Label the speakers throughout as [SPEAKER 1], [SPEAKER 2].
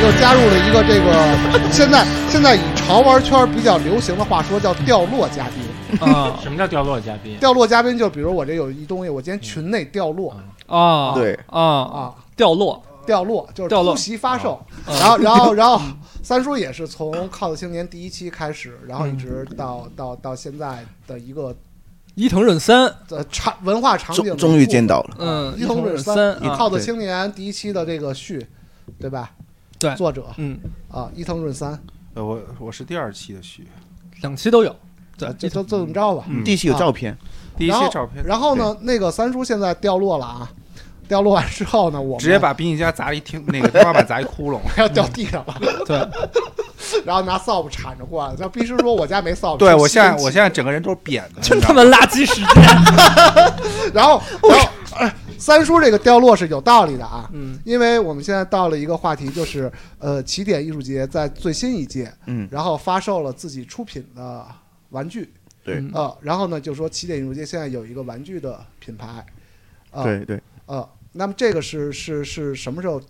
[SPEAKER 1] 就加入了一个这个现在现在以潮玩圈比较流行的话说叫掉落嘉宾。
[SPEAKER 2] 啊
[SPEAKER 3] 什么叫掉落嘉宾？
[SPEAKER 1] 掉落嘉宾就比如我这有一东西，我今天群内掉落
[SPEAKER 2] 啊，
[SPEAKER 4] 对
[SPEAKER 2] 啊啊，
[SPEAKER 1] 啊，
[SPEAKER 2] 掉落
[SPEAKER 1] 掉落就是
[SPEAKER 2] 掉落
[SPEAKER 1] 突袭发售。
[SPEAKER 2] 啊
[SPEAKER 1] 然后然后然后三叔也是从《靠的青年》第一期开始，然后
[SPEAKER 2] 嗯
[SPEAKER 1] 一直到到到现在的一个
[SPEAKER 2] 伊藤润三，
[SPEAKER 1] 呃场文化场景的
[SPEAKER 4] 终终于见到了，
[SPEAKER 2] 嗯，
[SPEAKER 1] 啊伊
[SPEAKER 2] 伊
[SPEAKER 1] 藤
[SPEAKER 2] 藤润
[SPEAKER 1] 润三
[SPEAKER 2] 三
[SPEAKER 1] 《
[SPEAKER 2] 啊，
[SPEAKER 1] 靠的青年》第一期的这个序，对吧？
[SPEAKER 2] 对
[SPEAKER 1] 作者
[SPEAKER 2] 嗯，
[SPEAKER 1] 啊，伊藤润三，
[SPEAKER 5] 呃，我我是第二期的序，
[SPEAKER 2] 两期都有，对
[SPEAKER 1] 啊，就就这么着吧。
[SPEAKER 5] 嗯
[SPEAKER 4] 第一期有照片，
[SPEAKER 5] 第一
[SPEAKER 1] 然
[SPEAKER 5] 期
[SPEAKER 1] 后
[SPEAKER 5] 照片，
[SPEAKER 1] 然后呢，那个三叔现在掉落了啊，掉落完之后呢，我们
[SPEAKER 5] 直接把冰淇淋砸了一厅，那个天花板砸一窟窿。
[SPEAKER 1] 要掉地上了，
[SPEAKER 2] 对，
[SPEAKER 1] 然后拿扫把铲着过来。然后必须说我家没扫把，
[SPEAKER 5] 对
[SPEAKER 1] 是
[SPEAKER 5] 我现在
[SPEAKER 1] 吸尘器
[SPEAKER 5] 我现在整个人都是扁的，
[SPEAKER 2] 真
[SPEAKER 5] 你知
[SPEAKER 2] 他
[SPEAKER 5] 道
[SPEAKER 2] 妈
[SPEAKER 5] 吗
[SPEAKER 2] 垃圾时间，
[SPEAKER 1] 然 后然后、哎三叔这个掉落是有道理的啊。
[SPEAKER 2] 嗯
[SPEAKER 1] 因为我们现在到了一个话题，就是呃，起点艺术节在最新一届，
[SPEAKER 4] 嗯，
[SPEAKER 1] 然后发售了自己出品的玩具，
[SPEAKER 4] 对
[SPEAKER 2] 嗯
[SPEAKER 1] 呃，然后呢，就说起点艺术节现在有一个玩具的品牌，呃、，
[SPEAKER 4] 对对，
[SPEAKER 1] 呃，那么这个是是是什么时候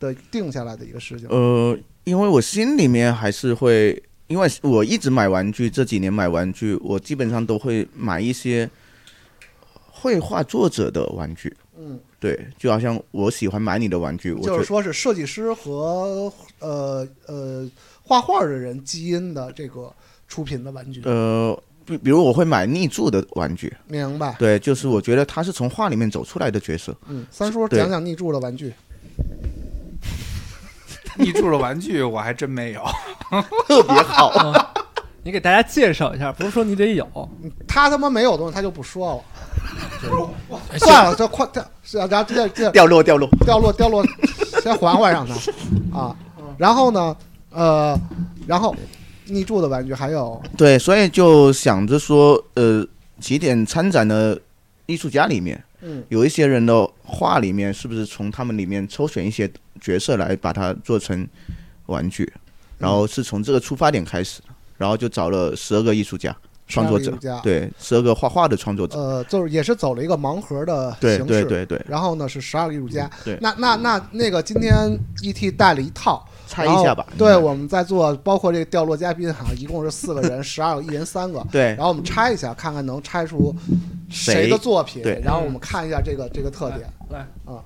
[SPEAKER 1] 的定下来的一个事情？
[SPEAKER 4] 呃，因为我心里面还是会，因为我一直买玩具，这几年买玩具，我基本上都会买一些绘画作者的玩具，
[SPEAKER 1] 嗯，
[SPEAKER 4] 对，就好像我喜欢买你的玩具，我
[SPEAKER 1] 就是
[SPEAKER 4] 就
[SPEAKER 1] 说是设计师和呃呃画画的人基因的这个出品的玩具，
[SPEAKER 4] 呃，比比如我会买逆柱的玩具，
[SPEAKER 1] 明白？
[SPEAKER 4] 对，就是我觉得他是从画里面走出来的角色，
[SPEAKER 1] 嗯，三叔
[SPEAKER 4] 对
[SPEAKER 1] 讲讲逆柱的玩具，
[SPEAKER 5] 逆柱的玩具我还真没有，
[SPEAKER 4] 特别好，
[SPEAKER 1] 哦
[SPEAKER 2] 啊你给大家介绍一下，不是说你得有，
[SPEAKER 1] 他他妈没有东西他就不说了。 算了，这快，这是啊然后这这
[SPEAKER 4] 掉落掉落，
[SPEAKER 1] 掉落掉落，先缓缓让他啊。然后呢，呃，然后逆柱的玩具还有
[SPEAKER 4] 对，所以就想着说，呃，起点参展的艺术家里面，
[SPEAKER 1] 嗯，
[SPEAKER 4] 有一些人的画里面，是不是从他们里面抽选一些角色来把它做成玩具？然后是从这个出发点开始的，然后就找了十二个艺术家、创作
[SPEAKER 1] 12
[SPEAKER 4] 者
[SPEAKER 1] 个艺术家，
[SPEAKER 4] 对，十二个画画的创作者，
[SPEAKER 1] 呃，就是也是走了一个盲盒的
[SPEAKER 4] 对
[SPEAKER 1] 呃形
[SPEAKER 4] 对
[SPEAKER 1] 式。
[SPEAKER 4] 对对，
[SPEAKER 1] 然后呢是十二个艺术家，
[SPEAKER 4] 对
[SPEAKER 1] 那那那那个今天 ET 带了一套，
[SPEAKER 4] 猜一下吧嗯
[SPEAKER 1] 然后。对，我们在座包括这个掉落嘉宾哈，一共是四个人，十二个，一人三个。
[SPEAKER 4] 对
[SPEAKER 1] 然后我们拆一下，看看能拆出谁的作品。
[SPEAKER 4] 谁对
[SPEAKER 1] 然后我们看一下这个这个特点，
[SPEAKER 2] 来
[SPEAKER 1] 啊，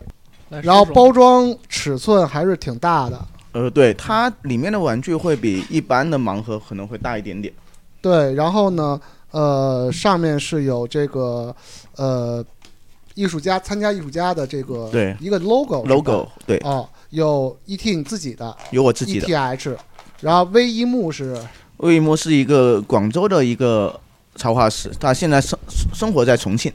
[SPEAKER 2] 来
[SPEAKER 1] 然后
[SPEAKER 2] 说说
[SPEAKER 1] 包装尺寸还是挺大的。
[SPEAKER 4] 呃，对，它里面的玩具会比一般的盲盒可能会大一点点。
[SPEAKER 1] 对，然后呢，呃，上面是有这个呃艺术家参加艺术家的这个
[SPEAKER 4] 对
[SPEAKER 1] 一个 logo 是吧
[SPEAKER 4] logo 对，
[SPEAKER 1] 哦，有 ET 你自己的
[SPEAKER 4] 有我自己的。
[SPEAKER 1] ETH，然后 V 一幕是
[SPEAKER 4] 魏一是一个广州的一个插画师，他现在生生活在重庆。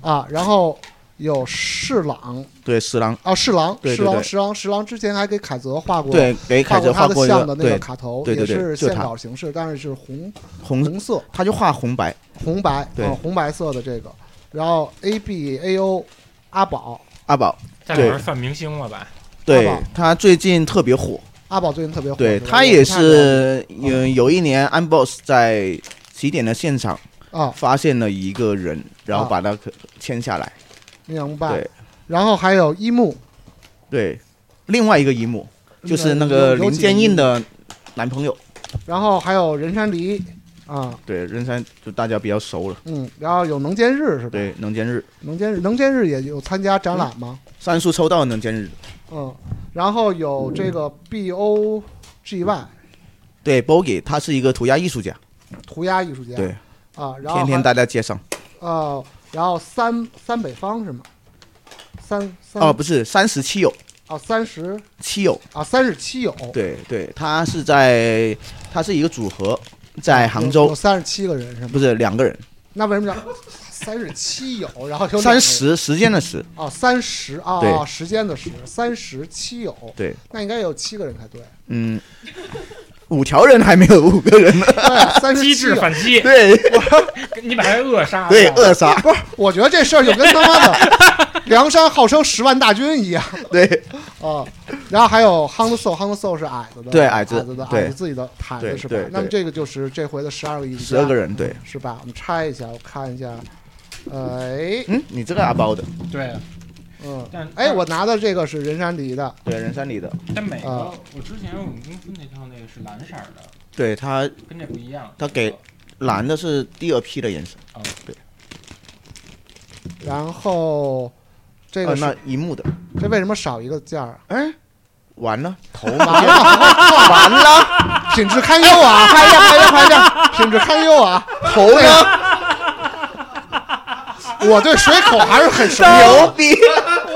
[SPEAKER 1] 啊，然后有侍郎
[SPEAKER 4] 对，十郎，
[SPEAKER 1] 啊，侍郎，
[SPEAKER 4] 对对
[SPEAKER 1] 侍郎，
[SPEAKER 4] 对
[SPEAKER 1] 侍郎，侍郎之前还给凯泽画过，，
[SPEAKER 4] 对，给
[SPEAKER 1] 画
[SPEAKER 4] 凯
[SPEAKER 1] 过
[SPEAKER 4] 泽
[SPEAKER 1] 他
[SPEAKER 4] 画
[SPEAKER 1] 的
[SPEAKER 4] 过一
[SPEAKER 1] 像的
[SPEAKER 4] 个
[SPEAKER 1] 那个
[SPEAKER 4] 对
[SPEAKER 1] 卡头，
[SPEAKER 4] 对对对
[SPEAKER 1] 也是
[SPEAKER 4] 就
[SPEAKER 1] 线
[SPEAKER 4] 他
[SPEAKER 1] 稿形式，但是是红
[SPEAKER 4] 红，
[SPEAKER 1] 红嗯色、
[SPEAKER 4] 他就画红白，
[SPEAKER 1] 红白，
[SPEAKER 4] 对
[SPEAKER 1] 啊红白色的这个，然后 A B A O 阿宝，
[SPEAKER 4] 阿宝，
[SPEAKER 3] 在里面算明星了吧？
[SPEAKER 4] 对
[SPEAKER 1] 阿宝哦
[SPEAKER 4] 他最近特别火，
[SPEAKER 1] 阿宝最近特别火，
[SPEAKER 4] 对
[SPEAKER 1] 是吧
[SPEAKER 4] 他也是有有一年安 boss 在起点的现场
[SPEAKER 1] 啊，
[SPEAKER 4] 发现了一个人，然后
[SPEAKER 1] 啊
[SPEAKER 4] 把他签下来，
[SPEAKER 1] 明白
[SPEAKER 4] 对。
[SPEAKER 1] 然后还有一幕，
[SPEAKER 4] 对，另外一个一幕就是那
[SPEAKER 1] 有
[SPEAKER 4] 个
[SPEAKER 1] 有
[SPEAKER 4] 林
[SPEAKER 1] 几个
[SPEAKER 4] 建印的男朋友，
[SPEAKER 1] 然后还有人山梨啊，
[SPEAKER 4] 对，任山就大家比较熟了，
[SPEAKER 1] 嗯，然后有能见日是吧？
[SPEAKER 4] 对，能见日，
[SPEAKER 1] 能见日，能见日也有参加展
[SPEAKER 4] 嗯
[SPEAKER 1] 览吗？
[SPEAKER 4] 三叔抽到能见日，
[SPEAKER 1] 嗯，然后有这个 B O G Y
[SPEAKER 4] 对，Bogey 他是一个涂鸦艺术家，
[SPEAKER 1] 涂鸦艺术家，
[SPEAKER 4] 对
[SPEAKER 1] 啊，然后
[SPEAKER 4] 天天待在街上，
[SPEAKER 1] 还哦，然后三三北方是吗？三三
[SPEAKER 4] 哦，不是三十七友，
[SPEAKER 1] 哦三十
[SPEAKER 4] 七友。
[SPEAKER 1] 啊三十七友，
[SPEAKER 4] 对对，他是在，他是一个组合，在杭
[SPEAKER 1] 嗯有
[SPEAKER 4] 州，
[SPEAKER 1] 三十七个人是吗？
[SPEAKER 4] 不是两个人，
[SPEAKER 1] 那为什么叫三十七友？然后有两个
[SPEAKER 4] 三
[SPEAKER 1] 人
[SPEAKER 4] 十时间的时，
[SPEAKER 1] 哦三十啊
[SPEAKER 4] 对
[SPEAKER 1] 哦时间的时三十七友，
[SPEAKER 4] 对，
[SPEAKER 1] 那应该有七个人 才对，
[SPEAKER 4] 嗯，五条人还没有五个人呢，
[SPEAKER 1] 对三十
[SPEAKER 3] 机
[SPEAKER 1] 七
[SPEAKER 3] 智
[SPEAKER 1] 友。
[SPEAKER 3] 反击，
[SPEAKER 4] 对
[SPEAKER 3] 你把他扼杀了。
[SPEAKER 1] 啊
[SPEAKER 4] 对，扼杀，
[SPEAKER 1] 我觉得这事儿就跟他妈的 梁山号称十万大军一样
[SPEAKER 4] 对
[SPEAKER 1] 啊、然后还有 h u n d s o l h u n d s o l 是矮子的，
[SPEAKER 4] 对
[SPEAKER 1] 矮
[SPEAKER 4] 矮
[SPEAKER 1] 子
[SPEAKER 4] 子
[SPEAKER 1] 的
[SPEAKER 4] 对
[SPEAKER 1] 矮子自己的毯子
[SPEAKER 4] 对
[SPEAKER 1] 是吧
[SPEAKER 4] 对对？
[SPEAKER 1] 那么这个就是这回的十二个艺术家，
[SPEAKER 4] 十二个人，对，
[SPEAKER 1] 是吧？我们拆一下，我看一下，哎，
[SPEAKER 4] 嗯，你这个阿包的，
[SPEAKER 3] 对，
[SPEAKER 1] 嗯，
[SPEAKER 3] 但
[SPEAKER 1] 哎，我拿的这个是人山梨的，
[SPEAKER 4] 对，人山里的，
[SPEAKER 3] 但每
[SPEAKER 2] 哎
[SPEAKER 3] 个、
[SPEAKER 1] 啊
[SPEAKER 3] 我之前我们公司那套那个是蓝色儿的，
[SPEAKER 4] 对它
[SPEAKER 3] 跟这不一样。
[SPEAKER 4] 它给蓝的是第二批的颜色，
[SPEAKER 3] 哦，
[SPEAKER 1] 然后这
[SPEAKER 4] 呃，
[SPEAKER 1] 个是、
[SPEAKER 4] 那一幕的，
[SPEAKER 1] 这为什么少一个件儿啊？
[SPEAKER 4] 哎，完 了，头
[SPEAKER 1] 完了，完了，品质堪忧啊！拍着拍着拍着，品质堪忧啊！
[SPEAKER 4] 头呢？
[SPEAKER 1] 我对水口还是很熟
[SPEAKER 4] 牛
[SPEAKER 1] 的，
[SPEAKER 4] 逼！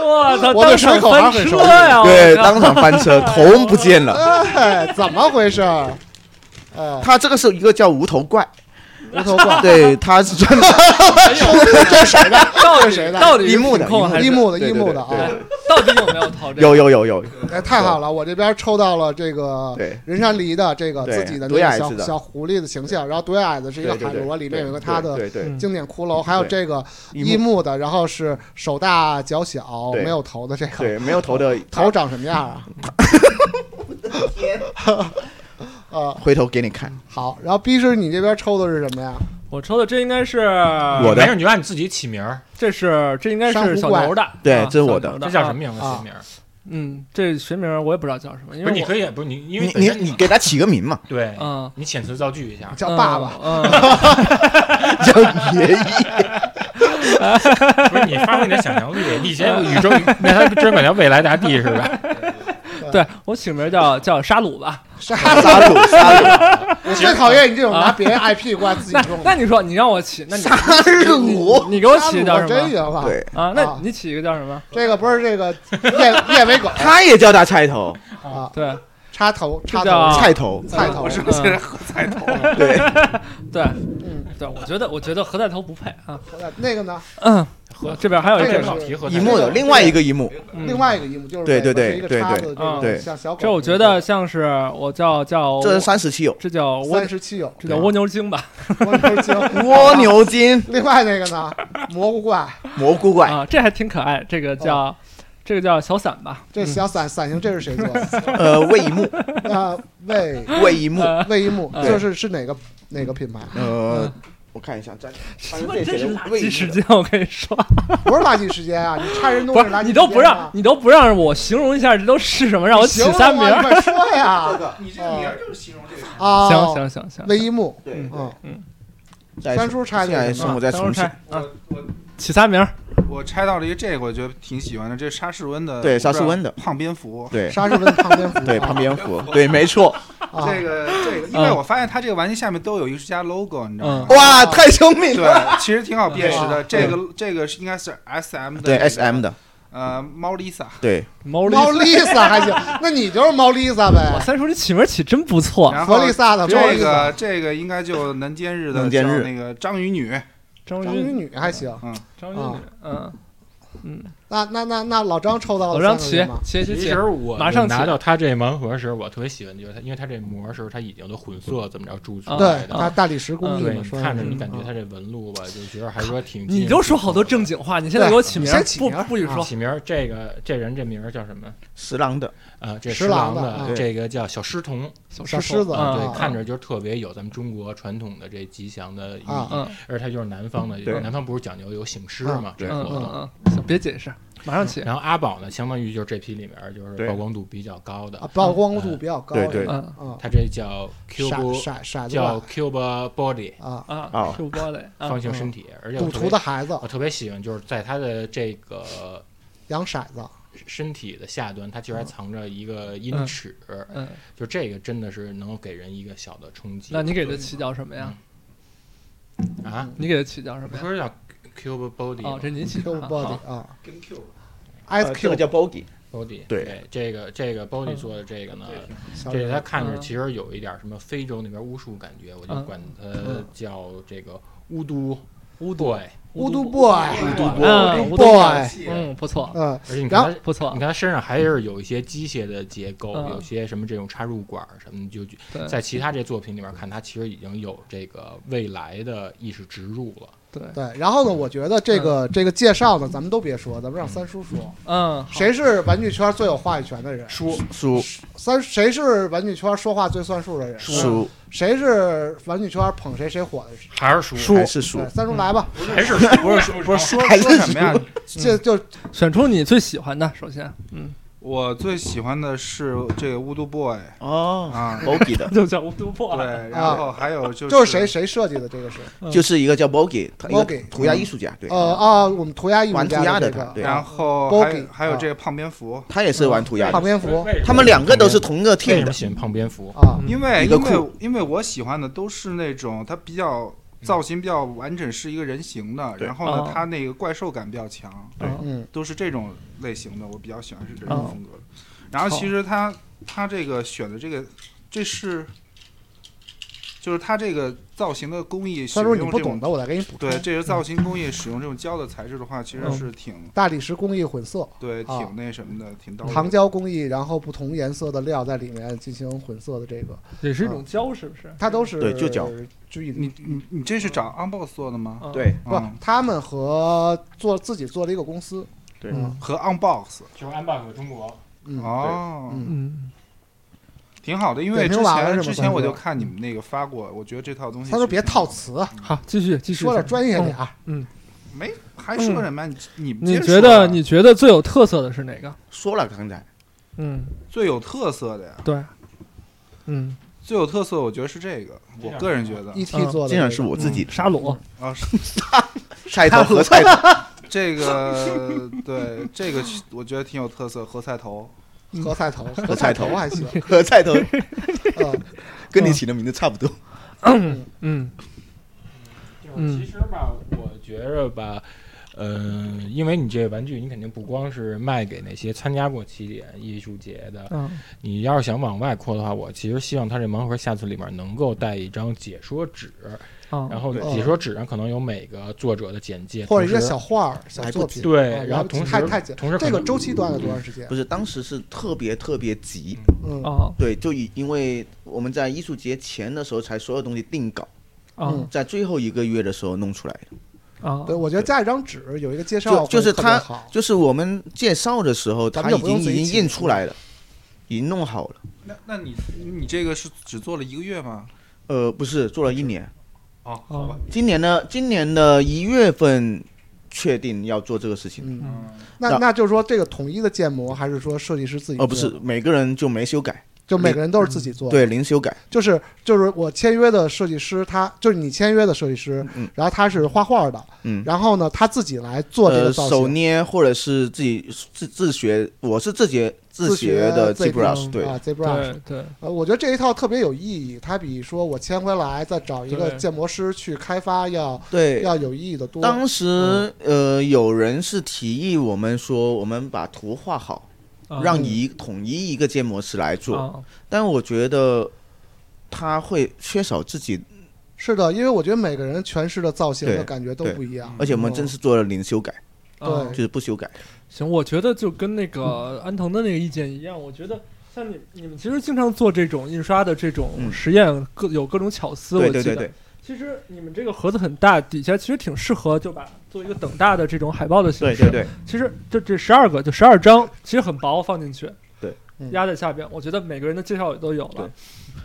[SPEAKER 2] 我操，
[SPEAKER 1] 我对
[SPEAKER 2] 当
[SPEAKER 1] 水
[SPEAKER 2] 场
[SPEAKER 1] 口还
[SPEAKER 2] 翻
[SPEAKER 1] 是很
[SPEAKER 2] 车
[SPEAKER 1] 熟
[SPEAKER 2] 呀！
[SPEAKER 4] 对，
[SPEAKER 2] 哦我靠
[SPEAKER 4] 当场翻车，头不见了。
[SPEAKER 1] 哎，怎么回事儿？哎，
[SPEAKER 4] 它这个是一个叫无头怪，
[SPEAKER 1] 无头怪，
[SPEAKER 4] 对，它是专门
[SPEAKER 1] 这是谁的？
[SPEAKER 2] 到
[SPEAKER 1] 这
[SPEAKER 2] 底
[SPEAKER 1] 是谁的
[SPEAKER 2] 到底是
[SPEAKER 4] 一幕的
[SPEAKER 2] 品控
[SPEAKER 4] 一幕
[SPEAKER 2] 还
[SPEAKER 1] 一木的，一
[SPEAKER 2] 是
[SPEAKER 4] 对对
[SPEAKER 1] 木
[SPEAKER 4] 对
[SPEAKER 1] 的
[SPEAKER 4] 对
[SPEAKER 1] 啊！
[SPEAKER 2] 哎到底有没有淘这个？
[SPEAKER 4] 有有有有，
[SPEAKER 1] 哎，太好了，我这边抽到了这个
[SPEAKER 4] 对
[SPEAKER 1] 人山梨的这个
[SPEAKER 4] 对
[SPEAKER 1] 自己的
[SPEAKER 4] 独
[SPEAKER 1] 那
[SPEAKER 4] 眼
[SPEAKER 1] 个
[SPEAKER 4] 是
[SPEAKER 1] 小
[SPEAKER 4] 的
[SPEAKER 1] 小狐狸的形象，然后独眼矮子是一
[SPEAKER 4] 对
[SPEAKER 1] 个
[SPEAKER 4] 对
[SPEAKER 1] 海
[SPEAKER 4] 对
[SPEAKER 1] 螺，里面有一个他的
[SPEAKER 4] 对对，对
[SPEAKER 2] 嗯
[SPEAKER 1] 经典骷髅，还有
[SPEAKER 4] 对
[SPEAKER 1] 这个
[SPEAKER 4] 一
[SPEAKER 1] 一
[SPEAKER 4] 幕
[SPEAKER 1] 木的，然后是手大脚小
[SPEAKER 4] 对
[SPEAKER 1] 没有头的这个，
[SPEAKER 4] 对没有头的
[SPEAKER 1] 头长什么样啊？啊，
[SPEAKER 4] 回头给你看，
[SPEAKER 1] 好，然后 B 是你这边抽的是什么呀？
[SPEAKER 2] 我抽的这应该是
[SPEAKER 4] 我的
[SPEAKER 3] 没事，你就按你自己起名儿，
[SPEAKER 2] 这是这应该是小牛的，
[SPEAKER 4] 对
[SPEAKER 2] 啊
[SPEAKER 4] 这是我的
[SPEAKER 2] 小牛
[SPEAKER 3] 这叫什么
[SPEAKER 2] 啊
[SPEAKER 3] 名字？
[SPEAKER 1] 啊
[SPEAKER 3] 起名儿？
[SPEAKER 2] 嗯，这学名我也不知道叫什么，因
[SPEAKER 3] 不是，
[SPEAKER 2] 为
[SPEAKER 3] 你
[SPEAKER 2] 我
[SPEAKER 3] 可以，不是你，因为
[SPEAKER 4] 你
[SPEAKER 3] 本
[SPEAKER 4] 你
[SPEAKER 3] 身
[SPEAKER 4] 你给它起个名嘛，
[SPEAKER 3] 对，
[SPEAKER 2] 嗯
[SPEAKER 3] 你遣词造句一下。
[SPEAKER 1] 叫爸爸，，
[SPEAKER 2] 嗯，
[SPEAKER 4] 叫爷爷。
[SPEAKER 3] 不是你发挥你的想象力，你以前宇宙，那他真管叫未来大地是吧？
[SPEAKER 2] 嗯对我起名叫叫沙鲁吧。
[SPEAKER 1] 杀
[SPEAKER 4] 沙鲁沙鲁
[SPEAKER 1] 我 最讨厌你这种
[SPEAKER 2] 啊
[SPEAKER 1] 拿别人 IP 怪自己
[SPEAKER 2] 那
[SPEAKER 1] 用
[SPEAKER 2] 那
[SPEAKER 1] 的。
[SPEAKER 2] 你说你让我起，那你
[SPEAKER 4] 沙
[SPEAKER 2] 你
[SPEAKER 4] 鲁，
[SPEAKER 2] 你给我起叫什
[SPEAKER 1] 真
[SPEAKER 2] 么
[SPEAKER 1] 行了，
[SPEAKER 4] 对，
[SPEAKER 2] 啊？
[SPEAKER 1] 啊
[SPEAKER 2] 那你起一个叫什么？
[SPEAKER 1] 这个不是这 个燕燕尾狗
[SPEAKER 4] 他也叫他菜头
[SPEAKER 1] 啊，
[SPEAKER 2] 对
[SPEAKER 1] 插头插
[SPEAKER 2] 这叫
[SPEAKER 1] 头
[SPEAKER 4] 菜头，
[SPEAKER 1] 菜头
[SPEAKER 5] 我，是不是喝彩头了？
[SPEAKER 4] 对，
[SPEAKER 2] 对
[SPEAKER 1] 嗯，
[SPEAKER 2] 对，我觉得我觉得何在头不配啊。
[SPEAKER 1] 那个呢？
[SPEAKER 2] 嗯，这边还有一
[SPEAKER 1] 这
[SPEAKER 2] 个
[SPEAKER 1] 个，
[SPEAKER 3] 考题和
[SPEAKER 4] 一幕的另外一个一幕，
[SPEAKER 2] 嗯
[SPEAKER 1] 另外一个一幕就是
[SPEAKER 4] 对对对
[SPEAKER 1] 尾巴是一个
[SPEAKER 4] 对
[SPEAKER 1] 叉
[SPEAKER 4] 对
[SPEAKER 1] 子，
[SPEAKER 2] 啊
[SPEAKER 1] 这
[SPEAKER 4] 对
[SPEAKER 1] 种像小狗。
[SPEAKER 2] 这我觉得像是我叫叫
[SPEAKER 4] 这是三十七有
[SPEAKER 2] 这叫蜗
[SPEAKER 1] 三十啊七有
[SPEAKER 2] 这叫蜗牛精吧？
[SPEAKER 1] 蜗牛精，
[SPEAKER 4] 蜗。牛精
[SPEAKER 1] 另外那个呢？蘑菇怪，
[SPEAKER 4] 蘑菇怪，
[SPEAKER 2] 啊，这还挺可爱。这个
[SPEAKER 1] 哦
[SPEAKER 2] 叫这个叫小伞吧？
[SPEAKER 1] 这
[SPEAKER 2] 嗯
[SPEAKER 1] 小伞伞形这是谁做 的？
[SPEAKER 4] 呃，魏一木
[SPEAKER 1] 啊，魏
[SPEAKER 4] 魏一木，
[SPEAKER 2] 呃
[SPEAKER 1] 魏一木，
[SPEAKER 2] 啊
[SPEAKER 1] 这是是哪个哪个品牌？
[SPEAKER 4] 呃，我看一下，咱 反正这
[SPEAKER 2] 真
[SPEAKER 4] 写
[SPEAKER 2] 是
[SPEAKER 4] 的
[SPEAKER 2] 垃
[SPEAKER 4] 魏一
[SPEAKER 2] 圾
[SPEAKER 4] 木
[SPEAKER 2] 时
[SPEAKER 4] 的
[SPEAKER 2] 间， 我跟你说，
[SPEAKER 1] 不是垃圾时间啊！你拆人东
[SPEAKER 2] 不
[SPEAKER 1] 西
[SPEAKER 2] 是
[SPEAKER 1] 垃圾时间啊，
[SPEAKER 2] 你都不让，你都不让我形容一下这都是什么，让我起
[SPEAKER 1] 行啊
[SPEAKER 2] 仨名
[SPEAKER 1] 了
[SPEAKER 2] 儿。
[SPEAKER 1] 吗你快说呀！
[SPEAKER 4] 个
[SPEAKER 5] 你
[SPEAKER 1] 这个名儿
[SPEAKER 5] 就是形容这个。
[SPEAKER 1] 啊，
[SPEAKER 2] 行，行行行，
[SPEAKER 1] 魏一木，
[SPEAKER 4] 对
[SPEAKER 2] 嗯
[SPEAKER 1] 嗯，
[SPEAKER 4] 再
[SPEAKER 1] 三叔拆
[SPEAKER 4] 现在
[SPEAKER 1] 的
[SPEAKER 4] 是
[SPEAKER 1] 什么
[SPEAKER 4] 我在
[SPEAKER 2] 等会儿
[SPEAKER 4] 重
[SPEAKER 2] 拆
[SPEAKER 4] 新
[SPEAKER 2] 啊，
[SPEAKER 5] 我我
[SPEAKER 2] 起仨名儿。
[SPEAKER 5] 我拆到了一个这个，我觉得挺喜欢的，这是莎士温的
[SPEAKER 4] 对莎士温的
[SPEAKER 5] 胖蝙蝠。
[SPEAKER 4] 对
[SPEAKER 1] 莎士文旁边服
[SPEAKER 4] 对旁蝙 蝠，对，没错，
[SPEAKER 1] 啊，
[SPEAKER 5] 这个这个，因为我发现它这个玩具下面都有艺术家 logo，你知道吗？
[SPEAKER 2] 嗯
[SPEAKER 4] 哇，太聪 明了，
[SPEAKER 5] 对，其实挺好辨识的。
[SPEAKER 1] 嗯
[SPEAKER 5] 这个这个是应该是 S M 的，
[SPEAKER 4] 对 S M
[SPEAKER 5] 的，
[SPEAKER 4] 的，
[SPEAKER 5] 呃，猫 Lisa，
[SPEAKER 4] 对，
[SPEAKER 2] 猫
[SPEAKER 1] 猫
[SPEAKER 2] 力，
[SPEAKER 1] 丽萨还行，那你就是猫丽萨呗
[SPEAKER 2] 哇，，三叔你起名起真不错，
[SPEAKER 5] 然后
[SPEAKER 1] 佛丽萨的猫
[SPEAKER 5] 这
[SPEAKER 1] 丽萨
[SPEAKER 5] 个，这个应该就能见日的
[SPEAKER 4] 能见日
[SPEAKER 5] 叫那个章鱼女，
[SPEAKER 2] 张
[SPEAKER 1] 章鱼女还行。
[SPEAKER 2] 张
[SPEAKER 1] 啊
[SPEAKER 2] 宇，嗯嗯，
[SPEAKER 1] 那那那那老张抽到了
[SPEAKER 2] 老张
[SPEAKER 1] 三个
[SPEAKER 2] 起
[SPEAKER 1] 人吗？
[SPEAKER 2] 起起
[SPEAKER 3] 其
[SPEAKER 2] 起
[SPEAKER 3] 实，我
[SPEAKER 2] 马上起
[SPEAKER 3] 拿到它这盲盒时，我特别喜欢，就是它，因为它这膜时候它已经都混色怎么着注出来
[SPEAKER 1] 对，
[SPEAKER 2] 啊
[SPEAKER 3] 的，
[SPEAKER 1] 大大理石工艺
[SPEAKER 3] 对，
[SPEAKER 1] 嘛，
[SPEAKER 3] 你
[SPEAKER 1] 说
[SPEAKER 3] 看着你
[SPEAKER 2] 哦哎嗯
[SPEAKER 3] 感觉它这纹路吧，就觉得还说挺。啊
[SPEAKER 2] 你就说好多正。经话，你现在
[SPEAKER 1] 对
[SPEAKER 2] 给我起名儿
[SPEAKER 1] 先，起
[SPEAKER 2] 不
[SPEAKER 1] 名儿啊
[SPEAKER 2] 不许说
[SPEAKER 3] 起名儿，这个这人这名儿叫什么？
[SPEAKER 4] 十郎的，
[SPEAKER 3] 呃，这
[SPEAKER 1] 石
[SPEAKER 3] 郎
[SPEAKER 1] 郎的啊
[SPEAKER 3] 的这个叫小狮童，
[SPEAKER 1] 小
[SPEAKER 2] 小
[SPEAKER 1] 狮子
[SPEAKER 2] 啊，
[SPEAKER 1] 对
[SPEAKER 3] 对，看着就特别有咱们中国传统的这吉祥的寓
[SPEAKER 1] 啊
[SPEAKER 3] 意，
[SPEAKER 2] 嗯
[SPEAKER 3] 而它就是南方的，
[SPEAKER 4] 对
[SPEAKER 3] 南方不是讲究有醒狮
[SPEAKER 1] 啊
[SPEAKER 3] 嘛，这
[SPEAKER 4] 对
[SPEAKER 3] 活
[SPEAKER 2] 嗯
[SPEAKER 3] 动。
[SPEAKER 2] 嗯嗯，行，别解释，马上起，
[SPEAKER 3] 然后阿宝呢，相当于就是这批里面儿就是
[SPEAKER 4] 对
[SPEAKER 3] 曝光度比较高的
[SPEAKER 1] 啊，，曝光度比较高，
[SPEAKER 4] 对对
[SPEAKER 2] 嗯
[SPEAKER 1] 啊，
[SPEAKER 3] 它这叫 Cube，
[SPEAKER 1] 傻傻傻子
[SPEAKER 3] 叫
[SPEAKER 1] 吧
[SPEAKER 3] Cube Body
[SPEAKER 1] 啊，
[SPEAKER 2] 啊
[SPEAKER 4] 哦，
[SPEAKER 2] 是玻璃啊
[SPEAKER 3] 方，形身体，而且我
[SPEAKER 1] 赌
[SPEAKER 3] 特
[SPEAKER 1] 徒
[SPEAKER 3] 别
[SPEAKER 1] 的孩子
[SPEAKER 3] 我特别喜欢，就是在它的这个
[SPEAKER 1] 扬骰子，
[SPEAKER 3] 身体的下端，它其
[SPEAKER 1] 嗯
[SPEAKER 3] 实还藏着一个音尺，
[SPEAKER 2] 嗯，
[SPEAKER 3] 就这个真的是能够给人一个小的冲击。
[SPEAKER 2] 那你给它起叫什么
[SPEAKER 1] 嗯
[SPEAKER 2] 呀？
[SPEAKER 3] 啊，
[SPEAKER 2] 你给它起叫什么
[SPEAKER 3] 你
[SPEAKER 2] 呀？
[SPEAKER 3] 不是叫 Cube
[SPEAKER 1] 嗯
[SPEAKER 3] Body
[SPEAKER 2] 哦
[SPEAKER 3] 吗，
[SPEAKER 2] 这你起的
[SPEAKER 1] Q
[SPEAKER 2] 啊， 好
[SPEAKER 1] body 啊
[SPEAKER 5] 跟 Q
[SPEAKER 1] ，Ice
[SPEAKER 4] 呃这
[SPEAKER 1] Cube
[SPEAKER 4] 个叫 Bogey，
[SPEAKER 3] Body
[SPEAKER 4] 对
[SPEAKER 3] 这个这个 Body
[SPEAKER 2] 嗯
[SPEAKER 3] 做的这个呢，
[SPEAKER 1] 小
[SPEAKER 3] 这
[SPEAKER 1] 人
[SPEAKER 3] 个
[SPEAKER 1] 儿
[SPEAKER 3] 它看着
[SPEAKER 2] 嗯
[SPEAKER 3] 其实有一点什么非洲那边巫术感觉，我就
[SPEAKER 2] 嗯
[SPEAKER 3] 管它
[SPEAKER 1] 嗯
[SPEAKER 3] 叫这这个巫都巫都，而
[SPEAKER 1] 乌都 boy，
[SPEAKER 2] 嗯
[SPEAKER 1] boy，
[SPEAKER 2] 嗯，不错
[SPEAKER 1] 嗯，
[SPEAKER 3] 且你
[SPEAKER 1] 然后
[SPEAKER 3] 看它
[SPEAKER 2] 不错
[SPEAKER 3] 你，看它身上还是有一些机械的结构，
[SPEAKER 2] 嗯
[SPEAKER 3] 有些什么这种插入管儿什么的，就就
[SPEAKER 2] 对
[SPEAKER 3] 在其他这作品里面看，它其实已经有这个未来的意识植入了。
[SPEAKER 2] 对，
[SPEAKER 1] 对。然后呢，我觉得这个这个介绍呢，咱们都别说，咱们让三叔说，
[SPEAKER 2] 嗯，好
[SPEAKER 1] 谁是玩具圈最有话语权的人？
[SPEAKER 3] 书
[SPEAKER 4] 叔
[SPEAKER 1] 三，谁是玩具圈说话最算数的人？嗯
[SPEAKER 4] 叔
[SPEAKER 1] 谁是玩具圈捧谁谁火的人？
[SPEAKER 3] 还是书
[SPEAKER 4] 还是叔哦
[SPEAKER 1] 对，，三叔来吧，
[SPEAKER 3] 还是书，不是书，
[SPEAKER 5] 不是说
[SPEAKER 4] 还是
[SPEAKER 5] 说什么呀？
[SPEAKER 1] 这就
[SPEAKER 2] 选出你最喜欢的，首先，嗯，
[SPEAKER 5] 我最喜欢的是这个巫毒 boy
[SPEAKER 4] 哦
[SPEAKER 5] 啊，
[SPEAKER 4] ，Bogey 的，
[SPEAKER 2] 就叫无毒破。
[SPEAKER 5] 对，然后还有就
[SPEAKER 1] 就是谁谁设计的这个是？
[SPEAKER 4] 就是一个叫 Bogey，他一个
[SPEAKER 1] Bogey，
[SPEAKER 4] 涂鸦艺术家，对
[SPEAKER 1] 呃，啊，我们涂鸦艺术
[SPEAKER 4] 玩涂
[SPEAKER 1] 家
[SPEAKER 4] 鸦
[SPEAKER 1] 的
[SPEAKER 4] 的
[SPEAKER 1] 这
[SPEAKER 4] 他，
[SPEAKER 1] 个
[SPEAKER 4] 对，
[SPEAKER 5] 然后
[SPEAKER 1] Bogey，
[SPEAKER 5] 还有还有
[SPEAKER 1] 啊
[SPEAKER 5] 这个胖蝙蝠，
[SPEAKER 4] 他也是玩涂鸦
[SPEAKER 1] 胖
[SPEAKER 4] 的，
[SPEAKER 1] 蝙蝠
[SPEAKER 4] 他们两个都是
[SPEAKER 1] 嗯
[SPEAKER 4] 同一个
[SPEAKER 3] 为
[SPEAKER 4] team
[SPEAKER 3] 什么
[SPEAKER 4] 的，
[SPEAKER 3] 喜欢胖蝙蝠？
[SPEAKER 1] 啊，
[SPEAKER 5] 因为
[SPEAKER 4] 一个
[SPEAKER 5] 因为
[SPEAKER 4] 酷
[SPEAKER 5] 因为我喜欢的都是那种它比较造型比较完整，是一个人形的，
[SPEAKER 4] 对
[SPEAKER 5] 然后呢
[SPEAKER 2] 哦，
[SPEAKER 5] 它那个怪兽感比较强，
[SPEAKER 1] 嗯，
[SPEAKER 5] 都是这种类型的，我比较喜欢是这
[SPEAKER 2] 哦
[SPEAKER 5] 种风格的。然后其实他他这个选的这个，这是就是他这个造型的工艺使
[SPEAKER 1] 他说你
[SPEAKER 5] 用
[SPEAKER 1] 不
[SPEAKER 5] 这
[SPEAKER 1] 懂
[SPEAKER 5] 种
[SPEAKER 1] 的，哎嗯我再给你补充。
[SPEAKER 5] 对，这个造型工艺使用这种胶的材质的话，其实
[SPEAKER 2] 嗯
[SPEAKER 5] 是挺
[SPEAKER 1] 大理石工艺混色，
[SPEAKER 5] 对
[SPEAKER 1] 啊
[SPEAKER 5] 挺那什么的，挺到位的
[SPEAKER 1] 糖胶工艺，然后不同颜色的料在里面进行混色的这个，
[SPEAKER 2] 也是一种胶，是不是？
[SPEAKER 1] 它都是
[SPEAKER 4] 对就叫
[SPEAKER 1] 聚
[SPEAKER 5] 你你你这是找 Unbox 做的吗？
[SPEAKER 2] 嗯，
[SPEAKER 4] 对，
[SPEAKER 1] 不
[SPEAKER 5] 嗯，
[SPEAKER 1] 他们和做自己做了一个公司，
[SPEAKER 4] 对
[SPEAKER 1] 嗯
[SPEAKER 5] 和 Unbox
[SPEAKER 3] 就是安 n 和中国。
[SPEAKER 1] 嗯，
[SPEAKER 5] 哦，
[SPEAKER 1] 嗯
[SPEAKER 2] 嗯，
[SPEAKER 5] 挺好的，因
[SPEAKER 1] 点
[SPEAKER 5] 为之
[SPEAKER 1] 评完了是
[SPEAKER 5] 前
[SPEAKER 1] 吗
[SPEAKER 5] 之
[SPEAKER 1] 关
[SPEAKER 5] 前
[SPEAKER 1] 注
[SPEAKER 5] 我就看你们那个发过，我觉得这套东西
[SPEAKER 1] 他说
[SPEAKER 5] 是
[SPEAKER 1] 别
[SPEAKER 5] 挺
[SPEAKER 1] 套
[SPEAKER 5] 好的，
[SPEAKER 1] 词，啊
[SPEAKER 2] 好，继续继续。嗯
[SPEAKER 1] 说点专业点儿。
[SPEAKER 5] 没还
[SPEAKER 1] 嗯
[SPEAKER 5] 说什么？你你们
[SPEAKER 2] 你觉
[SPEAKER 5] 接着啊说
[SPEAKER 2] 得
[SPEAKER 5] 吧
[SPEAKER 2] 你觉得最有特色的是哪个？
[SPEAKER 4] 说了刚才，
[SPEAKER 2] 嗯，
[SPEAKER 5] 最有特色的呀？
[SPEAKER 2] 对，嗯，
[SPEAKER 5] 最有特色，我觉得是这个，我个人觉得
[SPEAKER 1] E T
[SPEAKER 2] 嗯
[SPEAKER 1] 做的
[SPEAKER 4] 这
[SPEAKER 1] 这
[SPEAKER 4] 场
[SPEAKER 1] 个嗯
[SPEAKER 4] 是我自己
[SPEAKER 2] 嗯沙鲁，
[SPEAKER 5] 啊，是
[SPEAKER 4] 菜头和菜头，
[SPEAKER 5] 这个对这个我觉得挺有特色，何菜头，
[SPEAKER 1] 何嗯菜 头，何
[SPEAKER 4] 菜
[SPEAKER 1] 头
[SPEAKER 4] 头
[SPEAKER 1] 还 行，
[SPEAKER 4] 和菜头
[SPEAKER 1] 嗯
[SPEAKER 4] 跟你起的名字差不多，
[SPEAKER 2] 嗯嗯
[SPEAKER 3] 其实吧，我觉着吧，呃，因为你这玩具，你肯定不光是卖给那些参加过起点艺术节的，
[SPEAKER 2] 嗯
[SPEAKER 3] 你要是想往外扩的话，我其实希望它这盲盒下次里面能够带一张解说纸，
[SPEAKER 2] 啊，
[SPEAKER 3] 然后
[SPEAKER 1] 对
[SPEAKER 3] 解说纸上可能有每个作者的简介，
[SPEAKER 1] 或者一个
[SPEAKER 3] 同时
[SPEAKER 1] 小画儿、小作品。
[SPEAKER 3] 对
[SPEAKER 1] 嗯，
[SPEAKER 3] 然后同时
[SPEAKER 1] 太太简
[SPEAKER 3] 同时可
[SPEAKER 1] 这个
[SPEAKER 3] 能
[SPEAKER 1] 周期段了多长时间
[SPEAKER 4] 不？是当时是特别特别急，
[SPEAKER 1] 嗯
[SPEAKER 2] 啊
[SPEAKER 4] 对，就以因为我们在艺术节前的时候才所有东西定稿，
[SPEAKER 2] 啊
[SPEAKER 4] 在最后一个月的时候弄出来的。
[SPEAKER 2] 啊
[SPEAKER 1] 对，，我觉得加一张纸有一个介绍
[SPEAKER 4] 就
[SPEAKER 1] 会
[SPEAKER 4] 就是
[SPEAKER 1] 特别
[SPEAKER 4] 他
[SPEAKER 1] 好，
[SPEAKER 4] 就是我们介绍的时候，
[SPEAKER 1] 咱
[SPEAKER 4] 他
[SPEAKER 1] 们就
[SPEAKER 4] 已
[SPEAKER 1] 不用
[SPEAKER 4] 经
[SPEAKER 1] 自己
[SPEAKER 4] 已
[SPEAKER 1] 起
[SPEAKER 4] 经印出来了，已经弄好了。
[SPEAKER 5] 那那你你这个是只做了一个月吗？
[SPEAKER 4] 呃，不是做了一年，
[SPEAKER 5] 哦，
[SPEAKER 2] 好吧，
[SPEAKER 4] 今年的今年的一月份确定要做这个事情，
[SPEAKER 1] 嗯，
[SPEAKER 5] 嗯，
[SPEAKER 1] 那那就是说这个统一的建模，还是说设计师自己？
[SPEAKER 4] 哦而不是，每个人就没修改，
[SPEAKER 1] 就每个人都是自己做。，
[SPEAKER 4] 对，零修改，
[SPEAKER 1] 就是就是我签约的设计师，他就是你签约的设计师
[SPEAKER 4] 嗯，
[SPEAKER 1] 然后他是画画的，
[SPEAKER 4] 嗯。
[SPEAKER 1] 然后呢他自己来做这
[SPEAKER 4] 呃，
[SPEAKER 1] 个造
[SPEAKER 4] 手
[SPEAKER 1] 型。
[SPEAKER 4] 捏或者是自己自自学，我是自学自学的
[SPEAKER 1] 自学
[SPEAKER 4] ZBrush，
[SPEAKER 2] 嗯
[SPEAKER 4] 对，
[SPEAKER 1] 啊，ZBrush，
[SPEAKER 2] 对对，
[SPEAKER 1] 呃，我觉得这一套特别有意义，它比说我签回来再找一个
[SPEAKER 2] 对
[SPEAKER 1] 建模师去开发要
[SPEAKER 4] 对，
[SPEAKER 1] 要有意义的多。
[SPEAKER 4] 当时呃，有人是提议我们说，我们把图画好，
[SPEAKER 2] 嗯
[SPEAKER 4] 让一统一一个建模师来做，
[SPEAKER 2] 做
[SPEAKER 4] 但我觉得他会缺少自己，
[SPEAKER 1] 是的，因为我觉得每个人诠释的造型的
[SPEAKER 4] 对
[SPEAKER 1] 感觉都
[SPEAKER 4] 对
[SPEAKER 1] 不一样。嗯
[SPEAKER 4] 而且我们真是做了零修改，
[SPEAKER 2] 哦
[SPEAKER 1] 对
[SPEAKER 4] 就是不修改。
[SPEAKER 2] 行，我觉得就跟那
[SPEAKER 4] 嗯
[SPEAKER 2] 个安藤的那个意见一样，我觉得。像你你们其实经常做这种印刷的这种
[SPEAKER 4] 嗯
[SPEAKER 2] 实验，各有各种巧思。我
[SPEAKER 4] 对
[SPEAKER 2] 记得
[SPEAKER 4] 对对对，
[SPEAKER 2] 其实你们这个盒子很大，底下其实挺适合就把做一个等大的这种海报的形
[SPEAKER 4] 对
[SPEAKER 2] 式。
[SPEAKER 4] 对对，
[SPEAKER 2] 其实就这十二个，就十二张，其实很薄，放进去，
[SPEAKER 4] 对，
[SPEAKER 1] 嗯
[SPEAKER 2] 压在下边。我觉得每个人的介绍也都有了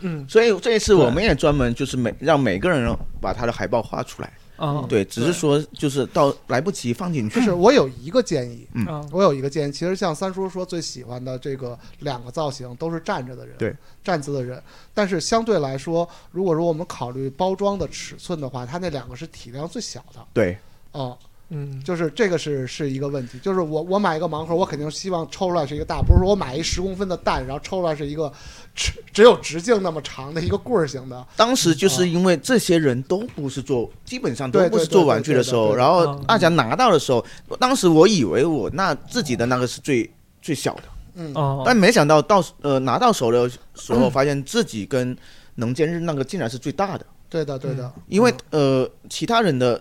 [SPEAKER 4] 对，
[SPEAKER 2] 嗯
[SPEAKER 4] 所以这一次我们也专门就是每让每个人把他的海报画出来，
[SPEAKER 2] 啊，
[SPEAKER 4] 嗯对，只是说就是到来不及放进去
[SPEAKER 1] 就，是我有一个建议，
[SPEAKER 4] 嗯
[SPEAKER 2] 啊，
[SPEAKER 1] 我有一个建议，其实像三叔说最喜欢的这个两个造型都是站着的人，
[SPEAKER 4] 对，
[SPEAKER 1] 站姿的人。但是相对来说，如果说我们考虑包装的尺寸的话，它那两个是体量最小的
[SPEAKER 4] 对
[SPEAKER 1] 啊、
[SPEAKER 2] 嗯，
[SPEAKER 1] 就是这个是是一个问题。就是我我买一个盲盒，我肯定希望抽出来是一个大，不是说我买一十公分的蛋，然后抽出来是一个只只有直径那么长的一个棍儿型的，
[SPEAKER 4] 当时就是因为这些人都不是做，基本上都不是做玩具的
[SPEAKER 1] 嗯
[SPEAKER 4] 时
[SPEAKER 1] 对对
[SPEAKER 4] 候，
[SPEAKER 1] 对对对
[SPEAKER 4] 然后
[SPEAKER 2] 嗯
[SPEAKER 4] 大家拿到的时候，当时我以为我那自己的那个是最最小的，
[SPEAKER 1] 嗯，
[SPEAKER 2] 哦，嗯
[SPEAKER 4] 但没想到到呃拿到手的时候，发现自己跟能见日那个竟然是最大的，
[SPEAKER 1] 对的对的，
[SPEAKER 4] 因为
[SPEAKER 2] 嗯
[SPEAKER 4] 呃其他人的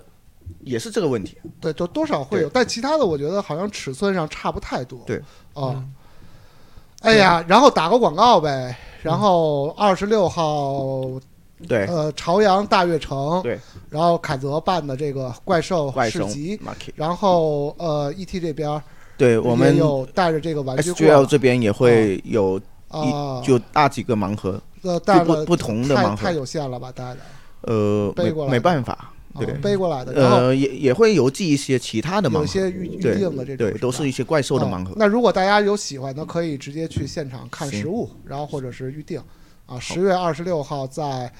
[SPEAKER 4] 也是这个问题，
[SPEAKER 1] 对，就多少会有，但其他的我觉得好像尺寸上差不太多。
[SPEAKER 4] 对，
[SPEAKER 1] 哦，
[SPEAKER 2] 嗯
[SPEAKER 1] 哎呀，然后打个广告
[SPEAKER 4] 嗯
[SPEAKER 1] 呗。然后二十六号，
[SPEAKER 4] 对
[SPEAKER 1] 呃，朝阳大悦城，
[SPEAKER 4] 对，
[SPEAKER 1] 然后凯泽办的这个怪兽
[SPEAKER 4] 怪
[SPEAKER 1] 市
[SPEAKER 4] 兽
[SPEAKER 1] 集，
[SPEAKER 4] market，
[SPEAKER 1] 然后呃，ET 这边儿
[SPEAKER 4] 对我
[SPEAKER 1] 也
[SPEAKER 4] 们
[SPEAKER 1] 有带着这个玩具哦
[SPEAKER 4] SGL 这边也会有
[SPEAKER 1] 啊，
[SPEAKER 4] 就大几个盲盒，
[SPEAKER 1] 呃带
[SPEAKER 4] 就不
[SPEAKER 1] 了
[SPEAKER 4] 不同的
[SPEAKER 1] 太
[SPEAKER 4] 盲
[SPEAKER 1] 太
[SPEAKER 4] 盒，
[SPEAKER 1] 有限了吧，带的
[SPEAKER 4] 呃
[SPEAKER 1] 背过来
[SPEAKER 4] 没没办法，
[SPEAKER 1] 啊
[SPEAKER 4] 对
[SPEAKER 1] 背过来的，然后
[SPEAKER 4] 呃，也也会邮寄一些其他的
[SPEAKER 1] 有
[SPEAKER 4] 盲
[SPEAKER 1] 一
[SPEAKER 4] 盒，
[SPEAKER 1] 些预预
[SPEAKER 4] 对
[SPEAKER 1] 定的这种，
[SPEAKER 4] 对，都
[SPEAKER 1] 吧
[SPEAKER 4] 是一些怪兽的盲
[SPEAKER 1] 啊
[SPEAKER 4] 盒。
[SPEAKER 1] 那如果大家有喜欢的，可以直接去现场看
[SPEAKER 4] 行
[SPEAKER 1] 实物，然后或者是预定。啊，十月二十六号在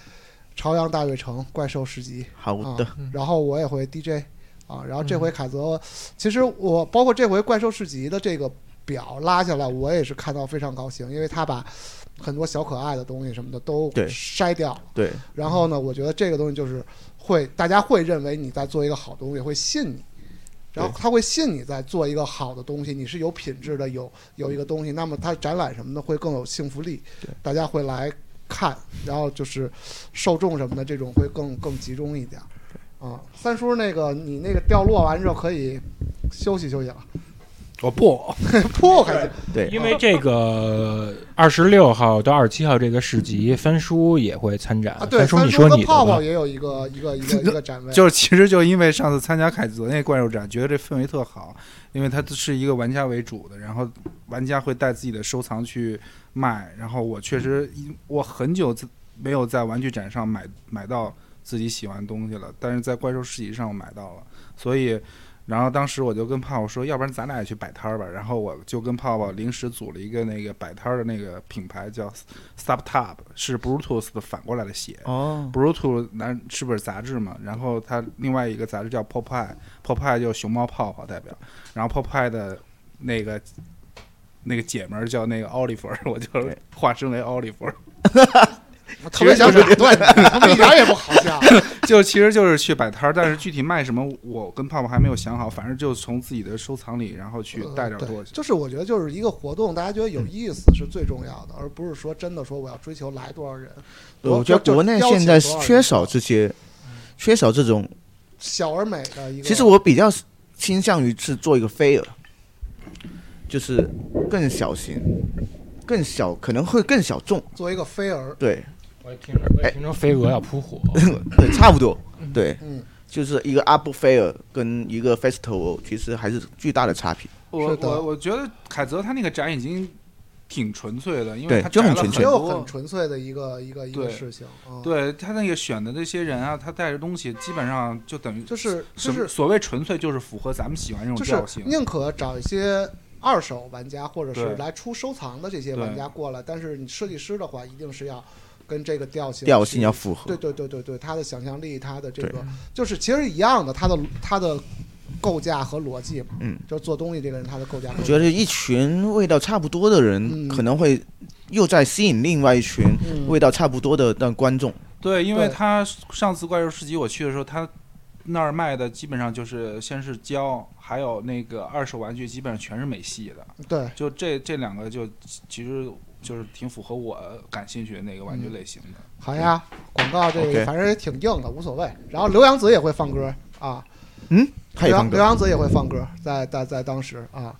[SPEAKER 1] 朝阳大悦城怪兽市集
[SPEAKER 4] 好
[SPEAKER 1] 啊
[SPEAKER 4] 的，
[SPEAKER 2] 嗯，
[SPEAKER 1] 然后我也会 DJ 啊，然后这回凯泽，其实我包括这回怪兽市集的这个表拉下来，我也是看到非常高兴，因为他把很多小可爱的东西什么的都
[SPEAKER 4] 对
[SPEAKER 1] 筛掉了，
[SPEAKER 4] 对，
[SPEAKER 1] 然后呢，我觉得这个东西就是会，大家会认为你在做一个好东西，会信你，然后他会信你在做一个好的东西，你是有品质的，有有一个东西，那么它展览什么的会更有幸福力
[SPEAKER 4] 对，
[SPEAKER 1] 大家会来看，然后就是受众什么的这种会更更集中一点。啊，三叔，那个你那个掉落完之后可以休息休息了，
[SPEAKER 5] 我哦不，
[SPEAKER 1] 破开去
[SPEAKER 4] 对，
[SPEAKER 3] 因为这个二十六号到二十七号这个市集，翻叔也会参展。
[SPEAKER 1] 啊！对，
[SPEAKER 3] 翻
[SPEAKER 1] 三
[SPEAKER 3] 你说
[SPEAKER 1] 叔跟
[SPEAKER 3] 你的
[SPEAKER 1] 泡泡
[SPEAKER 3] 吧。
[SPEAKER 1] 也有一个一个一个一个展位，
[SPEAKER 5] 就是其实就因为上次参加凯泽那怪兽展，觉得这氛围特好，因为它是一个玩家为主的，然后玩家会带自己的收藏去卖，然后我确实我很久自没有在玩具展上买买到自己喜欢的东西了，但是在怪兽市集上我买到了，所以。然后当时我就跟泡泡说，要不然咱俩也去摆摊儿吧。然后我就跟泡泡临时组了一个那个摆摊儿的那个品牌，叫 Subtub，是 Bluetooth 的反过来的写。
[SPEAKER 4] 哦，
[SPEAKER 5] Brutal 男是本杂志嘛，然后它另外一个杂志叫 Popeye，Popeye 就是熊猫泡泡代表，然后 Popeye 的那个那个姐们儿叫那个 Oliver，我 就
[SPEAKER 4] 对
[SPEAKER 5] 化身为 Oliver，
[SPEAKER 1] 我特别想打断你，他们一点儿也不好笑。
[SPEAKER 5] 就其实就是去摆摊儿，但是具体卖什么我跟泡泡还没有想好，反正就从自己的收藏里，然后去
[SPEAKER 4] 呃
[SPEAKER 5] 带
[SPEAKER 1] 呃
[SPEAKER 5] 点
[SPEAKER 1] 对
[SPEAKER 5] 东西。嗯
[SPEAKER 1] 就是我觉得就是一个活动，大家觉得有意思是最重要的，而不是说真的说我要追求来多少人。
[SPEAKER 4] 我觉得国内现在是缺
[SPEAKER 1] 啊
[SPEAKER 4] 少这些，缺少这种。
[SPEAKER 1] 小而美的嗯一个。
[SPEAKER 4] 其实我比较倾向于是做一个飞蛾，就是更小型、更小，可能会更小众。
[SPEAKER 1] 作为一个飞儿，
[SPEAKER 4] 对，
[SPEAKER 3] 我也听着，我也听说飞蛾要扑火。
[SPEAKER 4] 对，差不多。对，
[SPEAKER 1] 嗯，
[SPEAKER 4] 就是一个阿布菲尔跟一个 festival，其实还是巨大的差别。
[SPEAKER 5] 我
[SPEAKER 1] 是的
[SPEAKER 5] 我我觉得凯泽他那个展已经挺纯粹的，因为
[SPEAKER 4] 对
[SPEAKER 5] 他
[SPEAKER 4] 就很
[SPEAKER 5] 展了
[SPEAKER 4] 纯
[SPEAKER 1] 只
[SPEAKER 4] 粹
[SPEAKER 1] 有
[SPEAKER 5] 多
[SPEAKER 1] 很纯粹的一个一个一个
[SPEAKER 5] 对
[SPEAKER 1] 事情。嗯，
[SPEAKER 5] 对他那个选的这些人啊，他带着东西基本上就等于
[SPEAKER 1] 就是
[SPEAKER 5] 什
[SPEAKER 1] 就
[SPEAKER 5] 么
[SPEAKER 1] 是
[SPEAKER 5] 所谓纯粹就是符合咱们喜欢这种
[SPEAKER 1] 就
[SPEAKER 5] 调
[SPEAKER 1] 是
[SPEAKER 5] 性。
[SPEAKER 1] 宁可找一些二手玩家或者是
[SPEAKER 5] 对
[SPEAKER 1] 来出收藏的这些玩家过来，但是你设计师的话，一定是要跟这个调性
[SPEAKER 4] 调性
[SPEAKER 1] 去
[SPEAKER 4] 要符合
[SPEAKER 1] 对。对对对对，他的想象力，他的这
[SPEAKER 4] 对
[SPEAKER 1] 个就是其实一样的，他的他的构架和逻辑嘛，
[SPEAKER 4] 嗯，
[SPEAKER 1] 就是做东西这个人他的构架和逻辑。
[SPEAKER 4] 我觉得一群味道差不多的
[SPEAKER 1] 嗯
[SPEAKER 4] 人，可能会又在吸引另外一群
[SPEAKER 1] 嗯
[SPEAKER 4] 味道差不多的但观众。
[SPEAKER 5] 对，因为
[SPEAKER 1] 对
[SPEAKER 5] 他上次怪兽市集我去的时候，他那儿卖的基本上就是先是胶，还有那个二手玩具，基本上全是美系的。
[SPEAKER 1] 对，
[SPEAKER 5] 就这这两个就其实就是挺符合我感兴趣的那个玩具类型的。
[SPEAKER 1] 好呀，广告这个
[SPEAKER 4] OK
[SPEAKER 1] 反正也挺硬的，无所谓。然后刘洋子也会放歌啊，
[SPEAKER 4] 他
[SPEAKER 1] 刘
[SPEAKER 4] 也放
[SPEAKER 1] 洋刘
[SPEAKER 4] 歌，
[SPEAKER 1] 洋子也会放歌，在在在当时啊，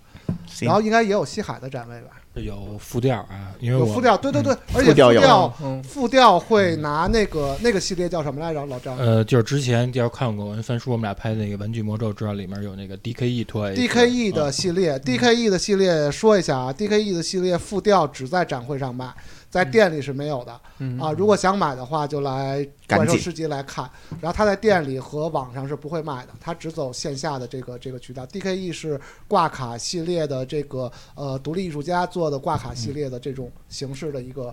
[SPEAKER 4] 行
[SPEAKER 1] 然后应该也有西海的展位吧，
[SPEAKER 3] 有副调啊，因
[SPEAKER 1] 嗯
[SPEAKER 3] 为
[SPEAKER 1] 有
[SPEAKER 3] 我
[SPEAKER 1] 复调，对对对，而且
[SPEAKER 4] 复调有
[SPEAKER 1] 调
[SPEAKER 2] 嗯，
[SPEAKER 1] 复调会拿那个那个系列叫什么来着？老张
[SPEAKER 3] 呃，就是之前调看过文翻叔我们俩拍的那个《玩具魔咒》，知道里面有那个 E DKE 特
[SPEAKER 4] 哎
[SPEAKER 3] A
[SPEAKER 1] DKE E
[SPEAKER 4] 嗯
[SPEAKER 1] 的系列，DKE 的系列说一下啊，DKE 的系列复调只在展会上卖，在店里是没有的
[SPEAKER 2] 嗯
[SPEAKER 1] 啊。如果想买的话，就来
[SPEAKER 4] 赶
[SPEAKER 1] 怪
[SPEAKER 4] 紧
[SPEAKER 1] 兽市集来看。然后它在店里和网上是不会卖的，它只走线下的这个这个渠道。DKE 是挂卡系列的这个呃独立艺术家做的挂卡系列的这种形式的一个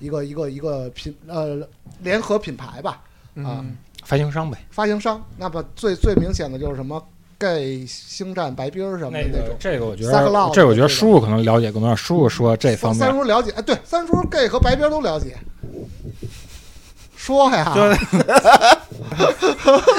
[SPEAKER 1] 一个一个一个品呃联合品牌吧。啊
[SPEAKER 2] 嗯
[SPEAKER 3] 发行商呗。
[SPEAKER 1] 发行商，那么最最明显的就是什么 gay 星战白冰儿什么的
[SPEAKER 3] 那
[SPEAKER 1] 那
[SPEAKER 3] 个
[SPEAKER 1] 种。
[SPEAKER 3] 这个我觉
[SPEAKER 1] Sackloud
[SPEAKER 3] 得，这我
[SPEAKER 1] 这
[SPEAKER 3] 觉得
[SPEAKER 1] 个
[SPEAKER 3] 叔叔可能了解更多，叔叔说这方
[SPEAKER 1] 三
[SPEAKER 3] 面。
[SPEAKER 1] 叔了解，哎，对，三叔 gay 和白边都了解。说 呀，
[SPEAKER 5] 就是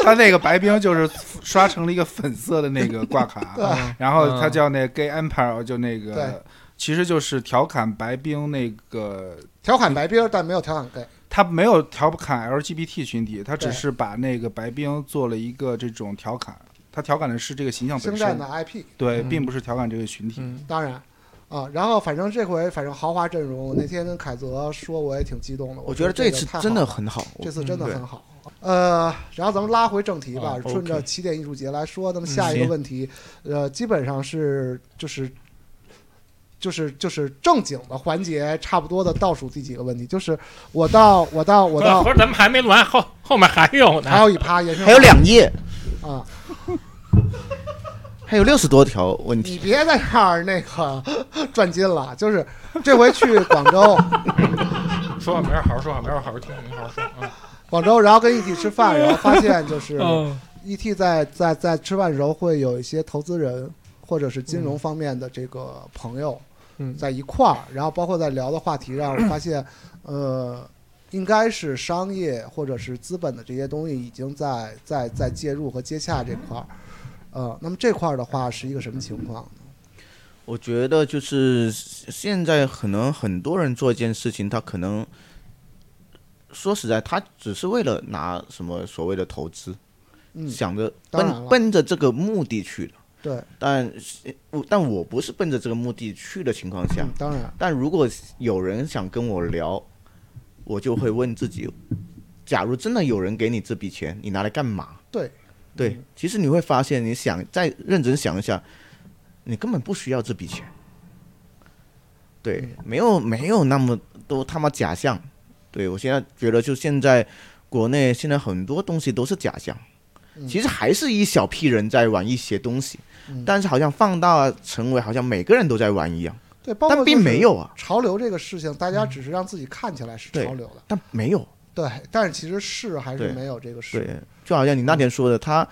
[SPEAKER 5] 他那个白冰就是刷成了一个粉色的那个挂卡，
[SPEAKER 1] 对
[SPEAKER 5] 然后他
[SPEAKER 2] 嗯
[SPEAKER 5] 叫那个 Gay Empire，就那
[SPEAKER 1] 对
[SPEAKER 5] 个其实就是调侃白冰那个
[SPEAKER 1] 调侃白边，但没有调侃 gay。
[SPEAKER 5] 他没有调侃 LGBT 群体，他只
[SPEAKER 1] 对
[SPEAKER 5] 是把那个白冰做了一个这种调侃，他调侃的是这个形象
[SPEAKER 1] 星
[SPEAKER 5] 本
[SPEAKER 1] 战
[SPEAKER 5] 身
[SPEAKER 1] 的，IP，
[SPEAKER 5] 对，
[SPEAKER 2] 嗯
[SPEAKER 5] 并不是调侃这个群体。
[SPEAKER 2] 嗯
[SPEAKER 1] 当然啊，然后反正这回反正豪华阵容，我那天跟凯泽说，我也挺激动的。
[SPEAKER 4] 我
[SPEAKER 1] 我
[SPEAKER 4] 觉得这
[SPEAKER 1] 个
[SPEAKER 4] 次
[SPEAKER 1] 太
[SPEAKER 4] 真
[SPEAKER 1] 好
[SPEAKER 4] 的
[SPEAKER 1] 了，
[SPEAKER 4] 很好。
[SPEAKER 1] 这次真的
[SPEAKER 4] 嗯对
[SPEAKER 1] 很好。呃，然后咱们拉回正题吧
[SPEAKER 3] 啊，
[SPEAKER 1] 顺着
[SPEAKER 4] OK
[SPEAKER 1] 起点艺术节来说，那么下一
[SPEAKER 4] 嗯
[SPEAKER 1] 个
[SPEAKER 4] 行
[SPEAKER 1] 问题，呃，基本上是就是就是就是正经的环节，差不多的倒数第几个问题，就是我到我到我到啊
[SPEAKER 3] 合着咱们还没完，后后面还有呢。
[SPEAKER 1] 还有一趴也是
[SPEAKER 4] 哎还有两页，
[SPEAKER 1] 啊，
[SPEAKER 4] 还有六十多条问
[SPEAKER 1] 你
[SPEAKER 4] 题。
[SPEAKER 1] 别在这儿那个 转筋了，就是这回去广州，
[SPEAKER 3] 说话没人好好说话，没人好好听，没人好好说。嗯
[SPEAKER 1] 广州，然后跟 ET 吃饭，然后发现就是
[SPEAKER 2] 嗯
[SPEAKER 1] ET 在在在吃饭的时候会有一些投资人或者是金融方面的这个朋友
[SPEAKER 2] 嗯
[SPEAKER 1] 在一块儿，然后包括在聊的话题上，我发现，呃，应该是商业或者是资本的这些东西已经在在在介入和接洽这块儿，呃，那么这块儿的话是一个什么情况？
[SPEAKER 4] 我觉得就是现在可能很多人做一件事情，他可能说实在，他只是为了拿什么所谓的投资，
[SPEAKER 1] 嗯，
[SPEAKER 4] 想着
[SPEAKER 1] 当然
[SPEAKER 4] 奔
[SPEAKER 1] 了
[SPEAKER 4] 奔着这个目的去的。
[SPEAKER 1] 对，
[SPEAKER 4] 但是我但我不是奔着这个目的去的情况下
[SPEAKER 1] 嗯，，当然，
[SPEAKER 4] 但如果有人想跟我聊，我就会问自己：假如真的有人给你这笔钱，你拿来干嘛？
[SPEAKER 1] 对，
[SPEAKER 4] 对，其实你会发现，你想再认真想一下，你根本不需要这笔钱。对，
[SPEAKER 1] 嗯
[SPEAKER 4] 没有没有那么多他妈假象。对我现在觉得，就现在国内现在很多东西都是假象，
[SPEAKER 1] 嗯
[SPEAKER 4] 其实还是一小批人在玩一些东西，
[SPEAKER 1] 嗯
[SPEAKER 4] 但是好像放大成为好像每个人都在玩一样，
[SPEAKER 1] 对，包括
[SPEAKER 4] 但并
[SPEAKER 1] 就是
[SPEAKER 4] 没有啊。
[SPEAKER 1] 潮流这个事情，大
[SPEAKER 4] 嗯
[SPEAKER 1] 家只是让自己看起来是潮流的，
[SPEAKER 4] 但没有。
[SPEAKER 1] 对，但是其实是还是
[SPEAKER 4] 对
[SPEAKER 1] 没有这个事，
[SPEAKER 4] 对，就好像你那天说的，它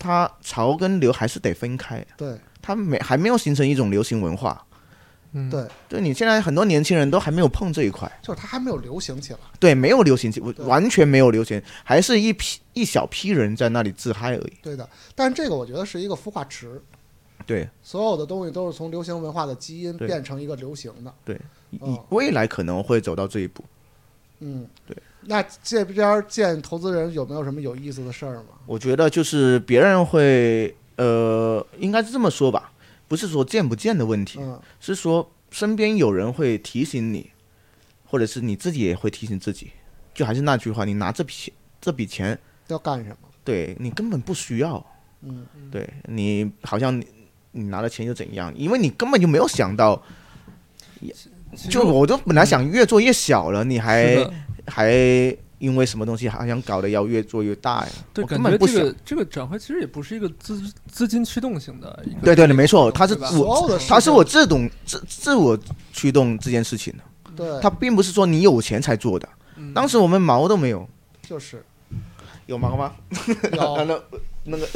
[SPEAKER 4] 它潮跟流还是得分开，
[SPEAKER 1] 对
[SPEAKER 4] 它没还没有形成一种流行文化。
[SPEAKER 2] 嗯，
[SPEAKER 1] 对，
[SPEAKER 4] 对你现在很多年轻人都还没有碰这一块，
[SPEAKER 1] 就是它还没有流行起来，
[SPEAKER 4] 对，没有流行起，我
[SPEAKER 1] 对
[SPEAKER 4] 完全没有流行，还是一批一小批人在那里自嗨而已。
[SPEAKER 1] 对的。但是这个我觉得是一个孵化池，
[SPEAKER 4] 对，
[SPEAKER 1] 所有的东西都是从流行文化的基因
[SPEAKER 4] 对
[SPEAKER 1] 变成一个流行的，
[SPEAKER 4] 以
[SPEAKER 1] 哦
[SPEAKER 4] 未来可能会走到这一步，
[SPEAKER 1] 嗯，
[SPEAKER 4] 对。
[SPEAKER 1] 那这边见投资人有没有什么有意思的事儿吗？
[SPEAKER 4] 我觉得就是别人会，呃，应该是这么说吧，不是说见不见的问题，
[SPEAKER 1] 嗯
[SPEAKER 4] 是说身边有人会提醒你，或者是你自己也会提醒自己。就还是那句话，你拿这笔钱，这笔钱，
[SPEAKER 1] 要干什么？
[SPEAKER 4] 对你根本不需要，
[SPEAKER 1] 嗯，
[SPEAKER 4] 对你好像你你拿了钱又怎样？因为你根本就没有想到，
[SPEAKER 2] 其实
[SPEAKER 4] 就我都本来想越做越小了，你还
[SPEAKER 2] 是的
[SPEAKER 4] 还因为什么东西好像搞得要越做越大呀？
[SPEAKER 2] 对，
[SPEAKER 4] 我
[SPEAKER 2] 感
[SPEAKER 4] 根
[SPEAKER 2] 觉
[SPEAKER 4] 本不
[SPEAKER 2] 这
[SPEAKER 4] 想。
[SPEAKER 2] 个这个转会其实也不是一个资资金驱动型的一个，
[SPEAKER 4] 对对对，没错，他是
[SPEAKER 2] 对吧
[SPEAKER 4] 我，
[SPEAKER 1] 所有的事情
[SPEAKER 4] 他是我自动自自我驱动这件事情的，
[SPEAKER 1] 对，
[SPEAKER 4] 他并不是说你有钱才做的。
[SPEAKER 2] 嗯
[SPEAKER 4] 当时我们毛都没有，
[SPEAKER 1] 就是
[SPEAKER 4] 有毛吗？
[SPEAKER 1] 有
[SPEAKER 4] 那那个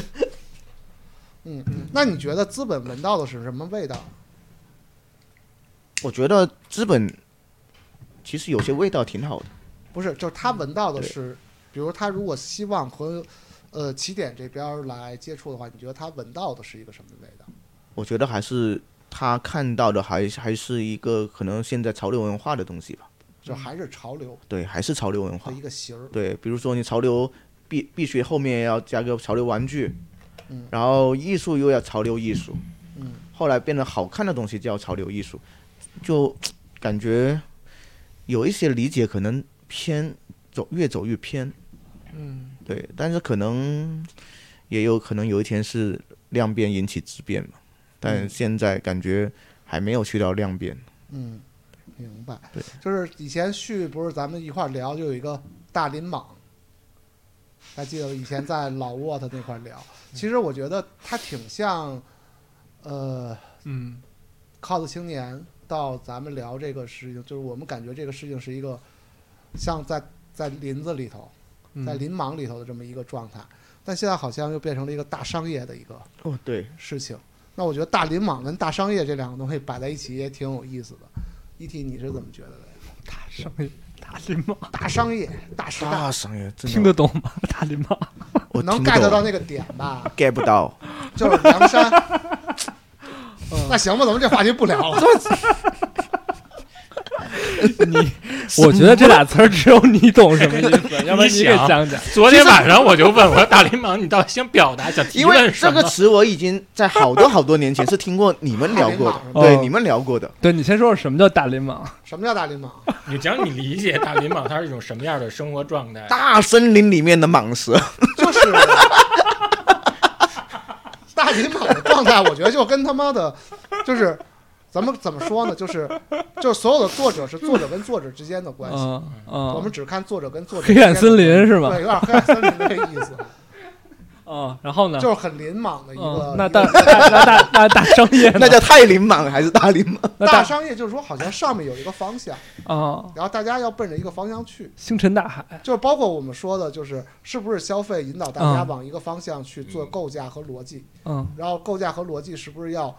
[SPEAKER 1] 嗯。那你觉得资本闻到的是什么味道？
[SPEAKER 4] 我觉得资本其实有些味道挺好的。
[SPEAKER 1] 不是，就是他闻到的
[SPEAKER 4] 嗯对
[SPEAKER 1] 是，比如他如果希望和呃起点这边儿来接触的话，你觉得他闻到的是一个什么味道？
[SPEAKER 4] 我觉得还是他看到的还还是一个可能现在潮流文化的东西吧。
[SPEAKER 1] 就还是潮流
[SPEAKER 4] 对，还是潮流文化
[SPEAKER 1] 的。一个型儿。
[SPEAKER 4] 嗯对，比如说你潮流必必须后面要加个潮流玩具，
[SPEAKER 1] 嗯
[SPEAKER 4] 然后艺术又要潮流艺术，
[SPEAKER 1] 嗯，
[SPEAKER 4] 后来变得好看的东西叫潮流艺术，就感觉有一些理解可能偏走越走越偏。
[SPEAKER 2] 嗯
[SPEAKER 4] 对，但是可能也有可能有一天是量变引起质变嘛，但现在感觉还没有去到量变。
[SPEAKER 1] 嗯，明白。
[SPEAKER 4] 对，
[SPEAKER 1] 就是以前旭不是咱们一块儿聊，就有一个大林蟒，还记得以前在老沃特那块儿聊。
[SPEAKER 4] 嗯
[SPEAKER 1] 其实我觉得他挺像，呃
[SPEAKER 2] 嗯
[SPEAKER 1] ，cos 青年到咱们聊这个事情，就是我们感觉这个事情是一个像在在林子里头，
[SPEAKER 2] 嗯，
[SPEAKER 1] 在林蟒里头的这么一个状态，但现在好像又变成了一个大商业的一个
[SPEAKER 4] 哦，对，
[SPEAKER 1] 事情。那我觉得大林蟒跟大商业这两个东西摆在一起也挺有意思的。E.T. 你是怎么觉得的？
[SPEAKER 2] 大商业大林马
[SPEAKER 1] 大商业、大时代，
[SPEAKER 4] 大商业真
[SPEAKER 2] 听
[SPEAKER 4] 的
[SPEAKER 2] 得懂 吗？大林马，
[SPEAKER 4] 啊我
[SPEAKER 1] 能
[SPEAKER 4] 听不
[SPEAKER 1] get
[SPEAKER 4] 懂啊
[SPEAKER 1] 到那个点吧？
[SPEAKER 4] get 不到，
[SPEAKER 1] 就是梁山。那行吧，咱们这话题不聊了。
[SPEAKER 2] 我觉得这俩词儿只有你懂什 么意思，要不然你给
[SPEAKER 3] 想
[SPEAKER 2] 讲讲。
[SPEAKER 3] 昨天晚上我就问我说：“大林蟒，你到底想表达想 提
[SPEAKER 4] 因为
[SPEAKER 3] 问什
[SPEAKER 4] 这
[SPEAKER 3] 么
[SPEAKER 4] 个？”词我已经在好多好多年前是听过你们聊 过
[SPEAKER 1] 大
[SPEAKER 4] 的
[SPEAKER 1] 林，
[SPEAKER 2] 蟒
[SPEAKER 4] 对
[SPEAKER 2] 哦
[SPEAKER 4] 你们聊过的，
[SPEAKER 2] 对你先说说什么叫大林马？
[SPEAKER 1] 什么叫大林蟒？
[SPEAKER 3] 你讲你理解大林蟒它是一种什么样的生活状态？
[SPEAKER 4] 大森林里面的蟒蛇，
[SPEAKER 1] 就是 大林蟒的状态，我觉得就跟他妈的，就是咱们怎么说呢？就是就是所有的作者是作者跟作者之间的关系，
[SPEAKER 2] 嗯嗯，
[SPEAKER 1] 我们只看作者跟作者之
[SPEAKER 2] 黑
[SPEAKER 1] 间的。
[SPEAKER 2] 暗森林是吧？
[SPEAKER 1] 对，有点黑暗森林的意 思，
[SPEAKER 2] 嗯，然后呢？
[SPEAKER 1] 就是很林莽的一个
[SPEAKER 2] 嗯，。那大 那那大那大商业呢，
[SPEAKER 4] 那叫太林莽还是大林莽？
[SPEAKER 2] 那
[SPEAKER 1] 大
[SPEAKER 2] 大
[SPEAKER 1] 商业就是说，好像上面有一个方向，
[SPEAKER 2] 啊，
[SPEAKER 1] 然后大家要奔着一个方向去，
[SPEAKER 2] 星辰大海，
[SPEAKER 1] 就是包括我们说的，就是是不是消费引导大家
[SPEAKER 2] 嗯
[SPEAKER 1] 往一个方向去做构架和逻辑，
[SPEAKER 2] 嗯
[SPEAKER 1] 然后构架和逻辑是不是要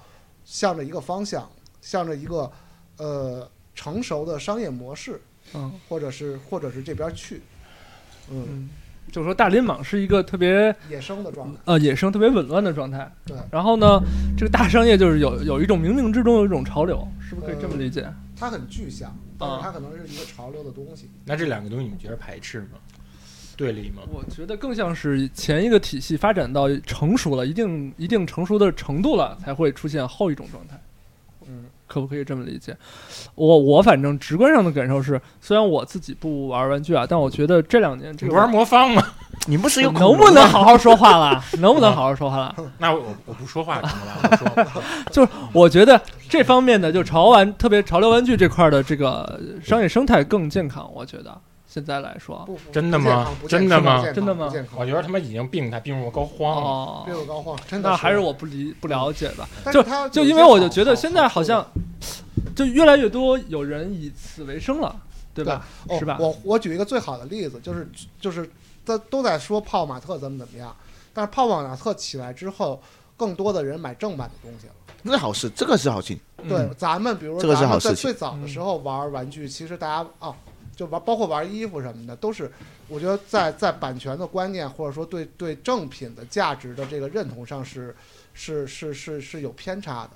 [SPEAKER 1] 向着一个方向，向着一个呃成熟的商业模式，
[SPEAKER 2] 嗯
[SPEAKER 1] 或者是或者是这边去，嗯，
[SPEAKER 2] 嗯，就是说大林蟒是一个特别
[SPEAKER 1] 野生的状态，
[SPEAKER 2] 呃野生、特别紊乱的状态。
[SPEAKER 1] 对
[SPEAKER 2] 然后呢，这个大商业就是有有一种冥冥之中有一种潮流，是不是可以这么理解？
[SPEAKER 1] 它很具象，但
[SPEAKER 2] 啊
[SPEAKER 1] 是它可能是一个潮流的东西。
[SPEAKER 3] 那这两个东西你们觉得排斥吗？对立吗？
[SPEAKER 2] 我觉得更像是前一个体系发展到成熟了一定一定成熟的程度了，才会出现后一种状态。
[SPEAKER 1] 嗯，
[SPEAKER 2] 可不可以这么理解？我我反正直观上的感受是，虽然我自己不玩玩具啊，但我觉得这两年这
[SPEAKER 3] 你
[SPEAKER 2] 个
[SPEAKER 3] 不玩魔方吗？
[SPEAKER 4] 你不是有
[SPEAKER 2] 能 不能好好说话了？能不能好好说话了？
[SPEAKER 3] 那我我不说话怎么了？我说我说
[SPEAKER 2] 我觉得这方面的就潮玩，特别潮流玩具这块的这个商业生态更健康，我觉得现在来说，
[SPEAKER 1] 不，不
[SPEAKER 3] 真的吗
[SPEAKER 1] 不健康
[SPEAKER 3] 真的吗哎
[SPEAKER 1] 不健康
[SPEAKER 2] 真的吗
[SPEAKER 1] 不健康
[SPEAKER 3] 我觉得他妈已经病态，病入膏肓了。
[SPEAKER 2] 哦
[SPEAKER 1] 略，有高晃，真的
[SPEAKER 2] 那还是我不理不了解吧。
[SPEAKER 1] 但是它有一些
[SPEAKER 2] 就因为我就觉
[SPEAKER 1] 好
[SPEAKER 2] 得现在好像就越来越多有人以此为生了，对吧？
[SPEAKER 1] 哦
[SPEAKER 2] 是吧？
[SPEAKER 1] 我我举一个最好的例子，就是就是都都在说泡泡玛特怎么怎么样，但是泡泡玛特起来之后，更多的人买正版的东西了。
[SPEAKER 4] 那好事，这个是好事情。
[SPEAKER 1] 对，咱们比如
[SPEAKER 4] 嗯这个
[SPEAKER 1] 说
[SPEAKER 4] 是
[SPEAKER 1] 咱
[SPEAKER 4] 好
[SPEAKER 1] 们
[SPEAKER 4] 事
[SPEAKER 1] 在
[SPEAKER 4] 情
[SPEAKER 1] 最早的时候玩玩具，其实大家啊。就玩，包括玩衣服什么的，都是我觉得在在版权的观念，或者说对对正品的价值的这个认同上是是是是是有偏差的。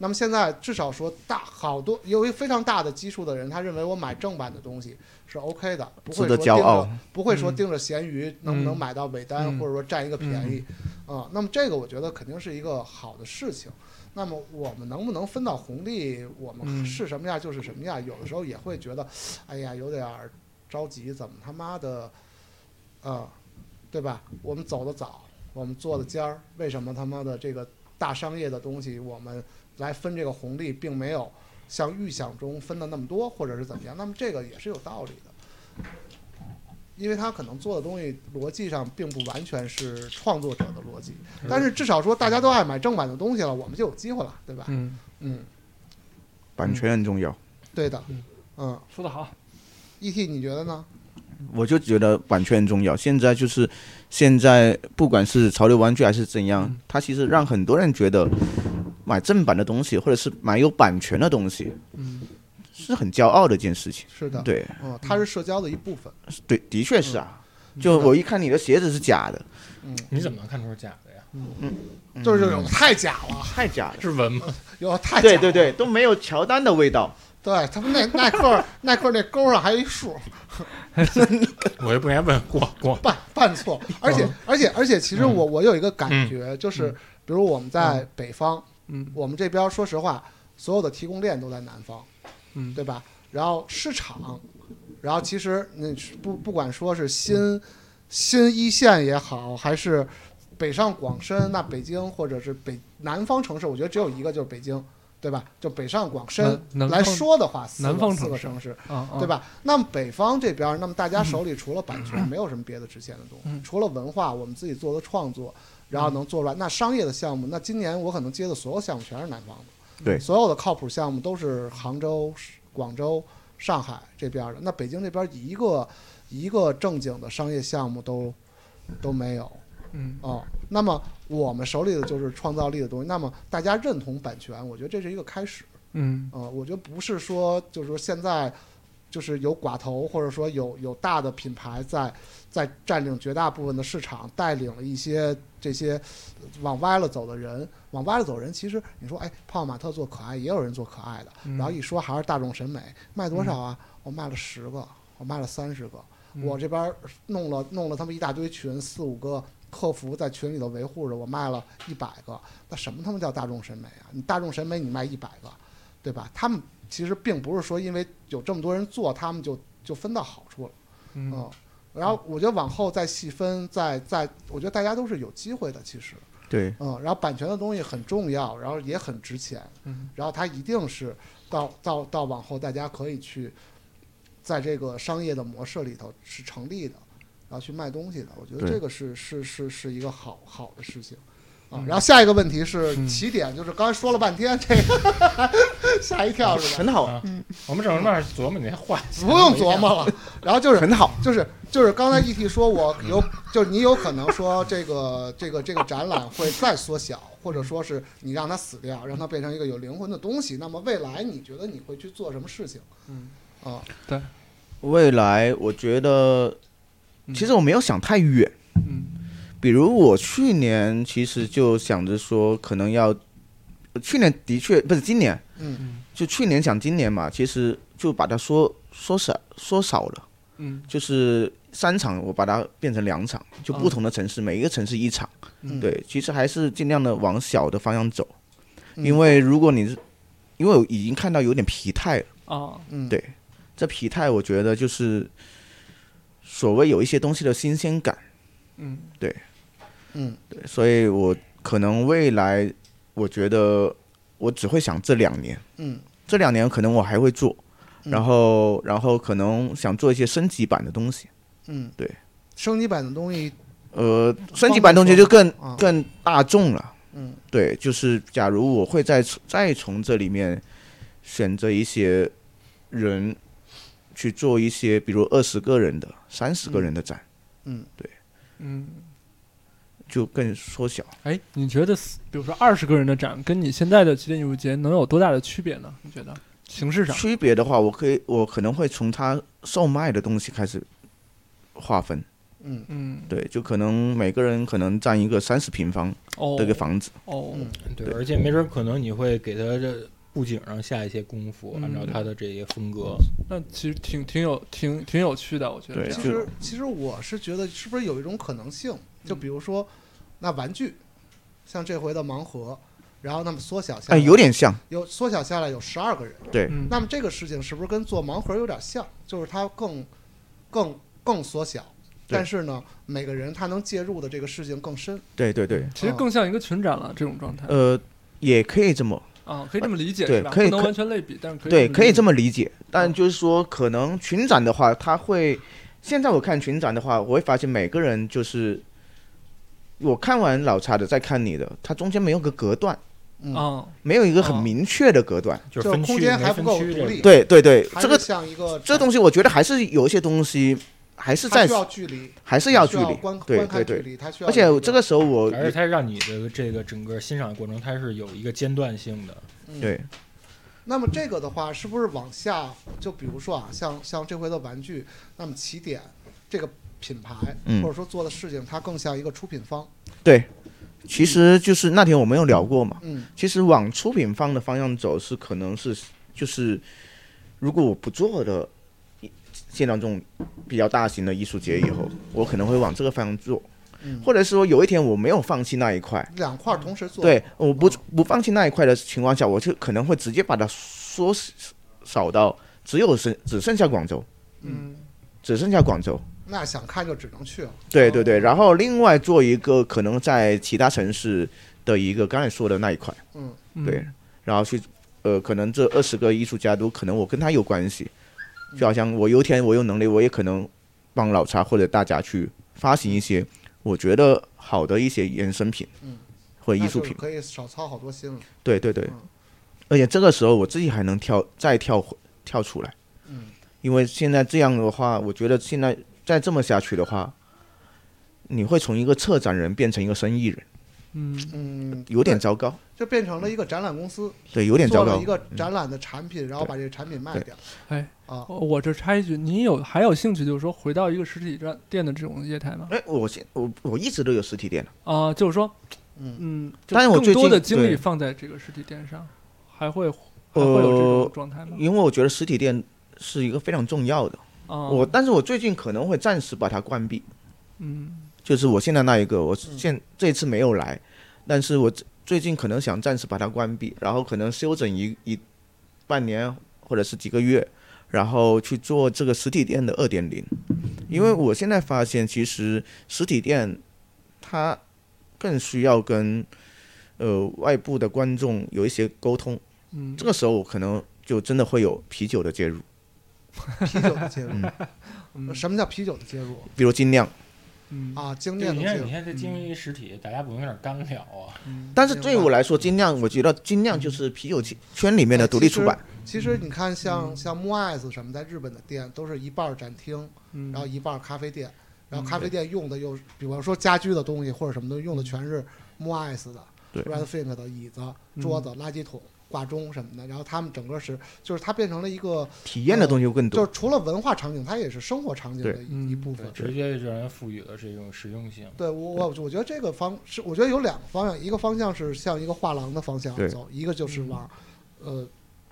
[SPEAKER 1] 那么现在至少说大好多有一非常大的基数的人，他认为我买正版的东西是 OK 的，不会说
[SPEAKER 4] 值得
[SPEAKER 1] 盯
[SPEAKER 4] 骄傲
[SPEAKER 1] 着不会说
[SPEAKER 2] 嗯
[SPEAKER 1] 盯着咸鱼能不能
[SPEAKER 2] 嗯
[SPEAKER 1] 买到尾单，
[SPEAKER 2] 嗯
[SPEAKER 1] 或者说占一个便宜
[SPEAKER 4] 嗯
[SPEAKER 1] 啊、那么这个我觉得肯定是一个好的事情。那么我们能不能分到红利？我
[SPEAKER 2] 嗯
[SPEAKER 1] 们是什么样就是什么样。有的时候也会觉得，哎呀，有点儿着急，怎么他妈的，啊、对吧？我们走的早，我们做的尖儿，为什么他妈的这个大商业的东西，我们来分这个红利，并没有像预想中分的那么多，或者是怎么样？那么这个也是有道理的。因为他可能做的东西逻辑上并不完全是创作者的逻辑，
[SPEAKER 2] 嗯
[SPEAKER 1] 但是至少说大家都爱买正版的东西了，我们就有机会了，对吧？
[SPEAKER 2] 嗯，
[SPEAKER 1] 嗯，
[SPEAKER 4] 版权很重要。
[SPEAKER 1] 对的
[SPEAKER 2] 嗯，
[SPEAKER 1] 嗯
[SPEAKER 2] 说得好，
[SPEAKER 1] ，E.T. 你觉得呢？
[SPEAKER 4] 我就觉得版权很重要。现在就是现在，不管是潮流玩具还是怎样
[SPEAKER 2] 嗯，
[SPEAKER 4] 它其实让很多人觉得买正版的东西，或者是买有版权的东西，
[SPEAKER 2] 嗯
[SPEAKER 4] 是很骄傲的一件事情。
[SPEAKER 1] 是的，
[SPEAKER 4] 对
[SPEAKER 1] 嗯，它是社交的一部分，
[SPEAKER 4] 对，的确是啊。
[SPEAKER 2] 嗯
[SPEAKER 4] 就我一看你的鞋子是假的，
[SPEAKER 1] 嗯，
[SPEAKER 3] 你怎么能看出是假的呀？
[SPEAKER 2] 嗯
[SPEAKER 1] 就是有
[SPEAKER 4] 嗯
[SPEAKER 1] 太假了，
[SPEAKER 4] 太假了。
[SPEAKER 3] 是文吗？
[SPEAKER 1] 有太假
[SPEAKER 4] 对
[SPEAKER 1] 了
[SPEAKER 4] 对对，都没有乔丹的味道。
[SPEAKER 1] 对，他们那耐克耐克那勾上还有一竖，
[SPEAKER 3] 我就不应该问过过。
[SPEAKER 1] 半半错，
[SPEAKER 2] 嗯
[SPEAKER 1] 而且而且而且，其实我我有一个感觉，就是比如我们在北方，
[SPEAKER 2] 嗯
[SPEAKER 1] 我们这边说实话，所有的提供链都在南方，
[SPEAKER 2] 嗯，
[SPEAKER 1] 对吧？然后市场，然后其实你不不管说是
[SPEAKER 2] 嗯
[SPEAKER 1] 新新一线也好，还是北上广深，那北京或者是北南方城市，我觉得只有一个就是北京，对吧？就北上广深
[SPEAKER 2] 南南
[SPEAKER 1] 来
[SPEAKER 2] 方
[SPEAKER 1] 说的话，四个
[SPEAKER 2] 南方
[SPEAKER 1] 四个
[SPEAKER 2] 城
[SPEAKER 1] 城市，
[SPEAKER 2] 啊，啊
[SPEAKER 1] 对？吧？那么北方这边儿，那么大家手里除了版权，没有什么别的值钱的东西
[SPEAKER 2] 嗯，
[SPEAKER 1] 除了文化，我们自己做的创作，然后能做出来。那商业的项目，那今年我可能接的所有项目全是南方的，
[SPEAKER 4] 对
[SPEAKER 1] 所有的靠谱项目都是杭州、广州、上海这边儿的。那北京这边儿一个一个正经的商业项目都都没有。
[SPEAKER 2] 嗯
[SPEAKER 1] 哦，那么我们手里的就是创造力的东西。那么大家认同版权，我觉得这是一个开始。
[SPEAKER 2] 嗯
[SPEAKER 1] 呃，我觉得不是说就是说现在就是有寡头，或者说有有大的品牌在在占领绝大部分的市场，带领了一些这些往歪了走的人，往歪了走的人。其实你说，哎，泡泡玛特做可爱，也有人做可爱的，
[SPEAKER 2] 嗯
[SPEAKER 1] 然后一说还是大众审美，卖多少啊？我卖了十个，我卖了三十个，
[SPEAKER 2] 嗯
[SPEAKER 1] 我这边儿弄了弄了他们一大堆群，四五个客服在群里头维护着，我卖了一百个，那什么他妈叫大众审美啊？你大众审美你卖一百个，对吧？他们其实并不是说因为有这么多人做，他们就就分到好处了，
[SPEAKER 2] 嗯
[SPEAKER 1] 哦嗯。然后我觉得往后再细分，再再，我觉得大家都是有机会的，其实，
[SPEAKER 4] 对，
[SPEAKER 1] 嗯，然后版权的东西很重要，然后也很值钱，
[SPEAKER 2] 嗯
[SPEAKER 1] 然后它一定是到到到往后大家可以去在这个商业的模式里头是成立的，然后去卖东西的。我觉得
[SPEAKER 4] 对
[SPEAKER 1] 这个是是是是一个好好的事情。啊，然后下一个问题是
[SPEAKER 2] 嗯
[SPEAKER 1] 起点，就是刚才说了半天这个， 吓一跳是吧？
[SPEAKER 4] 很好，
[SPEAKER 3] 啊我们整他妈琢磨你那话，
[SPEAKER 1] 不用琢磨 了，然后就是
[SPEAKER 4] 很好，
[SPEAKER 1] 就是就是刚才 ET 说我有，就是你有可能说这个这个这个展览会再缩小，或者说是你让它死掉，让它变成一个有灵魂的东西。那么未来你觉得你会去做什么事情？
[SPEAKER 2] 嗯
[SPEAKER 1] 啊，
[SPEAKER 4] 未来我觉得
[SPEAKER 2] 嗯
[SPEAKER 4] 其实我没有想太远，
[SPEAKER 2] 嗯
[SPEAKER 4] 比如我去年其实就想着说，可能要，去年的确不是今年，
[SPEAKER 1] 嗯
[SPEAKER 4] 就去年想今年嘛，其实就把它缩缩少缩少了，
[SPEAKER 2] 嗯
[SPEAKER 4] 就是三场我把它变成两场，就
[SPEAKER 2] 嗯
[SPEAKER 4] 不同的城市、每一个城市一场，
[SPEAKER 1] 嗯
[SPEAKER 4] 对，其实还是尽量的往小的方向走，
[SPEAKER 1] 嗯
[SPEAKER 4] 因为如果你是，因为我已经看到有点疲态了，
[SPEAKER 2] 啊
[SPEAKER 1] 嗯，
[SPEAKER 4] 对这疲态我觉得就是所谓有一些东西的新鲜感。
[SPEAKER 2] 嗯
[SPEAKER 1] 嗯
[SPEAKER 4] 所以我可能未来，我觉得我只会想这两年，
[SPEAKER 1] 嗯
[SPEAKER 4] 这两年可能我还会做，
[SPEAKER 1] 嗯
[SPEAKER 4] 然后然后可能想做一些升级版的东西，
[SPEAKER 1] 嗯，
[SPEAKER 4] 对，
[SPEAKER 1] 升级版的东西，
[SPEAKER 4] 呃，升级版的东西就更
[SPEAKER 1] 啊
[SPEAKER 4] 更大众了，
[SPEAKER 1] 嗯
[SPEAKER 4] 对，就是假如我会再从再从这里面选择一些人去做一些，比如二十个人的、三十个人的展，
[SPEAKER 1] 嗯
[SPEAKER 2] 嗯。
[SPEAKER 4] 就更缩小。
[SPEAKER 2] 哎，你觉得死，比如说二十个人的展，跟你现在的起点艺术节能有多大的区别呢？你觉得形式上？
[SPEAKER 4] 区别的话，我可以，我可能会从它售卖的东西开始划分。
[SPEAKER 1] 嗯
[SPEAKER 2] 嗯，
[SPEAKER 4] 对，就可能每个人可能占一个三十平方
[SPEAKER 2] 哦，
[SPEAKER 4] 的一个房子。
[SPEAKER 2] 哦，
[SPEAKER 1] 嗯
[SPEAKER 3] 对，而且没准可能你会给他这布景上下一些功夫，
[SPEAKER 2] 嗯
[SPEAKER 3] 按照他的这些风格。
[SPEAKER 2] 那其实挺挺有挺挺有趣的，我觉得
[SPEAKER 4] 对
[SPEAKER 2] 这
[SPEAKER 1] 其
[SPEAKER 2] 样。
[SPEAKER 4] 就
[SPEAKER 1] 实其实我是觉得是不是有一种可能性，就比如说那玩具，像这回的盲盒，然后那么缩小下
[SPEAKER 4] 哎，
[SPEAKER 1] 来，
[SPEAKER 4] 有点像，
[SPEAKER 1] 有缩小下来有十二个人。
[SPEAKER 4] 对，
[SPEAKER 2] 嗯，
[SPEAKER 1] 那么这个事情是不是跟做盲盒有点像？就是它更、更、更缩小，
[SPEAKER 4] 对
[SPEAKER 1] 但是呢，每个人他能介入的这个事情更深。
[SPEAKER 4] 对对对，
[SPEAKER 2] 其实更像一个群展了这种状态
[SPEAKER 4] 呃，也可以这么
[SPEAKER 2] 啊，可以这么理解，
[SPEAKER 4] 对
[SPEAKER 2] 是吧？
[SPEAKER 4] 可以
[SPEAKER 2] 不能
[SPEAKER 4] 可
[SPEAKER 2] 完全类比，但是可以
[SPEAKER 4] 对，可以这
[SPEAKER 2] 么
[SPEAKER 4] 么理解。
[SPEAKER 1] 嗯
[SPEAKER 4] 但就是说，可能群展的话，它会现在我看群展的话，我会发现每个人就是我看完老茶的，再看你的，它中间没有个隔断，
[SPEAKER 2] 理
[SPEAKER 1] 嗯，
[SPEAKER 2] 解啊，
[SPEAKER 4] 没有一个
[SPEAKER 2] 哦
[SPEAKER 4] 很明确的隔断。
[SPEAKER 1] 就
[SPEAKER 3] 就
[SPEAKER 1] 是
[SPEAKER 3] 分区
[SPEAKER 1] 空间
[SPEAKER 3] 没
[SPEAKER 1] 还不
[SPEAKER 3] 分
[SPEAKER 1] 够
[SPEAKER 3] 区
[SPEAKER 1] 独
[SPEAKER 3] 这
[SPEAKER 1] 立
[SPEAKER 3] 个，
[SPEAKER 4] 对对对，
[SPEAKER 1] 还是
[SPEAKER 4] 这个
[SPEAKER 1] 像一个
[SPEAKER 4] 这东西我觉得还是有一些东西还是
[SPEAKER 1] 它
[SPEAKER 4] 在
[SPEAKER 1] 需要距离，
[SPEAKER 4] 还是
[SPEAKER 1] 它
[SPEAKER 4] 要
[SPEAKER 1] 需
[SPEAKER 4] 距离
[SPEAKER 1] 观，
[SPEAKER 4] 对
[SPEAKER 1] 观
[SPEAKER 4] 对
[SPEAKER 1] 看距
[SPEAKER 4] 对。
[SPEAKER 1] 离，它需要
[SPEAKER 4] 而且
[SPEAKER 1] 有一
[SPEAKER 4] 这个时候我
[SPEAKER 3] 而且它让你的这个整个欣赏过程，它是有一个间断性的。
[SPEAKER 1] 嗯
[SPEAKER 4] 对
[SPEAKER 1] 那么这个的话，是不是往下？就比如说啊，像像这回的玩具，那么起点这个品牌，
[SPEAKER 4] 嗯
[SPEAKER 1] 或者说做的事情，它更像一个出品方。
[SPEAKER 4] 对，其实就是那天我们有聊过嘛，
[SPEAKER 1] 嗯
[SPEAKER 4] 其实往出品方的方向走是可能是就是如果我不做的一见到这种比较大型的艺术节以后，我可能会往这个方向做，
[SPEAKER 1] 嗯，
[SPEAKER 4] 或者是说有一天我没有放弃那一块，
[SPEAKER 1] 两块儿同时做。
[SPEAKER 4] 对，我不不放弃那一块的情况下，我就可能会直接把它缩少到只有剩只剩下广州，
[SPEAKER 2] 嗯
[SPEAKER 4] 只剩下广州。
[SPEAKER 1] 那想看就只能去了。
[SPEAKER 4] 对对对，然后另外做一个可能在其他城市的一个刚才说的那一块，
[SPEAKER 1] 嗯
[SPEAKER 2] 嗯
[SPEAKER 4] 对，然后去呃，可能这二十个艺术家都可能我跟他有关系，就好像我有一天我有能力，我也可能帮老茶或者大家去发行一些我觉得好的一些衍生品，
[SPEAKER 1] 嗯
[SPEAKER 4] 或者
[SPEAKER 1] 那
[SPEAKER 4] 艺术
[SPEAKER 1] 就是
[SPEAKER 4] 品。
[SPEAKER 1] 可以少操好多心了。
[SPEAKER 4] 对对对，
[SPEAKER 1] 嗯
[SPEAKER 4] 而且这个时候我自己还能跳再跳回跳出来，
[SPEAKER 1] 嗯，
[SPEAKER 4] 因为现在这样的话，我觉得现在再这么下去的话，你会从一个策展人变成一个生意人，
[SPEAKER 2] 嗯
[SPEAKER 1] 嗯，
[SPEAKER 4] 有点
[SPEAKER 1] 对
[SPEAKER 4] 糟糕，
[SPEAKER 1] 就变成了一个展览公司，
[SPEAKER 4] 对，有点嗯
[SPEAKER 1] 做
[SPEAKER 4] 糟
[SPEAKER 1] 了
[SPEAKER 4] 糕
[SPEAKER 1] 一。个展览的产品，然后把这个产品卖掉。
[SPEAKER 2] 哎
[SPEAKER 1] 啊，
[SPEAKER 2] 我我这插一句，你有还有兴趣就是说回到一个实体站店的这种业态吗？
[SPEAKER 4] 哎，我现我我一直都有实体店的，
[SPEAKER 2] 啊，就是说，
[SPEAKER 1] 嗯，
[SPEAKER 2] 嗯，就
[SPEAKER 4] 但是我
[SPEAKER 2] 更
[SPEAKER 4] 最
[SPEAKER 2] 多的
[SPEAKER 4] 近
[SPEAKER 2] 精
[SPEAKER 4] 对
[SPEAKER 2] 力放在这个实体店上，还会还会有这种
[SPEAKER 4] 呃
[SPEAKER 2] 状态吗？
[SPEAKER 4] 因为我觉得实体店是一个非常重要的。
[SPEAKER 2] 啊，
[SPEAKER 4] 我但是我最近可能会暂时把它关闭，
[SPEAKER 2] 嗯
[SPEAKER 4] 就是我现在那一个，我
[SPEAKER 1] 嗯
[SPEAKER 4] 现这次没有来，但是我最最近可能想暂时把它关闭，然后可能休整一一半年或者是几个月，然后去做这个实体店的二点零，因为我现在发现其实实体店它更需要跟呃外部的观众有一些沟通。
[SPEAKER 2] 嗯，
[SPEAKER 4] 这个时候我可能就真的会有啤酒的介入，
[SPEAKER 1] 啤酒的介 入，
[SPEAKER 2] 嗯
[SPEAKER 1] 什么叫啤酒的介入
[SPEAKER 4] 比如精酿。
[SPEAKER 2] 嗯
[SPEAKER 1] 啊？精
[SPEAKER 3] 对，
[SPEAKER 1] 酿的
[SPEAKER 3] 你
[SPEAKER 1] 介
[SPEAKER 3] 看，
[SPEAKER 1] 入
[SPEAKER 3] 你，看这经营实体，大家不用有点干聊啊？
[SPEAKER 2] 嗯
[SPEAKER 4] 但是对
[SPEAKER 1] 明白
[SPEAKER 4] 我来说，精酿，我觉得精酿就是啤酒圈里面的独立出版。
[SPEAKER 1] 其实你看
[SPEAKER 4] 嗯
[SPEAKER 1] 像，像 m o i s 什么，在日本的店都是一半儿展厅，
[SPEAKER 2] 嗯，
[SPEAKER 1] 然后一半儿咖啡店，
[SPEAKER 4] 嗯
[SPEAKER 1] 然后咖啡店用的又，比方说家居的东西或者什么东西，用的全是 m o i s 的
[SPEAKER 4] 对嗯
[SPEAKER 1] Red Fink 的椅子、桌子、垃圾桶、挂钟什么的。然后他们整个是，就是它变成了一个，
[SPEAKER 4] 体验的东西会更
[SPEAKER 1] 就
[SPEAKER 4] 多。
[SPEAKER 1] 是除了文化场景，它也是生活场景的
[SPEAKER 4] 对
[SPEAKER 1] 一一
[SPEAKER 2] 嗯
[SPEAKER 1] 部分
[SPEAKER 3] 对，。直接让人赋予了这种实用性。
[SPEAKER 1] 对我我我觉得这个方是，我觉得有两个方向，一个方向是向一个画廊的方向
[SPEAKER 4] 对
[SPEAKER 1] 走，一个就是往呃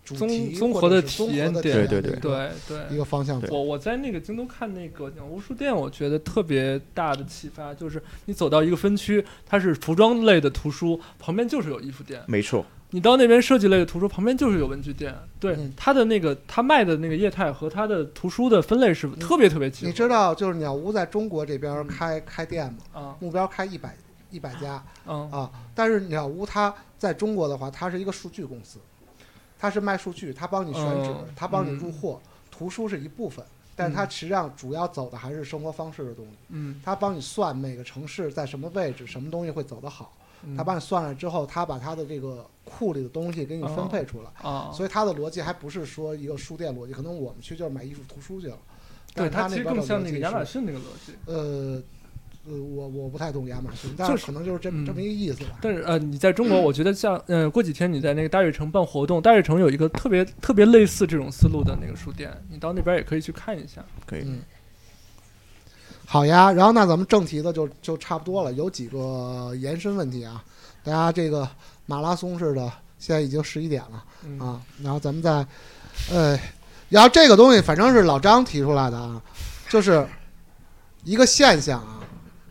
[SPEAKER 1] 主
[SPEAKER 2] 嗯综
[SPEAKER 1] 题
[SPEAKER 2] 综合
[SPEAKER 1] 或者
[SPEAKER 2] 的
[SPEAKER 1] 是综
[SPEAKER 2] 体验
[SPEAKER 1] 合的
[SPEAKER 2] 点
[SPEAKER 1] 体
[SPEAKER 4] 对对
[SPEAKER 1] 的一个
[SPEAKER 2] 对
[SPEAKER 1] 一
[SPEAKER 2] 对。
[SPEAKER 1] 个方向
[SPEAKER 4] 对
[SPEAKER 1] 走。
[SPEAKER 2] 我我在那个京东看那个鸟屋书店，我觉得特别大的启发就是，你走到一个分区，它是服装类的图书，旁边就是有衣服店；
[SPEAKER 4] 没错，
[SPEAKER 2] 你到那边设计类的图书，旁边就是有文具店。对
[SPEAKER 1] 嗯，
[SPEAKER 2] 它的那个它卖的那个业态和它的图书的分类是特别特别齐。
[SPEAKER 1] 嗯你知道，就是鸟屋在中国这边开、开店嘛，
[SPEAKER 2] 啊？
[SPEAKER 1] 目标开一百一百家
[SPEAKER 2] 嗯
[SPEAKER 1] 啊。但是鸟屋它在中国的话，它是一个数据公司，它是卖数据，它帮你选址，
[SPEAKER 2] 嗯
[SPEAKER 1] 它帮你
[SPEAKER 2] 嗯
[SPEAKER 1] 入货，图书是一部分，但是它
[SPEAKER 2] 嗯
[SPEAKER 1] 实际上主要走的还是生活方式的东西。
[SPEAKER 2] 嗯，
[SPEAKER 1] 他帮你算每个城市在什么位置，什么东西会走得好。
[SPEAKER 2] 嗯
[SPEAKER 1] 他帮你算了之后，他把他的这个库里的东西给你分配出来。
[SPEAKER 2] 啊，
[SPEAKER 1] 所以他的逻辑还不是说一个书店逻辑，可能我们去就是买艺术图书去了。
[SPEAKER 2] 对
[SPEAKER 1] 但他
[SPEAKER 2] 它其实
[SPEAKER 1] 边
[SPEAKER 2] 更
[SPEAKER 1] 的
[SPEAKER 2] 像
[SPEAKER 1] 逻
[SPEAKER 2] 那
[SPEAKER 1] 辑
[SPEAKER 2] 个亚马
[SPEAKER 1] 是
[SPEAKER 2] 逊那个逻辑。
[SPEAKER 1] 呃。呃，我我不太懂亚马逊，但
[SPEAKER 2] 就是
[SPEAKER 1] 可能就是这么、
[SPEAKER 2] 嗯
[SPEAKER 1] 这么一个意思吧。
[SPEAKER 2] 但是呃，你在中国，我觉得像呃，过几天你在那个大悦城办活动，大悦城有一个特别特别类似这种思路的那个书店，你到那边也可以去看一下。
[SPEAKER 4] 可以。
[SPEAKER 1] 嗯好呀，然后那咱们正题的就就差不多了，有几个延伸问题啊，大家这个马拉松似的，现在已经十一点了。
[SPEAKER 2] 嗯，
[SPEAKER 1] 啊，然后咱们再，呃，然后这个东西反正是老张提出来的啊，就是一个现象啊，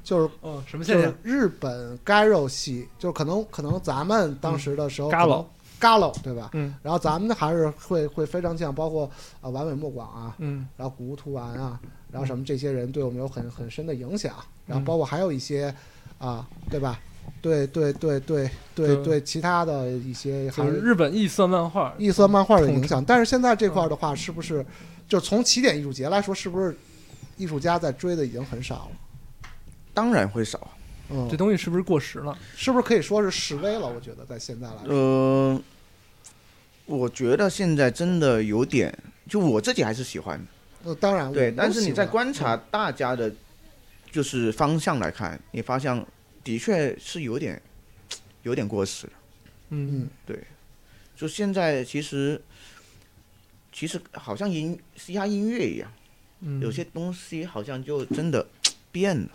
[SPEAKER 1] 就是
[SPEAKER 2] 哦，什么
[SPEAKER 1] 就
[SPEAKER 2] 现象
[SPEAKER 1] 是？日本 garo 系，就是可能可能咱们当时的时候
[SPEAKER 2] Garo
[SPEAKER 1] garo 对吧？
[SPEAKER 2] 嗯
[SPEAKER 1] 然后咱们还是会会非常像，包括啊完尾莫广啊，
[SPEAKER 2] 嗯
[SPEAKER 1] 然后古屋图丸啊，然后什么这些人对我们有很很深的影响，然后包括还有一些啊，对吧？对对对对对
[SPEAKER 2] 对
[SPEAKER 1] 对，其他的一些还
[SPEAKER 2] 就是是日本异色漫画。
[SPEAKER 1] 异色漫画的影响。但是现在这块儿的话，
[SPEAKER 2] 嗯
[SPEAKER 1] 是不是就从起点艺术节来说，是不是艺术家在追的已经很少了？
[SPEAKER 4] 当然会少。
[SPEAKER 1] 嗯
[SPEAKER 2] 这，东西是不是过时了？
[SPEAKER 1] 是不是可以说是示威了？我觉得在现在来说，
[SPEAKER 4] 呃，我觉得现在真的有点，就我自己还是喜欢的
[SPEAKER 1] 呃当然
[SPEAKER 4] 对，
[SPEAKER 1] 我
[SPEAKER 4] 但是你在
[SPEAKER 1] 我喜欢
[SPEAKER 4] 观察大家的，就是方向来看，你发现的确是有点，有点过时了。
[SPEAKER 2] 嗯
[SPEAKER 1] 嗯
[SPEAKER 4] 就现在其实，其实好像音嘻哈音乐一样，
[SPEAKER 2] 嗯，
[SPEAKER 4] 有些东西好像就真的变了，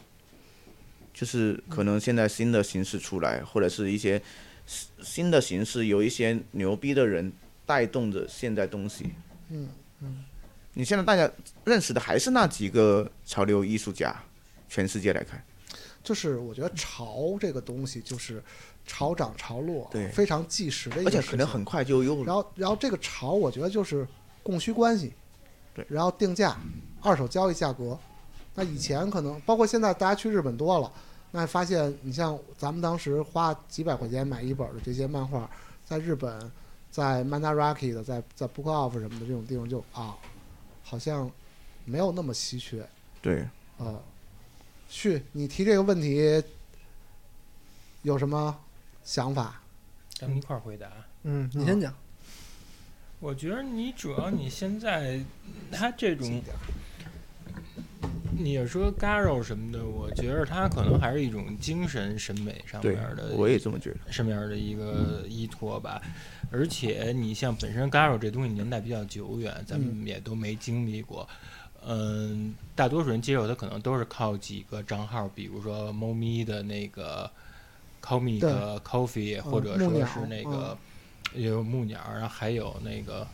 [SPEAKER 4] 就是
[SPEAKER 1] 嗯
[SPEAKER 4] 可能现在新的形式出来，或者是一些新新的形式，有一些牛逼的人带动着现在东西。
[SPEAKER 1] 嗯
[SPEAKER 4] 你现在大家认识的还是那几个潮流艺术家，全世界来看，
[SPEAKER 1] 就是我觉得潮这个东西就是潮涨潮落，啊
[SPEAKER 4] 对
[SPEAKER 1] 非常即时的一
[SPEAKER 4] 而
[SPEAKER 1] 个
[SPEAKER 4] 且
[SPEAKER 1] 事情，
[SPEAKER 4] 可能很快就
[SPEAKER 3] 嗯
[SPEAKER 4] 又
[SPEAKER 1] 哎然后，然后这个潮，我觉得就是供需关系，
[SPEAKER 4] 对，
[SPEAKER 1] 然后定价、
[SPEAKER 3] 嗯
[SPEAKER 1] 二手交易价格。那以前可能包括现在，大家去日本多了，那发现你像咱们当时花几百块钱买一本的这些漫画，在日本，在 Manaraki 的，在在 Book Off 什么的这种地方就啊，好像没有那么稀缺。
[SPEAKER 4] 对
[SPEAKER 1] 呃，去你提这个问题有什么想法？
[SPEAKER 3] 咱们一块儿回答。
[SPEAKER 2] 嗯，你先讲。
[SPEAKER 3] 我觉得你主要你现在他这种，你说 garo 什么的，我觉得他可能还是一种精神审美上
[SPEAKER 4] 对
[SPEAKER 3] 面的，
[SPEAKER 4] 我也这么觉得。
[SPEAKER 3] 上面的一个
[SPEAKER 1] 嗯
[SPEAKER 3] 依托吧。而且你像本身 garo 这东西年代比较久远，咱们也都没经历过。嗯，大多数人接受它可能都是靠几个账号，比如说猫咪的那个 call me
[SPEAKER 1] 对嗯
[SPEAKER 3] 的 coffee，或者
[SPEAKER 1] 木
[SPEAKER 3] 说
[SPEAKER 1] 鸟
[SPEAKER 3] 是那
[SPEAKER 1] 嗯
[SPEAKER 3] 个有木鸟，然后还有那个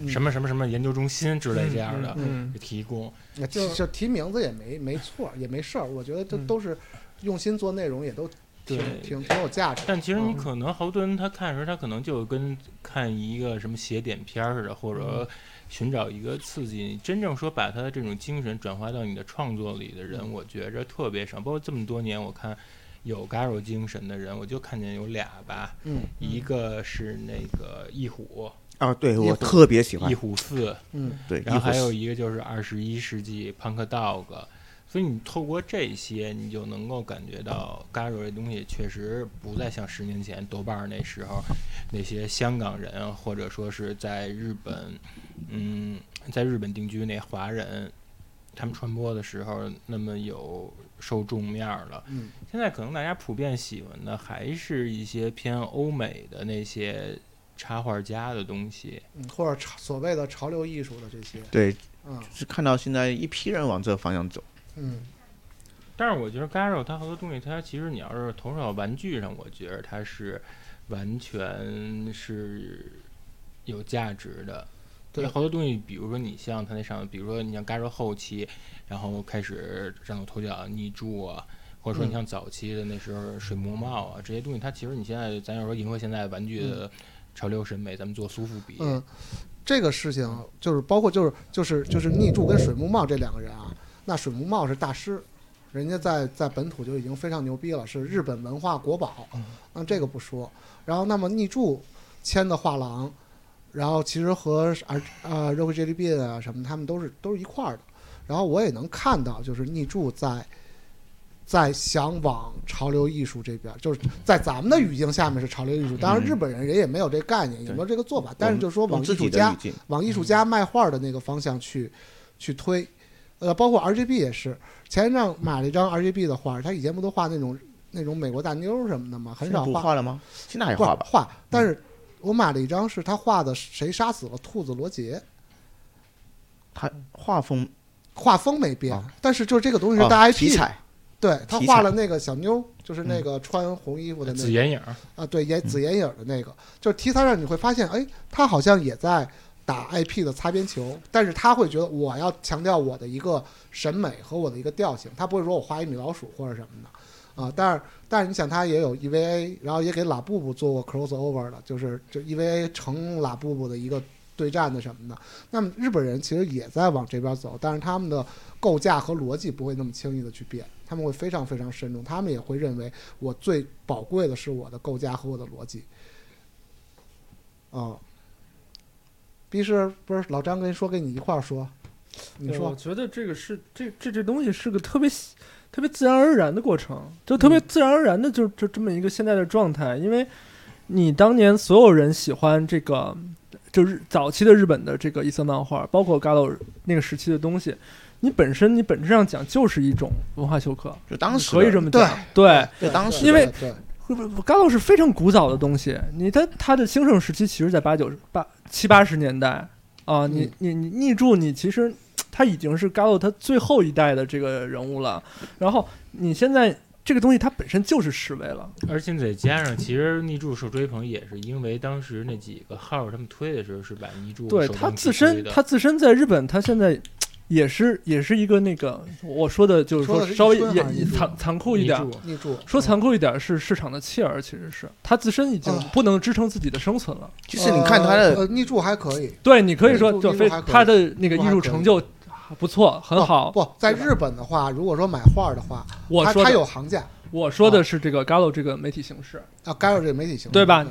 [SPEAKER 1] 嗯
[SPEAKER 3] 什么什么什么研究中心之类这样的
[SPEAKER 2] 嗯
[SPEAKER 3] 提供。
[SPEAKER 1] 那
[SPEAKER 3] 就
[SPEAKER 1] 提就提名字也没没错，也没事儿。我觉得这
[SPEAKER 2] 嗯
[SPEAKER 1] 都是用心做内容，也都挺
[SPEAKER 3] 对
[SPEAKER 1] 挺挺有价值的。
[SPEAKER 3] 但其实你
[SPEAKER 1] 嗯
[SPEAKER 3] 可能好多人他看的时候，他可能就跟看一个什么写点片儿似的，或者
[SPEAKER 1] 嗯
[SPEAKER 3] 寻找一个刺激。你真正说把他
[SPEAKER 1] 嗯
[SPEAKER 3] 的这种精神转化到你的创作里的人，我觉着特别少。包括这么多年，我看有 Garo 精神的人，我就看见有俩吧，
[SPEAKER 1] 嗯
[SPEAKER 3] 一个是那个一虎，
[SPEAKER 4] 啊，对
[SPEAKER 1] 一
[SPEAKER 4] 我
[SPEAKER 1] 虎
[SPEAKER 4] 特别喜欢
[SPEAKER 3] 一，虎四，
[SPEAKER 1] 嗯
[SPEAKER 4] 对，
[SPEAKER 3] 然后还
[SPEAKER 4] 一
[SPEAKER 3] 有
[SPEAKER 4] 虎
[SPEAKER 3] 一个就是二十一世纪 Punk Dog，所以你透过这些，你就能够感觉到 Garo 这东西确实不再像十年前豆瓣儿那时候那些香港人或者说是在日本，嗯，在日本定居那华人，他们传播的时候那么有受众面儿了。
[SPEAKER 1] 嗯
[SPEAKER 3] 现在可能大家普遍喜欢的还是一些偏欧美的那些插画家的东西。
[SPEAKER 1] 嗯，或者潮所谓的潮流艺术的这些，
[SPEAKER 4] 对，
[SPEAKER 1] 嗯
[SPEAKER 4] 就是看到现在一批人往这个方向走，
[SPEAKER 1] 嗯
[SPEAKER 3] 但是我觉得 Garo 它好多东西，它其实你要是投射到玩具上，我觉得它是完全是有价值的。
[SPEAKER 1] 对
[SPEAKER 3] 好多东西，比如说你像它那上，比如说你像 Garo 后期，然后开始崭露头角、逆柱啊，或者说
[SPEAKER 1] 嗯
[SPEAKER 3] 你像早期的那时候水墨帽啊这些东西，它其实你现在咱要说迎合现在玩具的潮流审美，咱们做苏富比，
[SPEAKER 1] 嗯，这个事情就是包括就是就是就是逆柱跟水木茂这两个人啊，那水木茂是大师。人家在在本土就已经非常牛逼了，是日本文化国宝。那这个不说，然后那么逆柱签的画廊，然后其实和啊啊 Rock Jelly Bean 啊什么，他们都是都是一块儿的。然后我也能看到，就是逆柱在在想往潮流艺术这边，就是在咱们的语境下面是潮流艺术。当然，
[SPEAKER 3] 嗯
[SPEAKER 1] 日本人人也没有这概念，也
[SPEAKER 4] 对
[SPEAKER 1] 没有这个做法。
[SPEAKER 4] 我
[SPEAKER 1] 但是
[SPEAKER 4] 们
[SPEAKER 1] 就说往
[SPEAKER 4] 用自
[SPEAKER 1] 艺术
[SPEAKER 4] 己的嗯
[SPEAKER 1] 家
[SPEAKER 4] 语境，
[SPEAKER 1] 往艺术家卖画的那个方向去、去推，呃，包括 RGB 也是。前一阵买了一张 RGB 的画，他以前不都画那种那种美国大妞儿什么的吗？很
[SPEAKER 4] 现在
[SPEAKER 1] 少
[SPEAKER 4] 不
[SPEAKER 1] 画
[SPEAKER 4] 画了吗？现在还
[SPEAKER 1] 不是
[SPEAKER 4] 画吧？嗯
[SPEAKER 1] 画，但是我买了一张是他画的谁杀死了兔子罗杰，
[SPEAKER 4] 他画风
[SPEAKER 1] 画风没变，
[SPEAKER 4] 啊
[SPEAKER 1] 但是就是这个东西是
[SPEAKER 4] 啊
[SPEAKER 1] 大 IP，、
[SPEAKER 4] 题材，
[SPEAKER 1] 对他
[SPEAKER 4] 题
[SPEAKER 1] 画
[SPEAKER 4] 材嗯
[SPEAKER 1] 了那个小妞儿，就是那个穿红衣服的那
[SPEAKER 3] 紫
[SPEAKER 1] 个
[SPEAKER 3] 眼影儿，
[SPEAKER 1] 啊，对眼紫眼影儿的那个，就是题材上你会发现，哎，他好像也在打 IP 的擦边球，但是他会觉得我要强调我的一个审美和我的一个调性，他不会说我画一米老鼠或者什么的。啊，但是但是你想，他也有 EVA，然后也给拉布布做过 crossover 的，就是就 EVA 成拉布布的一个对战的什么的。那么日本人其实也在往这边走，但是他们的构架和逻辑不会那么轻易的去变，他们会非常非常慎重，他们也会认为我最宝贵的是我的构架和我的逻辑。啊、必是不是老张跟你说跟你一块儿说，你
[SPEAKER 2] 对
[SPEAKER 1] 说
[SPEAKER 2] 我觉得这个是这这这东西是个特别喜特别自然而然的过程，就特
[SPEAKER 1] 嗯
[SPEAKER 2] 别自然而然的就就这么一个现在的状态，因为你当年所有人喜欢这个，就是早期的日本的这个异色漫画，包括 Galo 那个时期的东西，你本身你本质上讲就是一种文化休克，
[SPEAKER 4] 就当时
[SPEAKER 2] 可以这么
[SPEAKER 1] 对
[SPEAKER 2] 讲，对
[SPEAKER 1] 对
[SPEAKER 4] 就当时
[SPEAKER 2] 因为
[SPEAKER 1] 对
[SPEAKER 2] 不不不，Galo 是非常古早的东西，你它它的兴盛时期其实在八九八七八十年代啊，
[SPEAKER 1] 嗯
[SPEAKER 2] 你你你逆住你其实他已经是 Galo 他最后一代的这个人物了，然后你现在这个东西它本身就是示威了，
[SPEAKER 3] 而且再加上，其实逆柱受追捧也是因为当时那几个号儿他们推的时候是把逆柱
[SPEAKER 2] 对
[SPEAKER 3] 手
[SPEAKER 2] 它
[SPEAKER 3] 动去
[SPEAKER 2] 自身
[SPEAKER 3] 推的
[SPEAKER 2] 它自身在日本它现在。也是也是一个那个，我说的就是
[SPEAKER 1] 说
[SPEAKER 2] 说
[SPEAKER 1] 的是
[SPEAKER 2] 稍微
[SPEAKER 1] 一村
[SPEAKER 2] 也
[SPEAKER 1] 好像
[SPEAKER 2] 也
[SPEAKER 1] 是
[SPEAKER 2] 残残酷一
[SPEAKER 3] 逆
[SPEAKER 2] 点，
[SPEAKER 3] 柱，
[SPEAKER 1] 逆柱
[SPEAKER 2] 说残酷一点是市场的弃儿，其实是它自身已
[SPEAKER 3] 嗯
[SPEAKER 2] 经
[SPEAKER 1] 啊
[SPEAKER 2] 不能支撑自己的生存了。
[SPEAKER 4] 其实你看他
[SPEAKER 1] 呃
[SPEAKER 4] 的，
[SPEAKER 1] 呃逆柱还可以，
[SPEAKER 2] 对你可以说
[SPEAKER 1] 艺术
[SPEAKER 2] 就
[SPEAKER 1] 艺术
[SPEAKER 2] 非
[SPEAKER 1] 还可以
[SPEAKER 2] 他的那个艺术成就不错，很
[SPEAKER 1] 哦
[SPEAKER 2] 好。
[SPEAKER 1] 不在
[SPEAKER 2] 对吧
[SPEAKER 1] 日本的话，如果说买画的话，
[SPEAKER 2] 我
[SPEAKER 1] 它
[SPEAKER 2] 说
[SPEAKER 1] 它
[SPEAKER 2] 的
[SPEAKER 1] 有行价
[SPEAKER 2] 我说的是这个 Galo 这个媒体形式，
[SPEAKER 1] 啊，该有这个媒体形式
[SPEAKER 2] 对吧？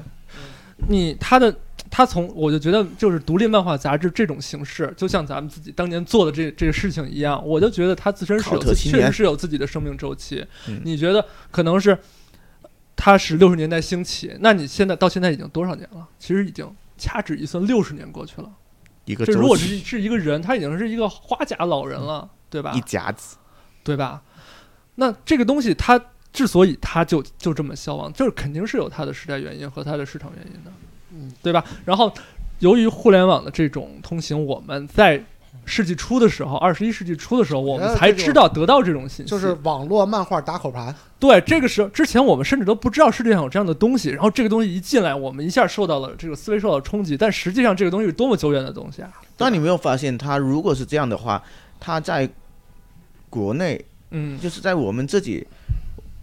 [SPEAKER 2] 你他的他从我就觉得就是独立漫画杂志这种形式，就像咱们自己当年做的这这个事情一样，我就觉得它自身是有
[SPEAKER 4] 考特
[SPEAKER 2] 自
[SPEAKER 4] 青
[SPEAKER 2] 确
[SPEAKER 4] 年
[SPEAKER 2] 实是有自己的生命周期
[SPEAKER 4] 嗯。
[SPEAKER 2] 你觉得可能是它是六十年代兴起，那你现在到现在已经多少年了？其实已经掐指一算，六十年过去了。
[SPEAKER 4] 一个
[SPEAKER 2] 这
[SPEAKER 4] 周
[SPEAKER 2] 如果
[SPEAKER 4] 期
[SPEAKER 2] 是是一个人，他已经是一个花甲老人了，对吧？
[SPEAKER 4] 一甲子，
[SPEAKER 2] 对吧？那这个东西它之所以它就就这么消亡，就是肯定是有它的时代原因和它的市场原因的，
[SPEAKER 1] 嗯，
[SPEAKER 2] 对吧？然后由于互联网的这种通行，我们在世纪初的时候，二十一世纪初的时候，我
[SPEAKER 1] 然
[SPEAKER 2] 们
[SPEAKER 1] 后
[SPEAKER 2] 才
[SPEAKER 1] 哎这种
[SPEAKER 2] 知道得到这种信息，
[SPEAKER 1] 就是网络漫画打口盘，
[SPEAKER 2] 对这个时候之前我们甚至都不知道世界上有这样的东西，然后这个东西一进来，我们一下受到了这个思维受到了冲击，但实际上这个东西是多么久远的东西啊！
[SPEAKER 4] 但你没有发现，他如果是这样的话，他在国内
[SPEAKER 2] 嗯，
[SPEAKER 4] 就是在我们自己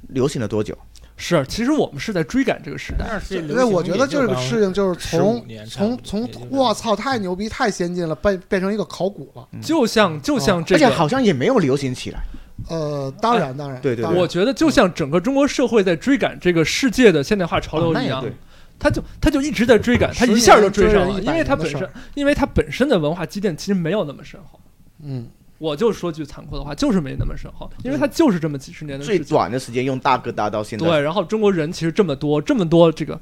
[SPEAKER 4] 流行了多久？
[SPEAKER 2] 是，其实我们是在追赶这个时代，
[SPEAKER 3] 但是
[SPEAKER 1] 那我觉得这个事情就是
[SPEAKER 3] 15
[SPEAKER 1] 从
[SPEAKER 3] 年差不
[SPEAKER 1] 从
[SPEAKER 3] 多也就
[SPEAKER 1] 从
[SPEAKER 3] 是
[SPEAKER 1] 我操太牛逼太先进了，变变成一个考古了，
[SPEAKER 2] 就像就像
[SPEAKER 1] 哦
[SPEAKER 2] 这
[SPEAKER 4] 而且
[SPEAKER 2] 个，
[SPEAKER 4] 好像也没有流行起来。
[SPEAKER 1] 呃，当然当然，
[SPEAKER 4] 对对
[SPEAKER 1] 当然
[SPEAKER 2] 我觉得就像整个中国社会在追赶这个世界的现代化潮
[SPEAKER 1] 哦
[SPEAKER 2] 流
[SPEAKER 4] 那
[SPEAKER 2] 一
[SPEAKER 4] 也
[SPEAKER 2] 样
[SPEAKER 4] 对，，
[SPEAKER 2] 他就他就一直在追赶，他
[SPEAKER 1] 十
[SPEAKER 2] 一
[SPEAKER 1] 年
[SPEAKER 2] 下就追
[SPEAKER 1] 追
[SPEAKER 2] 上
[SPEAKER 1] 人
[SPEAKER 2] 了，
[SPEAKER 1] 一
[SPEAKER 2] 因
[SPEAKER 1] 百
[SPEAKER 2] 为他
[SPEAKER 1] 年的
[SPEAKER 2] 本
[SPEAKER 1] 事
[SPEAKER 2] 身
[SPEAKER 1] 儿，
[SPEAKER 2] 因为他本身的文化积淀其实没有那么深厚。
[SPEAKER 1] 嗯，
[SPEAKER 2] 我就说句残酷的话，就是没那么深厚，因为它就是这么几十年的
[SPEAKER 4] 最
[SPEAKER 2] 事情。
[SPEAKER 4] 短的时间用大哥大到现在，
[SPEAKER 2] 对，然后中国人其实这么多，这么多这个，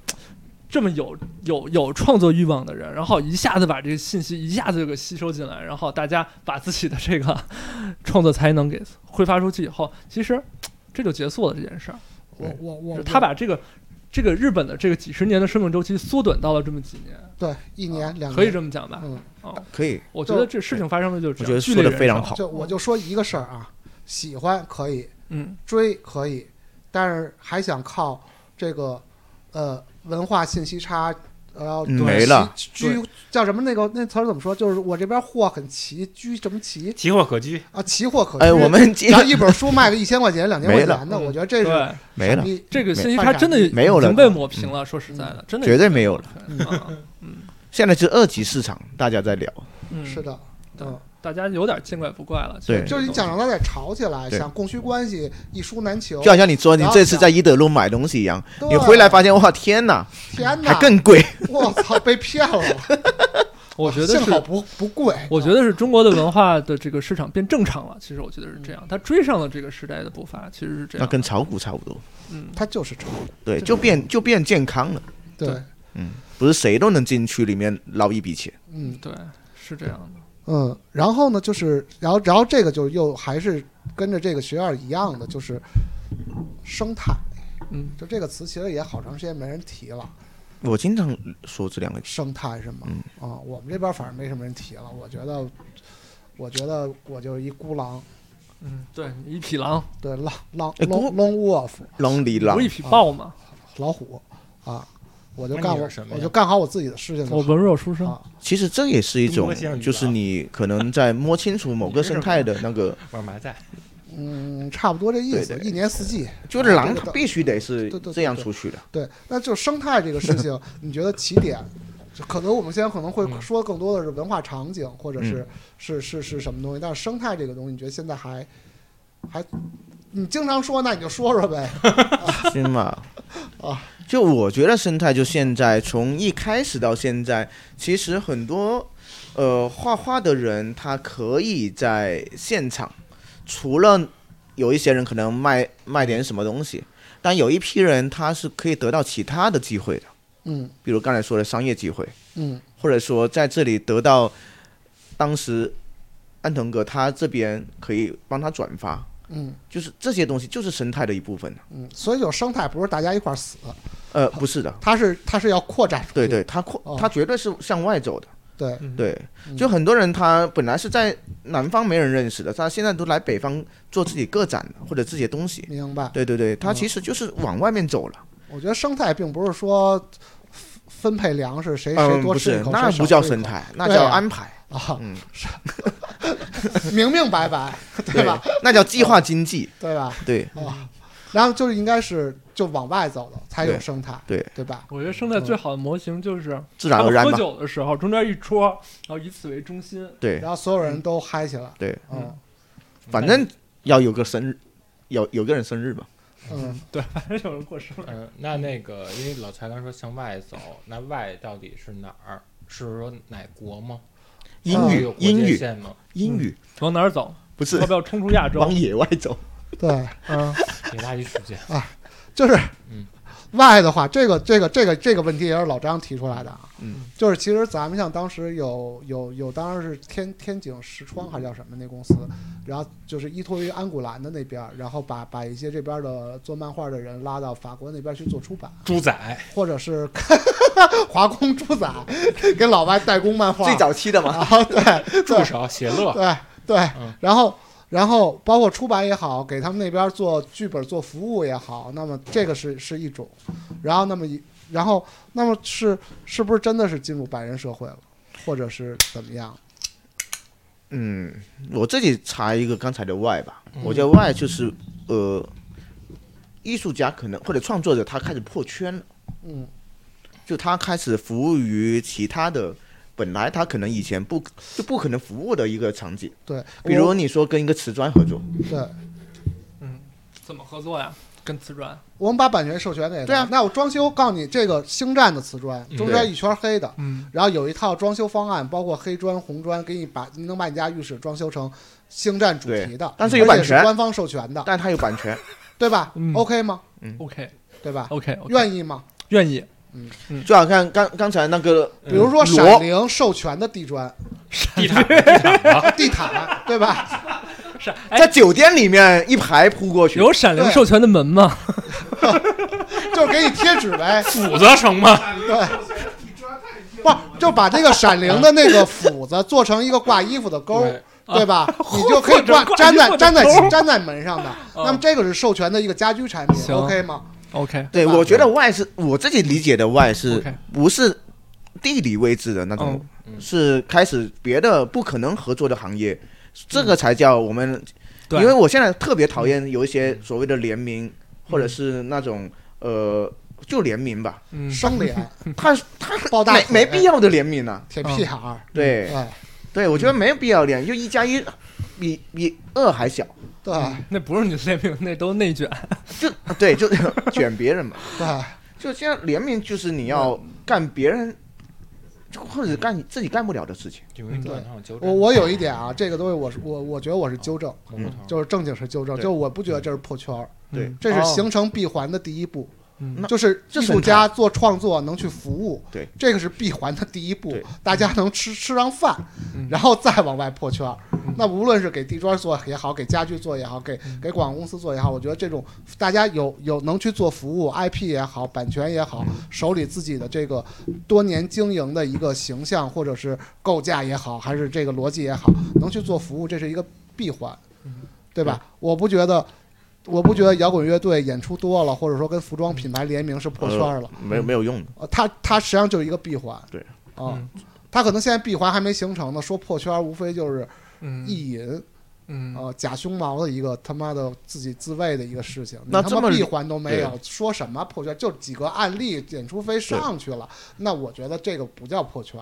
[SPEAKER 2] 这么有有有创作欲望的人，然后一下子把这个信息一下子就给吸收进来，然后大家把自己的这个创作才能给挥发出去以后，其实这就结束了这件事儿。
[SPEAKER 1] 我我
[SPEAKER 2] 就
[SPEAKER 1] 我
[SPEAKER 2] 是他把这个这个日本的这个几十年的生命周期缩短到了这么几年，啊
[SPEAKER 1] 对一年两年
[SPEAKER 2] 可以这么讲吧？
[SPEAKER 1] 嗯，
[SPEAKER 4] 可以，
[SPEAKER 2] 我觉得这事情发生的就是这
[SPEAKER 4] 我觉
[SPEAKER 2] 样，
[SPEAKER 4] 得
[SPEAKER 2] 剧
[SPEAKER 4] 说
[SPEAKER 2] 烈
[SPEAKER 4] 的
[SPEAKER 2] 燃
[SPEAKER 4] 非常
[SPEAKER 2] 烧，
[SPEAKER 4] 好。
[SPEAKER 1] 就我就说一个事儿啊，喜欢可以，
[SPEAKER 2] 嗯，
[SPEAKER 1] 追可以，但是还想靠这个呃文化信息差，呃然后
[SPEAKER 4] 嗯没了
[SPEAKER 1] 齐居叫什么那个那词儿怎么说？就是我这边货很齐，居什么齐
[SPEAKER 3] 奇货可居，
[SPEAKER 1] 啊？奇货可居。
[SPEAKER 4] 哎，我们今
[SPEAKER 1] 然后一本书卖个一千块 钱、两千块钱的，
[SPEAKER 2] 没了
[SPEAKER 1] 我觉得这是
[SPEAKER 2] 对。
[SPEAKER 4] 没了，
[SPEAKER 1] 你
[SPEAKER 2] 这个信息
[SPEAKER 1] 没
[SPEAKER 2] 差真的
[SPEAKER 4] 没有
[SPEAKER 2] 已
[SPEAKER 4] 了嗯
[SPEAKER 2] 经被抹平了。说实在的，真的
[SPEAKER 4] 绝对没有了。
[SPEAKER 1] 嗯
[SPEAKER 2] 了。啊
[SPEAKER 4] 现在是二级市场，大家在聊，
[SPEAKER 2] 嗯，
[SPEAKER 1] 是，的，
[SPEAKER 2] 对
[SPEAKER 1] 嗯，
[SPEAKER 2] 大家有点见怪不怪了。
[SPEAKER 4] 对
[SPEAKER 2] 其实这个
[SPEAKER 1] 就是你讲
[SPEAKER 2] 东
[SPEAKER 1] 让他再吵起来，
[SPEAKER 4] 对
[SPEAKER 1] 想供需关系一书难求
[SPEAKER 4] 就。好像你说你
[SPEAKER 1] 然后
[SPEAKER 4] 这次
[SPEAKER 1] 想
[SPEAKER 4] 在伊德路买东西一样，
[SPEAKER 2] 啊
[SPEAKER 1] 对
[SPEAKER 4] 你回来发现哇，天哪，
[SPEAKER 1] 天
[SPEAKER 4] 还
[SPEAKER 1] 哪，
[SPEAKER 4] 更贵。
[SPEAKER 1] 我操，被骗了！
[SPEAKER 2] 西， 我觉得
[SPEAKER 1] 幸好
[SPEAKER 2] 是，
[SPEAKER 1] 不不贵，
[SPEAKER 2] 我觉得是中国的文化的这个市场变正常了。其实我觉得是这
[SPEAKER 1] 嗯
[SPEAKER 2] 样，它追上了这个时代的步伐，其实是这
[SPEAKER 4] 那
[SPEAKER 2] 样。
[SPEAKER 4] 跟炒股差不多，
[SPEAKER 2] 嗯，
[SPEAKER 1] 它就是炒，
[SPEAKER 4] 对，就变就变健康了，
[SPEAKER 1] 对
[SPEAKER 2] 对，
[SPEAKER 4] 嗯，不是谁都能进去里面捞一笔钱，
[SPEAKER 1] 嗯。
[SPEAKER 2] 对，是这样的。
[SPEAKER 1] 嗯，然后呢，就是，然后，然后这个就又还是跟着这个学院一样的，就是生态，
[SPEAKER 2] 嗯，
[SPEAKER 1] 就这个词其实也好长时间没人提了，
[SPEAKER 4] 我经常说这 两个词，
[SPEAKER 1] 生态是吗？
[SPEAKER 4] 嗯
[SPEAKER 1] 啊，我们这边反正没什么人提了，我觉得，我觉得我就是一孤狼，
[SPEAKER 2] 嗯，对，一匹狼，
[SPEAKER 1] 对，狼狼
[SPEAKER 4] 哎孤
[SPEAKER 1] lone lone wolf
[SPEAKER 4] 龙里浪
[SPEAKER 2] 不是一匹豹嘛。
[SPEAKER 1] 老虎啊，我就
[SPEAKER 3] 那
[SPEAKER 1] 干
[SPEAKER 3] 你
[SPEAKER 1] 我
[SPEAKER 3] 是什么
[SPEAKER 1] 我
[SPEAKER 3] 呀
[SPEAKER 1] 就干好我自己的事情就
[SPEAKER 2] 我
[SPEAKER 1] 好
[SPEAKER 2] 文弱书生，
[SPEAKER 1] 啊，
[SPEAKER 4] 其实这也是一种
[SPEAKER 3] 中国香，鱼
[SPEAKER 4] 就是你可能在摸清楚某个生态的那 个，
[SPEAKER 3] 玩麻将，
[SPEAKER 1] 嗯，差不多这意思，
[SPEAKER 4] 对对
[SPEAKER 1] 一年四季，
[SPEAKER 4] 就是狼
[SPEAKER 1] 对对
[SPEAKER 4] 它
[SPEAKER 1] 对
[SPEAKER 4] 必须得是
[SPEAKER 1] 对对
[SPEAKER 4] 这样出去的。
[SPEAKER 1] 对，那就生态这个事 情，你觉得起点，就可能我们现在可能会
[SPEAKER 3] 嗯
[SPEAKER 1] 说更多的是文化场景，或者
[SPEAKER 4] 嗯
[SPEAKER 1] 是、是是是什么东西，但是生态这个东西，你觉得现在还还，你经常说，那你就说说呗。
[SPEAKER 4] 是嘛？
[SPEAKER 1] 啊，
[SPEAKER 4] 就我觉得生态就现在从一开始到现在，其实很多呃画画的人，他可以在现场，除了有一些人可能卖卖点什么东西，但有一批人他是可以得到其他的机会的，
[SPEAKER 1] 嗯
[SPEAKER 4] 比如刚才说的商业机会，
[SPEAKER 1] 嗯
[SPEAKER 4] 或者说在这里得到当时安藤哥他这边可以帮他转发，
[SPEAKER 1] 嗯
[SPEAKER 4] 就是这些东西就是生态的一部分。
[SPEAKER 1] 嗯，所以就生态不是大家一块儿死，
[SPEAKER 4] 呃，不是的，
[SPEAKER 1] 它是它是要扩展出去。
[SPEAKER 4] 对对，他扩
[SPEAKER 1] 哦
[SPEAKER 4] 他绝对是向外走的。
[SPEAKER 1] 对
[SPEAKER 2] 嗯
[SPEAKER 4] 对，
[SPEAKER 1] 嗯
[SPEAKER 4] 就很多人他本来是在南方没人认识的，他现在都来北方做自己个展了或者自己的东西。
[SPEAKER 1] 明白。
[SPEAKER 4] 对对对，他
[SPEAKER 1] 嗯
[SPEAKER 4] 其实就是往外面走了。
[SPEAKER 1] 我觉得生态并不是说分分配粮食谁谁
[SPEAKER 4] 嗯，
[SPEAKER 1] 多
[SPEAKER 4] 不
[SPEAKER 1] 吃一
[SPEAKER 4] 是
[SPEAKER 1] 口，，
[SPEAKER 4] 那
[SPEAKER 1] 谁少
[SPEAKER 4] 不叫
[SPEAKER 1] 吃一
[SPEAKER 4] 生
[SPEAKER 1] 口
[SPEAKER 4] 态，那
[SPEAKER 1] 对
[SPEAKER 4] 叫
[SPEAKER 1] 啊
[SPEAKER 4] 安排，
[SPEAKER 1] 啊，
[SPEAKER 4] 嗯，
[SPEAKER 1] 明明白白， 对吧？？
[SPEAKER 4] 那叫计划经济。
[SPEAKER 1] 对吧？
[SPEAKER 4] 对，
[SPEAKER 1] 啊，然后就是应该是就往外走的才有
[SPEAKER 4] 对
[SPEAKER 1] 生态，
[SPEAKER 4] 对
[SPEAKER 1] 对吧？
[SPEAKER 2] 我觉得生态最好的模型就是
[SPEAKER 4] 自然
[SPEAKER 2] 他
[SPEAKER 4] 而
[SPEAKER 2] 们
[SPEAKER 4] 然
[SPEAKER 2] 喝
[SPEAKER 4] 嘛。
[SPEAKER 2] 酒的时候，中间一戳，然后以此为中心。
[SPEAKER 4] 对
[SPEAKER 1] 然，后所有人都嗨起来，
[SPEAKER 4] 对
[SPEAKER 1] 嗯
[SPEAKER 4] 反正要有个生日，有有个人生日嘛。
[SPEAKER 1] 嗯，
[SPEAKER 2] 反正有人过生日，
[SPEAKER 3] 嗯，那那个，因为老蔡刚说向外走，那外到底是哪儿？是说哪国吗？
[SPEAKER 4] 英
[SPEAKER 1] 啊
[SPEAKER 3] 是
[SPEAKER 4] 语
[SPEAKER 3] 有，国
[SPEAKER 4] 英
[SPEAKER 3] 界
[SPEAKER 4] 语，
[SPEAKER 3] 线吗？
[SPEAKER 4] 英语，
[SPEAKER 1] 嗯
[SPEAKER 2] 往哪儿走？
[SPEAKER 4] 不是
[SPEAKER 2] 要不要冲出亚洲？
[SPEAKER 4] 往野外走。
[SPEAKER 1] 对，
[SPEAKER 2] 嗯，
[SPEAKER 3] 给大家一时间，
[SPEAKER 1] 就是
[SPEAKER 3] 嗯
[SPEAKER 1] 外的话，这个这个这个这个问题也是老张提出来的啊，
[SPEAKER 4] 嗯，
[SPEAKER 1] 就是其实咱们像当时有有有，当时是天天井石窗还是叫什么那公司，然后就是依托于安古兰的那边儿，然后把把一些这边的做漫画的人拉到法国那边去做出版，
[SPEAKER 3] 猪仔，
[SPEAKER 1] 或者是华工猪仔给老外代工漫画，
[SPEAKER 4] 最早期的嘛。
[SPEAKER 1] 啊， 对，
[SPEAKER 3] 助
[SPEAKER 1] 对
[SPEAKER 3] 手，写 乐，
[SPEAKER 1] 对对
[SPEAKER 3] 嗯，
[SPEAKER 1] 然后然后包括出版也好，给他们那边做剧本做服务也好，那么这个是是一种，然后那么一然后那么是是不是真的是进入白人社会了，或者是怎么样？
[SPEAKER 4] 嗯，我自己查一个刚才的 Y 吧，
[SPEAKER 3] 嗯
[SPEAKER 4] 我觉得 Y 就是呃，艺术家可能或者创作者他开始破圈了，
[SPEAKER 1] 嗯，
[SPEAKER 4] 就他开始服务于其他的。本来他可能以前不就不可能服务的一个场景，
[SPEAKER 1] 对，
[SPEAKER 4] 比
[SPEAKER 1] 我
[SPEAKER 4] 如你说跟一个瓷砖合作，
[SPEAKER 1] 对，
[SPEAKER 2] 怎么合作呀？跟瓷砖？
[SPEAKER 1] 我们把版权授权给他。
[SPEAKER 4] 对啊
[SPEAKER 1] 那我装修告诉你，这个星战的瓷砖，
[SPEAKER 3] 嗯
[SPEAKER 1] 中间一圈黑的，
[SPEAKER 2] 嗯，
[SPEAKER 1] 然后有一套装修方案，包括黑砖、红砖，给你把能把你家浴室装修成星战主题的，
[SPEAKER 4] 但是有版
[SPEAKER 1] 而且
[SPEAKER 4] 权
[SPEAKER 1] 官方授权的，
[SPEAKER 4] 但它有版权，
[SPEAKER 1] 对吧、
[SPEAKER 2] 嗯
[SPEAKER 1] o k 吗？
[SPEAKER 2] OK
[SPEAKER 1] 对吧
[SPEAKER 2] OK，
[SPEAKER 1] 愿意吗？
[SPEAKER 2] 愿意
[SPEAKER 4] 就好看刚刚才那个
[SPEAKER 1] 比如说《
[SPEAKER 4] 嗯
[SPEAKER 1] 闪灵》授权的地砖、
[SPEAKER 3] 地毯，地毯啊，
[SPEAKER 1] 地毯，对吧？
[SPEAKER 2] 是
[SPEAKER 4] 在
[SPEAKER 2] 哎，
[SPEAKER 4] 酒店里面一排铺过去，
[SPEAKER 2] 有闪灵
[SPEAKER 1] 对
[SPEAKER 2] 授权的门吗？
[SPEAKER 1] 就是给你贴纸呗，
[SPEAKER 3] 斧子成吗？
[SPEAKER 1] 对。不，就把这个闪灵的那个斧子做成一个挂衣服的钩，
[SPEAKER 3] 对
[SPEAKER 1] 对吧？你就可以挂
[SPEAKER 2] 啊或者挂
[SPEAKER 1] 粘
[SPEAKER 2] 衣
[SPEAKER 1] 在
[SPEAKER 2] 服的
[SPEAKER 1] 粘在
[SPEAKER 2] 钩
[SPEAKER 1] 粘在门上的。
[SPEAKER 2] 嗯
[SPEAKER 1] 那么这个是授权的一个家居产品
[SPEAKER 2] 行
[SPEAKER 1] ，OK 吗？
[SPEAKER 2] OK
[SPEAKER 4] 对，
[SPEAKER 1] 吧
[SPEAKER 4] 我觉得外是我自己理解的外是
[SPEAKER 2] OK
[SPEAKER 4] 不是地理位置的那种，
[SPEAKER 3] 嗯嗯
[SPEAKER 4] 是开始别的不可能合作的行业，这个才叫我们。
[SPEAKER 2] 对
[SPEAKER 4] 因为我现在特别讨厌有一些所谓的联名，或者是那种呃，就联名 吧，
[SPEAKER 2] 嗯
[SPEAKER 1] 生脸、
[SPEAKER 4] 他他
[SPEAKER 1] 抱大嗯
[SPEAKER 4] 没
[SPEAKER 1] 腿
[SPEAKER 4] 没必要的联名啊。
[SPEAKER 1] 铁屁眼
[SPEAKER 2] 嗯
[SPEAKER 1] 儿，
[SPEAKER 4] 对
[SPEAKER 1] 对
[SPEAKER 4] 对，我觉得没有必要联，就一加一比比二还小，
[SPEAKER 1] 对
[SPEAKER 2] 那不是你联名，那都内卷。
[SPEAKER 4] 就对就 卷别人嘛。
[SPEAKER 1] 对。
[SPEAKER 4] 就现在联名就是你要干别人，或者干你自己干不了的事情。
[SPEAKER 3] 就容易转烫纠
[SPEAKER 1] 嗯
[SPEAKER 3] 正。
[SPEAKER 1] 我我有一点啊，这个东西我是我我觉得我是纠
[SPEAKER 2] 嗯
[SPEAKER 1] 正，
[SPEAKER 3] 蘑菇头，
[SPEAKER 1] 就是正经是纠正，
[SPEAKER 4] 对
[SPEAKER 1] 就是我不觉得这是破圈儿，
[SPEAKER 4] 对
[SPEAKER 2] 嗯
[SPEAKER 1] 这是
[SPEAKER 4] 哦
[SPEAKER 1] 形成闭环的第一步，
[SPEAKER 2] 嗯
[SPEAKER 4] 那
[SPEAKER 1] 就是艺
[SPEAKER 4] 这是
[SPEAKER 1] 术家做创作能去服务，
[SPEAKER 4] 对，
[SPEAKER 1] 这个是闭环的第一步
[SPEAKER 4] 对，
[SPEAKER 1] 大家能吃吃上饭
[SPEAKER 2] 嗯，
[SPEAKER 1] 然后再往外破圈儿。那无论是给地砖做也好，给家具做也好，给给广告公司做也好，我觉得这种大家有有能去做服务 IP 也好，版权也好，手里自己的这个多年经营的一个形象或者是构架也好，还是这个逻辑也好，能去做服务，这是一个闭环，对吧？我不觉得。我不觉得摇滚乐队演出多了，或者说跟服装品牌联名是破圈了，
[SPEAKER 4] 没有没有用的，
[SPEAKER 1] 呃，它它实际上就是一个闭环。
[SPEAKER 4] 对
[SPEAKER 1] 啊
[SPEAKER 2] 嗯，
[SPEAKER 1] 它可能现在闭环还没形成呢，说破圈无非就是
[SPEAKER 2] 嗯
[SPEAKER 1] 意淫，
[SPEAKER 2] 嗯，
[SPEAKER 1] 呃，假胸毛的一个他妈的自己自卫的一个事情。
[SPEAKER 4] 那
[SPEAKER 1] 你
[SPEAKER 4] 这
[SPEAKER 1] 他妈
[SPEAKER 4] 么
[SPEAKER 1] 闭环都没有，说什么破圈？就几个案例，演出费上去了，那我觉得这个不叫破圈。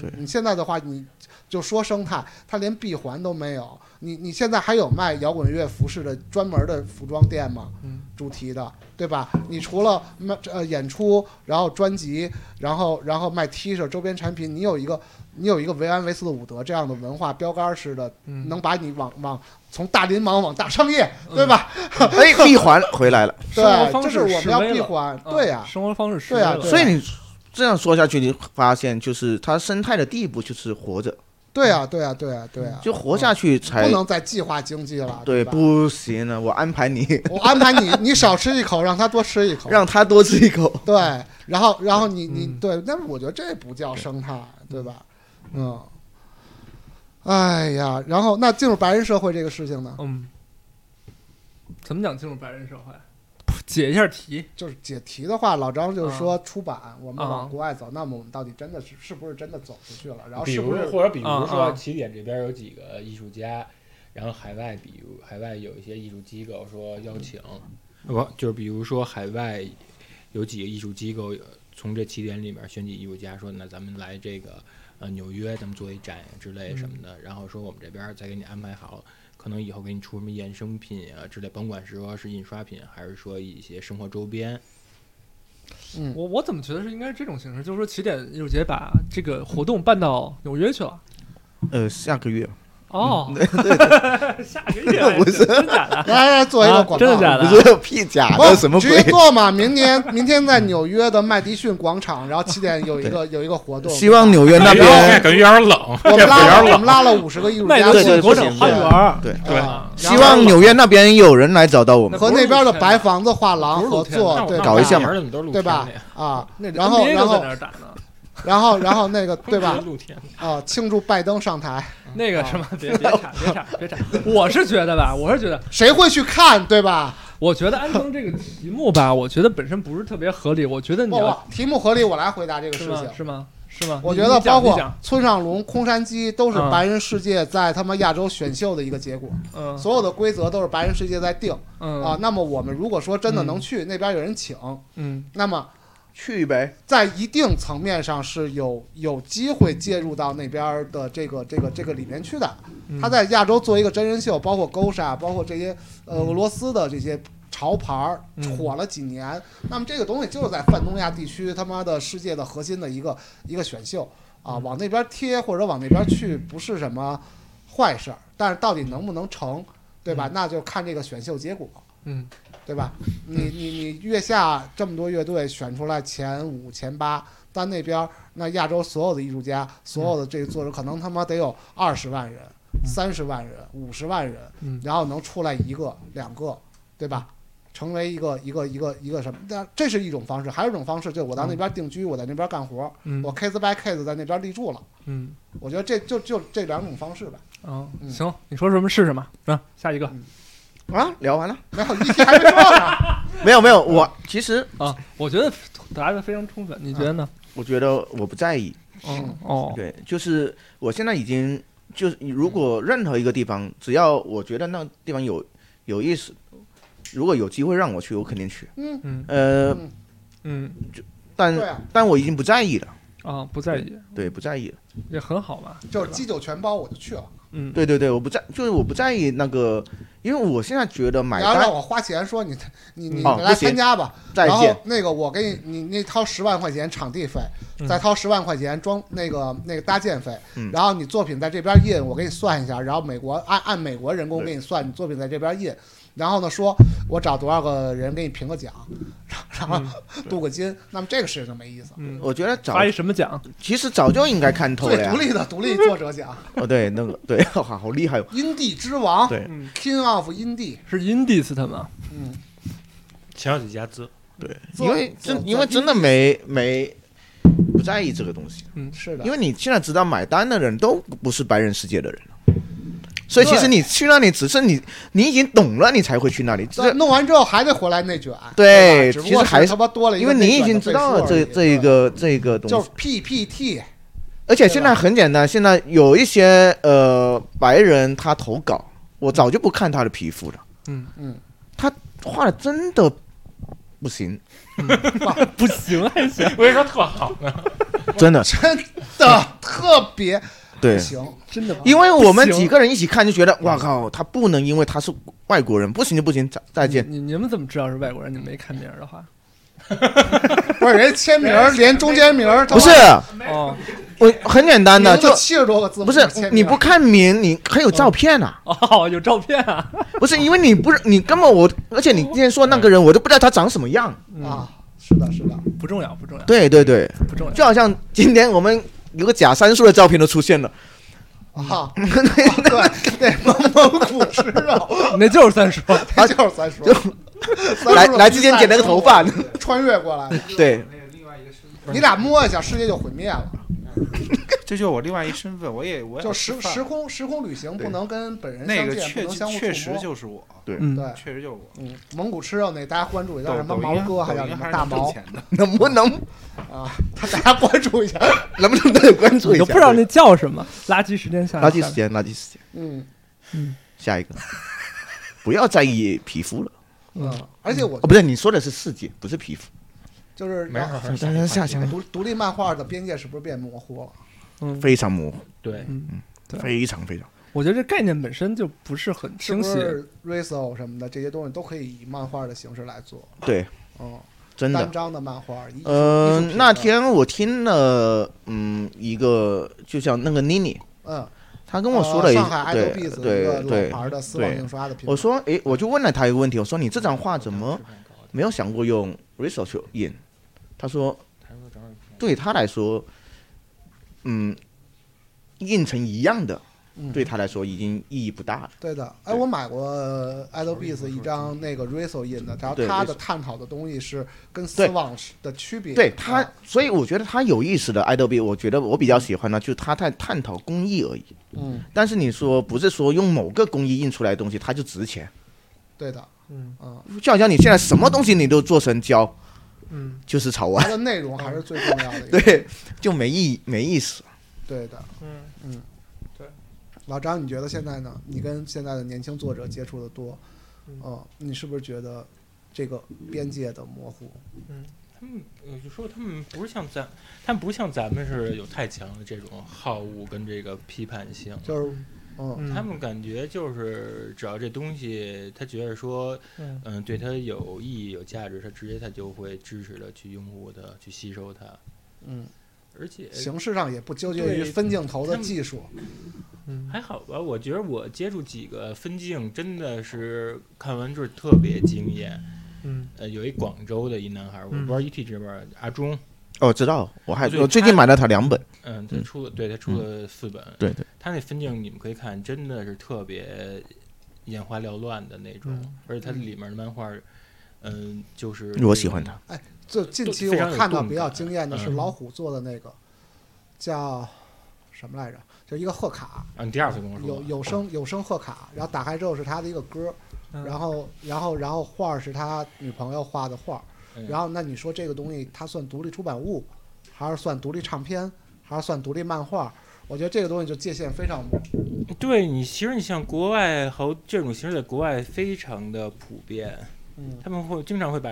[SPEAKER 4] 对
[SPEAKER 1] 你现在的话，你就说生态，它连闭环都没有。你你现在还有卖摇滚乐服饰的专门的服装店吗？
[SPEAKER 2] 嗯，
[SPEAKER 1] 主题的，对吧？你除了卖呃演出，然后专辑，然后然后卖 T 恤周边产品，你有一个你有一个维安维斯的伍德这样的文化标杆式的，
[SPEAKER 2] 嗯
[SPEAKER 1] 能把你往往从大林芒往大商业，对吧？
[SPEAKER 4] 哎，闭环回来了。
[SPEAKER 2] 嗯生活
[SPEAKER 1] 对，
[SPEAKER 2] 方
[SPEAKER 1] 这是
[SPEAKER 2] 式
[SPEAKER 1] 我们要
[SPEAKER 2] 示威
[SPEAKER 1] 闭
[SPEAKER 2] 了
[SPEAKER 1] 环，
[SPEAKER 2] 嗯
[SPEAKER 1] 对呀、
[SPEAKER 2] 生活方式是
[SPEAKER 1] 对啊
[SPEAKER 2] 为了
[SPEAKER 1] 对啊
[SPEAKER 4] 所以你这样说下去，你发现就是它生态的第一步就是活着，
[SPEAKER 1] 对
[SPEAKER 2] 嗯
[SPEAKER 1] 呀、对呀、对呀、对呀、
[SPEAKER 4] 就活下去才
[SPEAKER 1] 不能再计划经济了，
[SPEAKER 4] 对，
[SPEAKER 1] 吧？
[SPEAKER 4] 不 行啊了，我安排 你，
[SPEAKER 1] 我安排你，你少吃一口，让他多吃一口，
[SPEAKER 4] 让他多吃一口。
[SPEAKER 1] 对，然后然后你你
[SPEAKER 2] 嗯
[SPEAKER 1] 对，那我觉得这不叫生态，对吧？嗯，哎呀，然后那进入白人社会这个事情呢，
[SPEAKER 2] 嗯，怎么讲进入白人社会？解一下题，
[SPEAKER 1] 就是解题的话，老张就是说出版，我们
[SPEAKER 2] 啊
[SPEAKER 1] 往国外走，那么我们到底真的是是不是真的走出去了？然后
[SPEAKER 3] 比
[SPEAKER 1] 是
[SPEAKER 3] 如
[SPEAKER 1] 不是
[SPEAKER 3] 或者比如
[SPEAKER 2] 啊啊
[SPEAKER 3] 说起点这边有几个艺术家，然后海外比如海外有一些艺术机构说邀请，嗯呃不就是比如说海外有几个艺术机构呃从这起点里面选几艺术家说那咱们来这个呃纽约咱们做一展呀之类什么的，然后说我们这边再给你安排好。可能以后给你出什么衍生品啊之类，甭管是说是印刷品，还是说一些生活周边，
[SPEAKER 1] 嗯，
[SPEAKER 2] 我我怎么觉得是应该是这种形式，就是说起点艺术节把这个活动办到纽约去了。
[SPEAKER 4] 呃，下个
[SPEAKER 1] 啊
[SPEAKER 4] 月
[SPEAKER 2] 哦， 下个月
[SPEAKER 4] 不是
[SPEAKER 2] 真假的？
[SPEAKER 1] 来来哎做一个
[SPEAKER 2] 啊
[SPEAKER 1] 广告，
[SPEAKER 2] 真的假的
[SPEAKER 4] 不是屁假的
[SPEAKER 1] 不
[SPEAKER 4] 什么
[SPEAKER 1] 直
[SPEAKER 4] 鬼
[SPEAKER 1] 接？做嘛！明年明天 在纽约的麦迪逊广场，然后七点有一个有一个活动，
[SPEAKER 4] 希望纽约那
[SPEAKER 3] 哎呦
[SPEAKER 4] 边，
[SPEAKER 3] 感觉有点冷，
[SPEAKER 1] 我们拉
[SPEAKER 3] 有
[SPEAKER 1] 了我们
[SPEAKER 3] 点冷。
[SPEAKER 1] 拉了五十个艺术
[SPEAKER 2] 麦
[SPEAKER 1] 家
[SPEAKER 2] 德
[SPEAKER 4] 对
[SPEAKER 1] 去
[SPEAKER 4] 对
[SPEAKER 2] 逊
[SPEAKER 4] 不
[SPEAKER 2] 广
[SPEAKER 4] 行
[SPEAKER 2] 场花
[SPEAKER 4] 对
[SPEAKER 2] 园儿，
[SPEAKER 4] 对，
[SPEAKER 3] 对
[SPEAKER 1] 啊然后
[SPEAKER 4] 希望纽约那边有人来找到我们。
[SPEAKER 1] 和那边的白房子画廊
[SPEAKER 2] 不是露
[SPEAKER 1] 合
[SPEAKER 2] 天的
[SPEAKER 1] 作，
[SPEAKER 3] 啊
[SPEAKER 1] 对吧
[SPEAKER 4] 搞一下嘛
[SPEAKER 3] 那我们怎么都是露
[SPEAKER 1] 对
[SPEAKER 3] 天的
[SPEAKER 1] 吧
[SPEAKER 3] 呀？
[SPEAKER 1] 啊，
[SPEAKER 2] 那
[SPEAKER 1] 然后
[SPEAKER 2] NBA
[SPEAKER 1] 然
[SPEAKER 2] 都在
[SPEAKER 1] 后
[SPEAKER 2] 那儿打呢，
[SPEAKER 1] 然后然后那个对 吧？
[SPEAKER 3] 露天的。
[SPEAKER 1] 啊，庆祝拜登上台，
[SPEAKER 2] 那个什么，啊别别岔，别岔，别岔。 我是觉得吧，我是觉得，
[SPEAKER 1] 谁会去看对吧？
[SPEAKER 2] 我觉得安藤这个题目吧，我觉得本身不是特别合理。我觉得你
[SPEAKER 1] 不
[SPEAKER 2] 要
[SPEAKER 1] 不，题目合理，我来回答这个
[SPEAKER 2] 是
[SPEAKER 1] 事
[SPEAKER 2] 吗？
[SPEAKER 1] 情。
[SPEAKER 2] 是吗？是吗？
[SPEAKER 1] 我
[SPEAKER 2] 你
[SPEAKER 1] 觉得
[SPEAKER 2] 你讲
[SPEAKER 1] 包
[SPEAKER 2] 你
[SPEAKER 1] 括
[SPEAKER 2] 讲
[SPEAKER 1] 村上龙、空山鸡都是
[SPEAKER 2] 嗯
[SPEAKER 1] 白人世界在他们亚洲选秀的一个结果，
[SPEAKER 2] 嗯
[SPEAKER 1] 所有的规则都是白人世界在定
[SPEAKER 2] 嗯
[SPEAKER 1] 啊。那么我们如果说真的
[SPEAKER 2] 嗯
[SPEAKER 1] 能去那边有人请，
[SPEAKER 2] 嗯
[SPEAKER 1] 那么
[SPEAKER 4] 去呗。
[SPEAKER 1] 在一定层面上是有有机会介入到那边儿的这个这个这个里面去的。
[SPEAKER 2] 嗯
[SPEAKER 1] 他在亚洲做一个真人秀，包括勾沙，包括这些呃俄罗斯的这些潮牌儿
[SPEAKER 2] 嗯
[SPEAKER 1] 火了几年。那么这个东西就是在泛东亚地区他妈的世界的核心的一个一个选秀啊，
[SPEAKER 2] 嗯
[SPEAKER 1] 往那边贴或者往那边去不是什么坏事儿，但是到底能不能成，对吧？那就看这个选秀结果。
[SPEAKER 2] 嗯，
[SPEAKER 1] 对吧？你你你月下这么多乐队选出来前五前八，但那边儿那亚洲所有的艺术家，所
[SPEAKER 2] 嗯
[SPEAKER 1] 有的这个作者，可能他妈得有二十万人、三十万人、五十万人，
[SPEAKER 2] 嗯
[SPEAKER 1] 然后能出来一个两个，对吧？成为一个一个一个一个什么？但这是一种方式，还有一种方式就是我到那边定居，我在那边干活，
[SPEAKER 2] 嗯
[SPEAKER 1] 我 case by case 在那边立住了。
[SPEAKER 2] 嗯
[SPEAKER 1] 我觉得这就就这两种方式吧。
[SPEAKER 2] 啊，
[SPEAKER 1] 嗯
[SPEAKER 2] 行，你说什么是什么啊？下一个
[SPEAKER 4] 啊，聊完了？
[SPEAKER 1] 没有议题还没说呢，
[SPEAKER 4] 没有没有，我其实
[SPEAKER 2] 啊，我觉得答的非常充分，你觉得呢？
[SPEAKER 4] 我觉得我不在意，
[SPEAKER 2] 嗯哦，
[SPEAKER 4] 对，就是我现在已经就是如果任何一个地方，只要我觉得那地方有有意思，如果有机会让我去，我肯定去。
[SPEAKER 1] 嗯
[SPEAKER 2] 嗯
[SPEAKER 4] 呃，
[SPEAKER 1] 嗯，
[SPEAKER 2] 嗯
[SPEAKER 4] 但
[SPEAKER 1] 对啊，
[SPEAKER 4] 但我已经不在意了，
[SPEAKER 2] 啊，不在意
[SPEAKER 4] 对，不在意了。
[SPEAKER 2] 也很好嘛，
[SPEAKER 1] 就是
[SPEAKER 2] 对吧
[SPEAKER 1] 鸡酒全包我就去了。
[SPEAKER 2] 嗯
[SPEAKER 4] 对对对，我不在，就是我不在意那个，因为我现在觉得买
[SPEAKER 1] 然后让
[SPEAKER 4] 单
[SPEAKER 1] 我花钱说你你你
[SPEAKER 4] 哦
[SPEAKER 1] 来
[SPEAKER 4] 不行
[SPEAKER 1] 参加吧，
[SPEAKER 4] 再
[SPEAKER 1] 然后
[SPEAKER 4] 见，
[SPEAKER 1] 那个我给你你你掏十万块钱场地费，
[SPEAKER 2] 嗯
[SPEAKER 1] 再掏十万块钱装那个那个搭建费，
[SPEAKER 4] 嗯
[SPEAKER 1] 然后你作品在这边印，我给你算一下，然后美国按按美国人工给你算，你作品在这边印，然后呢说我找多少个人给你评个奖， 然
[SPEAKER 4] 嗯
[SPEAKER 1] 后然后镀个金，那么这个事情就没意思。
[SPEAKER 2] 嗯，
[SPEAKER 4] 我觉得早
[SPEAKER 2] 发一什么奖？
[SPEAKER 4] 其实早就应该看透了
[SPEAKER 1] 最
[SPEAKER 4] 呀
[SPEAKER 1] 独。立的独立作者奖，
[SPEAKER 4] 哦，对，那个对， 好好厉害哦。
[SPEAKER 1] 阴地之王
[SPEAKER 4] 对
[SPEAKER 2] 嗯，
[SPEAKER 1] ，King of 阴地，
[SPEAKER 2] 是 Indies 他们啊，
[SPEAKER 1] 嗯，
[SPEAKER 3] 前有几家资，
[SPEAKER 4] 对，
[SPEAKER 1] 做
[SPEAKER 4] 因为
[SPEAKER 1] 做
[SPEAKER 4] 真因为真的没没不在意这个东西，
[SPEAKER 1] 是的
[SPEAKER 4] 因，为你现在知道买单的人都不是白人世界的人了所以其实你去那里，只是你你已经懂了，你才会去那里，
[SPEAKER 1] 那
[SPEAKER 4] 这
[SPEAKER 1] 弄完之后还得回来内卷，
[SPEAKER 4] 对
[SPEAKER 1] 吧只不
[SPEAKER 4] 其实
[SPEAKER 1] 过
[SPEAKER 4] 还是
[SPEAKER 1] 他妈多了一
[SPEAKER 4] 因
[SPEAKER 1] 个
[SPEAKER 4] 为
[SPEAKER 1] 内卷的倍数而已，
[SPEAKER 4] 你已经知道了这这一个这一个
[SPEAKER 1] 对
[SPEAKER 4] 东
[SPEAKER 1] 就是
[SPEAKER 4] 西，
[SPEAKER 1] PPT，
[SPEAKER 4] 而且现在很简单，现在有一些呃白人他投稿，我早就不看他的皮肤了，
[SPEAKER 2] 嗯
[SPEAKER 1] 嗯，
[SPEAKER 4] 他画的真的不行，
[SPEAKER 2] 不行还行，
[SPEAKER 3] 我跟你说特好，
[SPEAKER 4] 真的
[SPEAKER 1] 真的特别
[SPEAKER 4] 对
[SPEAKER 1] 不，行，
[SPEAKER 2] 真的
[SPEAKER 4] 因为我们
[SPEAKER 2] 不行
[SPEAKER 4] 几个人一起看就觉得，哇靠，他不能因为他是外国人，不行就不行，再再
[SPEAKER 1] 嗯
[SPEAKER 4] 见。
[SPEAKER 2] 你你们怎么知道是外国人？你们没看名儿的话，
[SPEAKER 1] 不是人家签名
[SPEAKER 4] 哎
[SPEAKER 1] 儿连中间名儿都
[SPEAKER 4] 不是，
[SPEAKER 2] 哦
[SPEAKER 4] 我很简单的，就
[SPEAKER 1] 七十多个字母，
[SPEAKER 4] 不是
[SPEAKER 1] 签名儿
[SPEAKER 4] 你不看名，你还有照片啊？
[SPEAKER 2] 哦，有照片啊，
[SPEAKER 4] 不是因为你不是你根本我，而且你之前说那个人，我都不知道他长什么样。
[SPEAKER 2] 嗯，
[SPEAKER 1] 啊？是的，是的，
[SPEAKER 2] 不重要，不重要，
[SPEAKER 4] 对对对，
[SPEAKER 2] 不重要，
[SPEAKER 4] 就好像今天我们有个假三叔的照片都出现了，
[SPEAKER 1] 啊，对，对，蒙蒙古吃肉，
[SPEAKER 2] 那就是三叔，
[SPEAKER 1] 这就是三叔，
[SPEAKER 4] 来来之前剪了个头发，
[SPEAKER 1] 穿越过来的，
[SPEAKER 4] 对，
[SPEAKER 5] 那个另外一个身份，
[SPEAKER 1] 你俩摸一下，世界就毁灭了。
[SPEAKER 5] 这就是我另外一身份，我也 我也
[SPEAKER 1] 就
[SPEAKER 5] 要
[SPEAKER 1] 时
[SPEAKER 5] 吃饭
[SPEAKER 1] 时空时空旅行
[SPEAKER 4] 对
[SPEAKER 1] 不能跟本人
[SPEAKER 5] 那
[SPEAKER 1] 相
[SPEAKER 5] 个
[SPEAKER 1] 见，不
[SPEAKER 5] 确
[SPEAKER 1] 能相互
[SPEAKER 5] 确
[SPEAKER 1] 触
[SPEAKER 5] 实
[SPEAKER 1] 摸。
[SPEAKER 5] 就是我，
[SPEAKER 2] 嗯，
[SPEAKER 1] 对，
[SPEAKER 5] 确实就是我。
[SPEAKER 1] 嗯，蒙古吃肉那大家关注一下，
[SPEAKER 5] 抖
[SPEAKER 1] 什么
[SPEAKER 5] 抖
[SPEAKER 1] 毛
[SPEAKER 5] 音
[SPEAKER 1] 哥，啊还
[SPEAKER 5] 抖
[SPEAKER 1] 有什
[SPEAKER 5] 音
[SPEAKER 1] 么
[SPEAKER 5] 还
[SPEAKER 1] 大
[SPEAKER 5] 是能挣
[SPEAKER 1] 毛
[SPEAKER 5] 钱的，
[SPEAKER 4] 能不能
[SPEAKER 1] 啊， 大家关注 一下。
[SPEAKER 4] 能不能都有关注
[SPEAKER 2] 你
[SPEAKER 4] 一
[SPEAKER 2] 都
[SPEAKER 4] 下？
[SPEAKER 2] 不知道那叫什么，垃圾时间下，
[SPEAKER 4] 垃圾时，间，垃圾时间，
[SPEAKER 1] 嗯
[SPEAKER 4] 下一个，不要在意皮肤了。
[SPEAKER 1] 嗯，而且我
[SPEAKER 4] 哦，不对，你说的是世界，不是皮肤。
[SPEAKER 1] 就是 啊
[SPEAKER 3] 没事儿，
[SPEAKER 4] 下下下下，
[SPEAKER 1] 独独立漫画的边界是不是变模糊了？
[SPEAKER 2] 嗯，
[SPEAKER 4] 非常模糊，
[SPEAKER 3] 对，
[SPEAKER 2] 嗯，对
[SPEAKER 4] 非常非常。
[SPEAKER 2] 我觉得这概念本身就不是很
[SPEAKER 1] 是
[SPEAKER 2] 清
[SPEAKER 1] 不
[SPEAKER 2] 晰，
[SPEAKER 1] 是 Riso 什么的这些东西都可以以漫画的形式来做？
[SPEAKER 4] 对，
[SPEAKER 1] 嗯，
[SPEAKER 4] 真的
[SPEAKER 1] 单。张的漫画。一
[SPEAKER 4] 嗯、
[SPEAKER 1] 一组
[SPEAKER 4] 那
[SPEAKER 1] 品的
[SPEAKER 4] 天我听了，嗯，一个就像那个妮妮，
[SPEAKER 1] 嗯，呃
[SPEAKER 4] 她跟我说了一，
[SPEAKER 1] 上海爱豆 B
[SPEAKER 4] 对
[SPEAKER 1] 子
[SPEAKER 4] 对
[SPEAKER 1] 一个
[SPEAKER 4] 对
[SPEAKER 1] 老，牌的丝网印刷的品牌。
[SPEAKER 4] 我说，诶，我就问了她一个问题，我说你这张画怎么没有想过用 Riso 去印？她说，对她来说，嗯，印成一样的，
[SPEAKER 1] 嗯
[SPEAKER 4] 对她来说已经意义不大了。
[SPEAKER 1] 对的，哎，
[SPEAKER 4] 对
[SPEAKER 1] 我买过呃 Idol Beats 一张那个 Riso 印的，然后
[SPEAKER 4] 对
[SPEAKER 1] 他的
[SPEAKER 4] Riso
[SPEAKER 1] 探讨的东西是跟丝
[SPEAKER 4] 对
[SPEAKER 1] 网是的区别。
[SPEAKER 4] 对她
[SPEAKER 1] 啊，
[SPEAKER 4] 所以我觉得她有意思的 Adobe，我觉得我比较喜欢呢，就是她在探讨工艺而已。
[SPEAKER 1] 嗯，
[SPEAKER 4] 但是你说不是说用某个工艺印出来的东西它就值钱，
[SPEAKER 1] 对的，
[SPEAKER 2] 嗯
[SPEAKER 1] 嗯，
[SPEAKER 4] 就好像你现在什么东西你都做成胶，
[SPEAKER 2] 嗯
[SPEAKER 4] 就是潮玩，
[SPEAKER 1] 它的内容还是最重要的一个。
[SPEAKER 4] 对， 就没意没意思。
[SPEAKER 1] 对的，
[SPEAKER 2] 嗯
[SPEAKER 1] 老张，你觉嗯得现在呢？你跟现在的年轻作者接触的多，
[SPEAKER 2] 嗯
[SPEAKER 1] 嗯，你是不是觉得这个边界的模糊。
[SPEAKER 3] 他们有时候他们不是像咱，他们不是像咱们是有太强的这种好恶跟这个批判性，
[SPEAKER 1] 就是，嗯，
[SPEAKER 2] 嗯
[SPEAKER 3] 他们感觉就是只要这东西他觉得说，
[SPEAKER 2] 嗯
[SPEAKER 3] 嗯，对他有意义有价值，他直接他就会支持的去拥护它，去吸收它，
[SPEAKER 1] 嗯，
[SPEAKER 3] 而且
[SPEAKER 1] 形式上也不纠结于
[SPEAKER 3] 呃对
[SPEAKER 1] 分镜头的
[SPEAKER 3] 他们
[SPEAKER 1] 技术。
[SPEAKER 2] 嗯
[SPEAKER 3] 还好吧，我觉得我接触几个分镜真的是看完就是特别惊艳。
[SPEAKER 2] 嗯
[SPEAKER 3] 呃，有一广州的一男孩，我不知道 ET 这边儿阿忠，
[SPEAKER 4] 哦，知道，我还
[SPEAKER 3] 对
[SPEAKER 4] 我最近
[SPEAKER 3] 他
[SPEAKER 4] 买了他两本，
[SPEAKER 3] 嗯，他
[SPEAKER 4] 嗯
[SPEAKER 3] 出了，对他出了四本，
[SPEAKER 4] 对对，
[SPEAKER 3] 他那分镜你们可以看，真的是特别眼花缭乱的那种，
[SPEAKER 2] 嗯
[SPEAKER 3] 而且它里面的漫画，嗯，就是
[SPEAKER 4] 我喜欢他，
[SPEAKER 1] 就近期我
[SPEAKER 3] 非常有
[SPEAKER 1] 看到
[SPEAKER 3] 动
[SPEAKER 1] 比较
[SPEAKER 3] 感
[SPEAKER 1] 惊艳的是
[SPEAKER 2] 嗯
[SPEAKER 1] 老虎做的那个，叫什么来着？就一个贺卡，
[SPEAKER 3] 啊，你第二次跟我说
[SPEAKER 1] 有
[SPEAKER 3] 吧
[SPEAKER 1] 有声有声贺卡，然后打开之后是他的一个歌，
[SPEAKER 2] 嗯
[SPEAKER 1] 然后然后然后画儿是他女朋友画的画儿
[SPEAKER 2] 哎
[SPEAKER 3] 嗯，
[SPEAKER 1] 然后那你说这个东西它算独立出版物，还是算独立唱片，还是算独立漫画？我觉得这个东西就界限非常模糊。
[SPEAKER 3] 对你，其实你像国外好这种形式，在国外非常的普遍，
[SPEAKER 1] 嗯
[SPEAKER 3] 他们会经常会把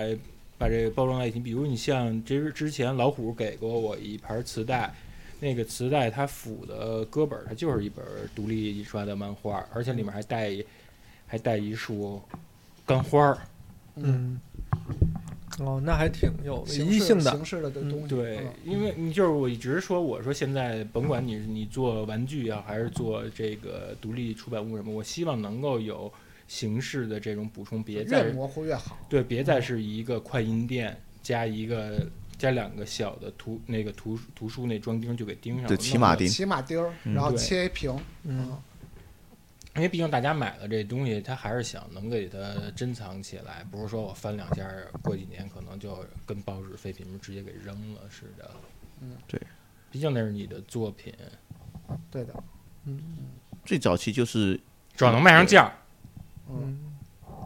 [SPEAKER 3] 把这个包装在一起，比如你像之之前老虎给过我一盘磁带，那个磁带它附的歌本儿它就是一本儿独立印刷的漫画，而且里面还带一还带一束干花儿。
[SPEAKER 2] 嗯，哦，那还挺有
[SPEAKER 1] 形
[SPEAKER 2] 意义
[SPEAKER 1] 式
[SPEAKER 2] 性的
[SPEAKER 1] 形，式的这
[SPEAKER 2] 嗯
[SPEAKER 1] 东西，
[SPEAKER 3] 对
[SPEAKER 1] 嗯，
[SPEAKER 3] 因为你就是我一直说，我说现在甭管你是你做玩具啊，还是做这个独立出版物什么，我希望能够有形式的这种补充，别再
[SPEAKER 1] 越模糊越好。
[SPEAKER 3] 对，别
[SPEAKER 4] 嗯
[SPEAKER 3] 再是一个快印店加一个加两个小的图那个图书图书那装钉就给钉上了。
[SPEAKER 4] 对骑马钉
[SPEAKER 1] 骑马钉儿，
[SPEAKER 4] 嗯
[SPEAKER 1] 然后
[SPEAKER 3] 对
[SPEAKER 1] 切一平，
[SPEAKER 2] 嗯
[SPEAKER 3] 因为毕竟大家买了这东西，他还是想能给它珍藏起来，不是说我翻两下儿，过几年可能就跟报纸废品直接给扔了似的。
[SPEAKER 1] 嗯，
[SPEAKER 4] 对，
[SPEAKER 3] 毕竟那是你的作品，
[SPEAKER 1] 对的，
[SPEAKER 2] 嗯
[SPEAKER 4] 最早期就是
[SPEAKER 3] 只要能卖上价儿。
[SPEAKER 1] 嗯。
[SPEAKER 2] 嗯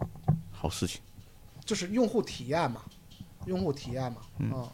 [SPEAKER 4] 好事情，
[SPEAKER 1] 就是用户体验嘛，用户体验嘛，
[SPEAKER 4] 嗯
[SPEAKER 1] 啊，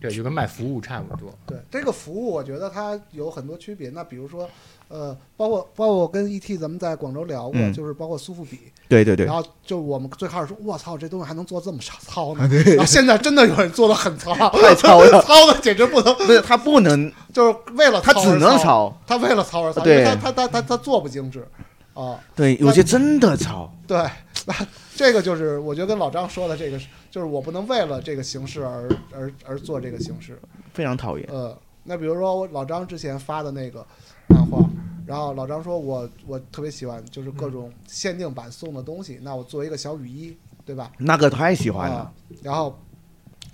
[SPEAKER 3] 对，就跟卖服务差不多。
[SPEAKER 1] 对这个服务，我觉得它有很多区别。那比如说，呃，包括包括我跟 ET 咱们在广州聊过，
[SPEAKER 4] 嗯
[SPEAKER 1] 就是包括苏富比，
[SPEAKER 4] 对对对
[SPEAKER 1] 然，后就我们最开始说，我操，这东西还能做这么糙
[SPEAKER 4] 啊
[SPEAKER 1] 呢？然后现在真的有人做的很糙，
[SPEAKER 4] 太糙了，
[SPEAKER 1] 糙的简直不能，
[SPEAKER 4] 不是他不能，
[SPEAKER 1] 就是为了
[SPEAKER 4] 他
[SPEAKER 1] 糙
[SPEAKER 4] 只
[SPEAKER 1] 而
[SPEAKER 4] 能
[SPEAKER 1] 糙，
[SPEAKER 4] 抄，
[SPEAKER 1] 他为了糙而糙，因
[SPEAKER 4] 对
[SPEAKER 1] 为他他他他他做不精致，啊，
[SPEAKER 4] 对，有些真的抄，
[SPEAKER 1] 对，那这个就是我觉得跟老张说的这个是，就是我不能为了这个形式而而而做这个形式，
[SPEAKER 4] 非常讨厌，
[SPEAKER 1] 呃，那比如说我老张之前发的那个漫画，然后老张说我我特别喜欢就是各
[SPEAKER 4] 嗯
[SPEAKER 1] 种限定版送的东西，那我做一个小雨衣，对吧？
[SPEAKER 4] 那个太喜
[SPEAKER 1] 啊、
[SPEAKER 4] 欢了，
[SPEAKER 1] 然后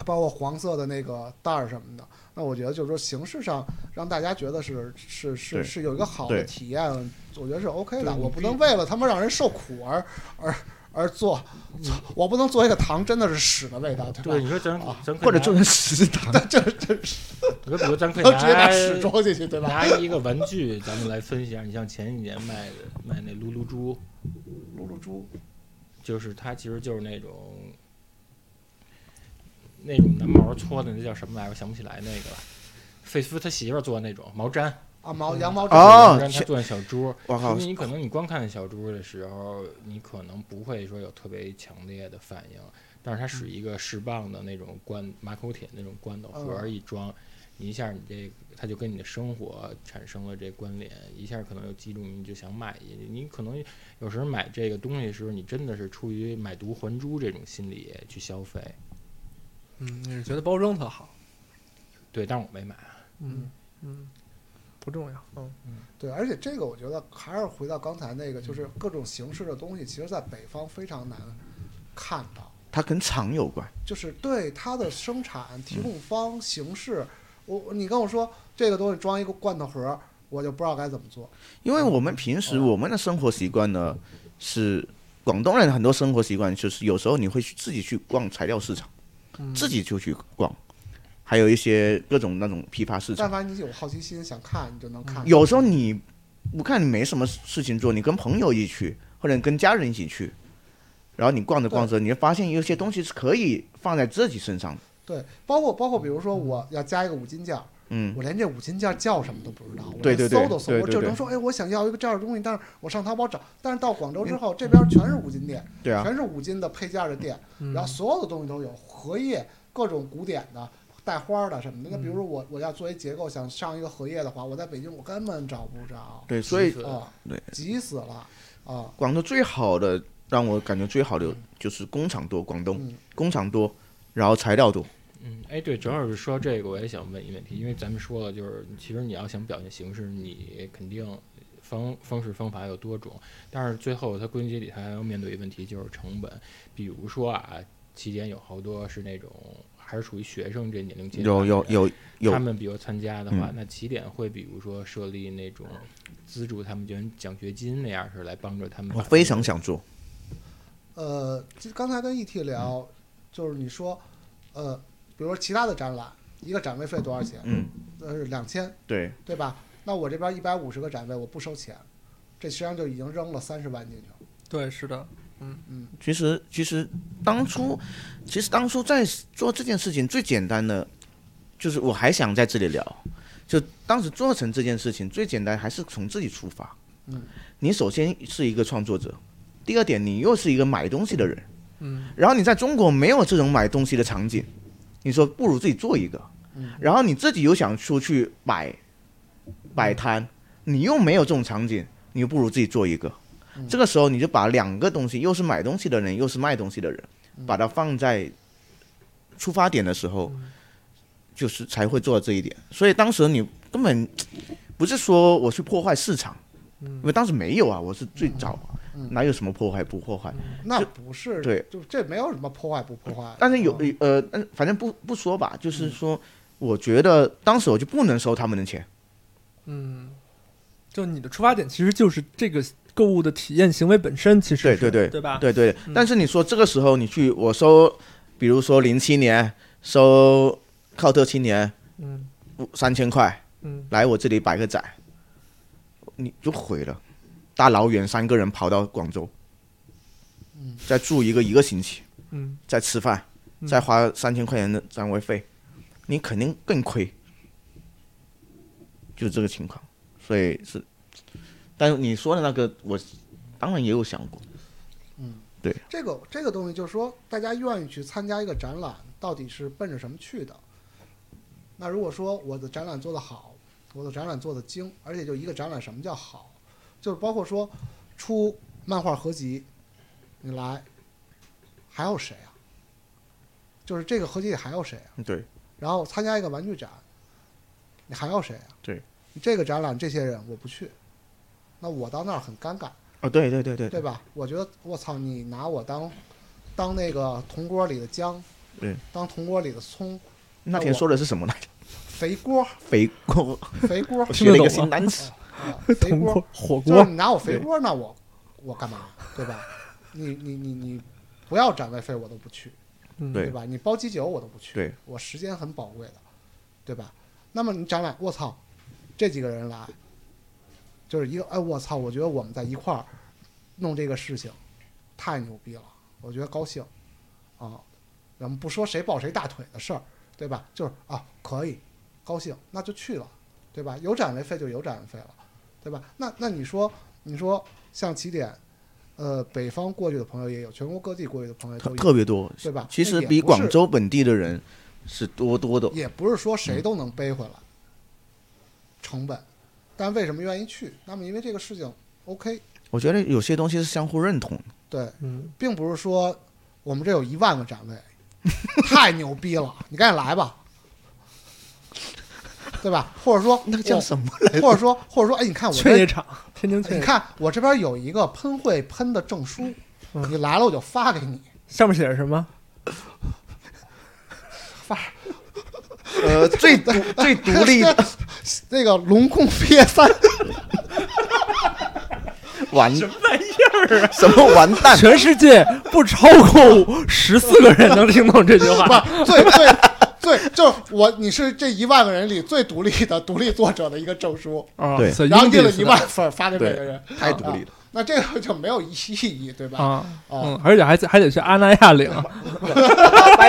[SPEAKER 1] 包括黄色的那个袋儿什么的，那我觉得就是说形式上让大家觉得是是是
[SPEAKER 4] 对
[SPEAKER 1] 是有一个好的
[SPEAKER 4] 对
[SPEAKER 1] 体验，我觉得是 OK 的。
[SPEAKER 3] 对你
[SPEAKER 1] 我不
[SPEAKER 3] 必
[SPEAKER 1] 能为了他妈让人受苦而而而做，
[SPEAKER 4] 嗯
[SPEAKER 1] 做我不能做一个糖真的是屎的味道，对吧？
[SPEAKER 3] 对，你说咱咱可
[SPEAKER 4] 哦
[SPEAKER 3] 以
[SPEAKER 4] 或者
[SPEAKER 3] 拿
[SPEAKER 4] 做成食堂，
[SPEAKER 3] 我说比如 咱可以
[SPEAKER 1] 然 后直接
[SPEAKER 3] 拿
[SPEAKER 1] 把屎装进去，对吧？
[SPEAKER 3] 拿一个玩具，咱们来分析一下。你像前几年卖的卖那噜噜猪，
[SPEAKER 1] 露露猪，
[SPEAKER 3] 就是它其实就是那种那种拿毛搓的，那叫什么来着？我想不起来那个了。费斯他媳妇儿做的那种毛毡，
[SPEAKER 1] 啊，毛羊毛
[SPEAKER 4] 哦
[SPEAKER 1] 毡
[SPEAKER 3] 毛毡他
[SPEAKER 4] 切
[SPEAKER 3] 做的小猪，
[SPEAKER 4] 我靠
[SPEAKER 3] 因为，你可能你光看小猪的时候，你可能不会说有特别强烈的反应，但是它使一个十磅的那种罐马口铁那种罐头盒儿一装，你一下你这它就跟你的生活产生了这关联，一下可能就击中你就想买，你可能有时候买这个东西的时候，你真的是出于买椟还珠这种心理去消费。
[SPEAKER 2] 嗯，你是觉得包装特好，
[SPEAKER 3] 对，但是我没买啊。
[SPEAKER 2] 嗯嗯，不重要，嗯
[SPEAKER 1] 对，而且这个我觉得还是回到刚才那个，
[SPEAKER 4] 嗯
[SPEAKER 1] 就是各种形式的东西，其实在北方非常难看到。
[SPEAKER 4] 它跟厂有关，
[SPEAKER 1] 就是对它的生产、提
[SPEAKER 4] 嗯
[SPEAKER 1] 供方、形式，我你跟我说这个东西装一个罐头盒，我就不知道该怎么做。
[SPEAKER 4] 因为我们平时我们的生活习惯呢是。广东人很多生活习惯就是，有时候你会去自己去逛材料市场，
[SPEAKER 2] 嗯，
[SPEAKER 4] 自己就去逛，还有一些各种那种批发市场
[SPEAKER 1] 但。凡你有好奇心想看，你就能看。
[SPEAKER 4] 嗯有时候你我看你没什么事情做，你跟朋友一起去，或者你跟家人一起去，然后你逛着逛着，你会发现有些东西是可以放在自己身上的。
[SPEAKER 1] 对，包括包括比如说我要加一个五金件儿，
[SPEAKER 4] 嗯
[SPEAKER 1] 我连这五金件叫什么都不知道，我
[SPEAKER 4] 对
[SPEAKER 1] 连
[SPEAKER 4] 对对
[SPEAKER 1] 搜都搜，
[SPEAKER 4] 对
[SPEAKER 1] 我
[SPEAKER 4] 对
[SPEAKER 1] 只
[SPEAKER 4] 对
[SPEAKER 1] 能说，哎，我想要一个这样的东西，但是我上淘宝找，但是到广州之后，这边全是五金店，
[SPEAKER 4] 对啊，
[SPEAKER 1] 全是五金的配件的店，
[SPEAKER 2] 嗯
[SPEAKER 1] 然后所有的东西都有，荷叶各种古典的。带花儿的什么的，那比
[SPEAKER 4] 嗯
[SPEAKER 1] 如说我我要作为结构想上一个荷叶的话，我在北京我根本找不着，
[SPEAKER 4] 对，所以
[SPEAKER 3] 其实
[SPEAKER 1] 啊，
[SPEAKER 4] 对，
[SPEAKER 1] 急死了啊，
[SPEAKER 4] 广州最好的让我感觉最好的就是工厂多，广东
[SPEAKER 1] 嗯
[SPEAKER 4] 工厂多，然后材料多，
[SPEAKER 3] 嗯，哎，对，正好是说这个，我也想问一个问题，因为咱们说了，就是其实你要想表现形式，你肯定方方式方法有多种，但是最后它归根结底还要面对一个问题，就是成本。比如说啊，期间有好多是那种还是属于学生这年龄阶段
[SPEAKER 4] 有
[SPEAKER 3] 的
[SPEAKER 4] 有
[SPEAKER 3] 人
[SPEAKER 4] 有有
[SPEAKER 3] 他们比如参加的话，
[SPEAKER 4] 嗯
[SPEAKER 3] 那起点会比如说设立那种资助他们奖奖学金那样式来帮助他们把
[SPEAKER 4] 我
[SPEAKER 3] 这个。
[SPEAKER 4] 非常想做，
[SPEAKER 1] 呃，就刚才跟 ET 聊，
[SPEAKER 4] 嗯
[SPEAKER 1] 就是你说，呃，比如说其他的展览，一个展位费多少钱？
[SPEAKER 4] 嗯，
[SPEAKER 1] 呃，两千，
[SPEAKER 4] 对，
[SPEAKER 1] 对吧？那我这边一百五十个展位，我不收钱，这实际上就已经扔了三十万进去了。
[SPEAKER 2] 对，是的，
[SPEAKER 4] 其实其实当初其实当初在做这件事情最简单的，就是我还想在这里聊，就当时做成这件事情最简单还是从自己出发，
[SPEAKER 1] 嗯，
[SPEAKER 4] 你首先是一个创作者，第二点你又是一个买东西的人。
[SPEAKER 2] 嗯，
[SPEAKER 4] 然后你在中国没有这种买东西的场景，你说不如自己做一个
[SPEAKER 1] 嗯，
[SPEAKER 4] 然后你自己又想出去摆摆摊，你又没有这种场景，你又不如自己做一个
[SPEAKER 1] 嗯。
[SPEAKER 4] 这个时候你就把两个东西，又是买东西的人，又是卖东西的人，
[SPEAKER 1] 嗯
[SPEAKER 4] 把它放在出发点的时候，
[SPEAKER 1] 嗯
[SPEAKER 4] 就是才会做到这一点。所以当时你根本不是说我去破坏市场，
[SPEAKER 2] 嗯
[SPEAKER 4] 因为当时没有啊，我是最早
[SPEAKER 1] 嗯，
[SPEAKER 4] 哪有什么破坏不破坏？
[SPEAKER 1] 那
[SPEAKER 4] 这
[SPEAKER 1] 不是，
[SPEAKER 4] 对，
[SPEAKER 1] 就这没有什么破坏不破坏。
[SPEAKER 4] 但是有
[SPEAKER 1] 啊
[SPEAKER 2] 哦
[SPEAKER 4] 呃，但反正不不说吧，就是说，我觉得当时我就不能收他们的钱，
[SPEAKER 2] 嗯，就你的出发点其实就是这个购物的体验行为本身，其实
[SPEAKER 4] 对
[SPEAKER 2] 是
[SPEAKER 4] 对对
[SPEAKER 2] 对吧？
[SPEAKER 4] 对对
[SPEAKER 2] 嗯。
[SPEAKER 4] 但是你说这个时候你去我收，比如说零七年收靠特青年
[SPEAKER 2] 嗯
[SPEAKER 4] 三千块
[SPEAKER 2] 嗯
[SPEAKER 4] 来我这里摆个展，你就毁了，大老远三个人跑到广州
[SPEAKER 1] 嗯，
[SPEAKER 4] 再住一个一个星期，
[SPEAKER 2] 嗯
[SPEAKER 4] 再吃饭，
[SPEAKER 2] 嗯
[SPEAKER 4] 再花三千块钱的展位费，你肯定更亏，就是这个情况，所以是，但是你说的那个，我当然也有想过，
[SPEAKER 1] 这个这个东西，就是说大家愿意去参加一个展览，到底是奔着什么去的？那如果说我的展览做得好，我的展览做得精，而且就一个展览，什么叫好？就是包括说出漫画合集，你来，还有谁啊？就是这个合集里还有谁啊？
[SPEAKER 4] 哦对，
[SPEAKER 1] 然后参加一个玩具展，你还要谁啊？
[SPEAKER 4] 对，
[SPEAKER 1] 这个展览这些人我不去，那我到那儿很尴尬。
[SPEAKER 4] 哦，对对对对
[SPEAKER 1] 对吧？我觉得我操，你拿我当当那个铜锅里的姜，
[SPEAKER 4] 对，
[SPEAKER 1] 当铜锅里的葱，
[SPEAKER 4] 那天说的是什么来着？
[SPEAKER 1] 肥锅
[SPEAKER 4] 肥锅，
[SPEAKER 1] 肥锅
[SPEAKER 4] 我
[SPEAKER 2] 听
[SPEAKER 4] 学
[SPEAKER 2] 得
[SPEAKER 4] 了一个
[SPEAKER 2] 懂吗
[SPEAKER 4] 新单词，
[SPEAKER 1] 啊，肥
[SPEAKER 2] 铜
[SPEAKER 1] 锅
[SPEAKER 2] 锅火
[SPEAKER 1] 就是
[SPEAKER 2] 锅，
[SPEAKER 1] 你拿我肥锅，那我我干嘛？对吧？你你你你不要展位费我都不去，
[SPEAKER 2] 嗯
[SPEAKER 4] 对
[SPEAKER 1] 对吧？你包机酒我都不去，
[SPEAKER 4] 对
[SPEAKER 1] 我时间很宝贵的，对吧？那么你展览，我操，这几个人来，就是一个哎，我操，我觉得我们在一块儿弄这个事情，太牛逼了，我觉得高兴啊。咱们不说谁抱谁大腿的事儿，对吧？就是啊，可以，高兴，那就去了，对吧？有展位费就有展位费了，对吧？那那你说，你说像起点，呃，北方过去的朋友也有，全国各地过去的朋友都
[SPEAKER 4] 特
[SPEAKER 1] 有，
[SPEAKER 4] 特别多，
[SPEAKER 1] 对吧？
[SPEAKER 4] 其
[SPEAKER 1] 那
[SPEAKER 4] 实
[SPEAKER 1] 也
[SPEAKER 4] 比
[SPEAKER 1] 不是
[SPEAKER 4] 广州本地的人是多多的，
[SPEAKER 1] 也不是说
[SPEAKER 4] 嗯
[SPEAKER 1] 谁都能背回来成本，但为什么愿意去？那么因为这个事情 OK，
[SPEAKER 4] 我觉得有些东西是相互认同的，
[SPEAKER 1] 对，
[SPEAKER 2] 嗯
[SPEAKER 1] 并不是说我们这有一万个展位，太牛逼了，你赶紧来吧，对吧？或者说
[SPEAKER 4] 那个叫什么？
[SPEAKER 1] 我或者说或者说，哎，你看我
[SPEAKER 2] 劝
[SPEAKER 1] 这
[SPEAKER 2] 业，场，天津劝
[SPEAKER 1] 你
[SPEAKER 2] 业场，
[SPEAKER 1] 看我这边有一个喷绘喷的证书，
[SPEAKER 2] 嗯
[SPEAKER 1] 你来了我就发给你，
[SPEAKER 2] 上面写着什么？
[SPEAKER 4] 呃，最独最独立
[SPEAKER 1] 那个龙宫 PS 三，
[SPEAKER 4] 完 什么玩意儿啊？什么完蛋？
[SPEAKER 2] 全世界不超过十四个人能听懂这句 话。
[SPEAKER 1] 不最最最就是我，你是这一万个人里最独立的独立作者的一个证书。
[SPEAKER 2] 啊
[SPEAKER 4] 对
[SPEAKER 5] 所以
[SPEAKER 1] 然后印了
[SPEAKER 5] English
[SPEAKER 1] 一万份儿发给每个人，
[SPEAKER 4] 太独立了。
[SPEAKER 1] 那这个就没有意义，对吧？
[SPEAKER 2] 啊，
[SPEAKER 1] 啊，
[SPEAKER 2] 嗯，而且还 得还得去阿那亚领。
[SPEAKER 4] 掰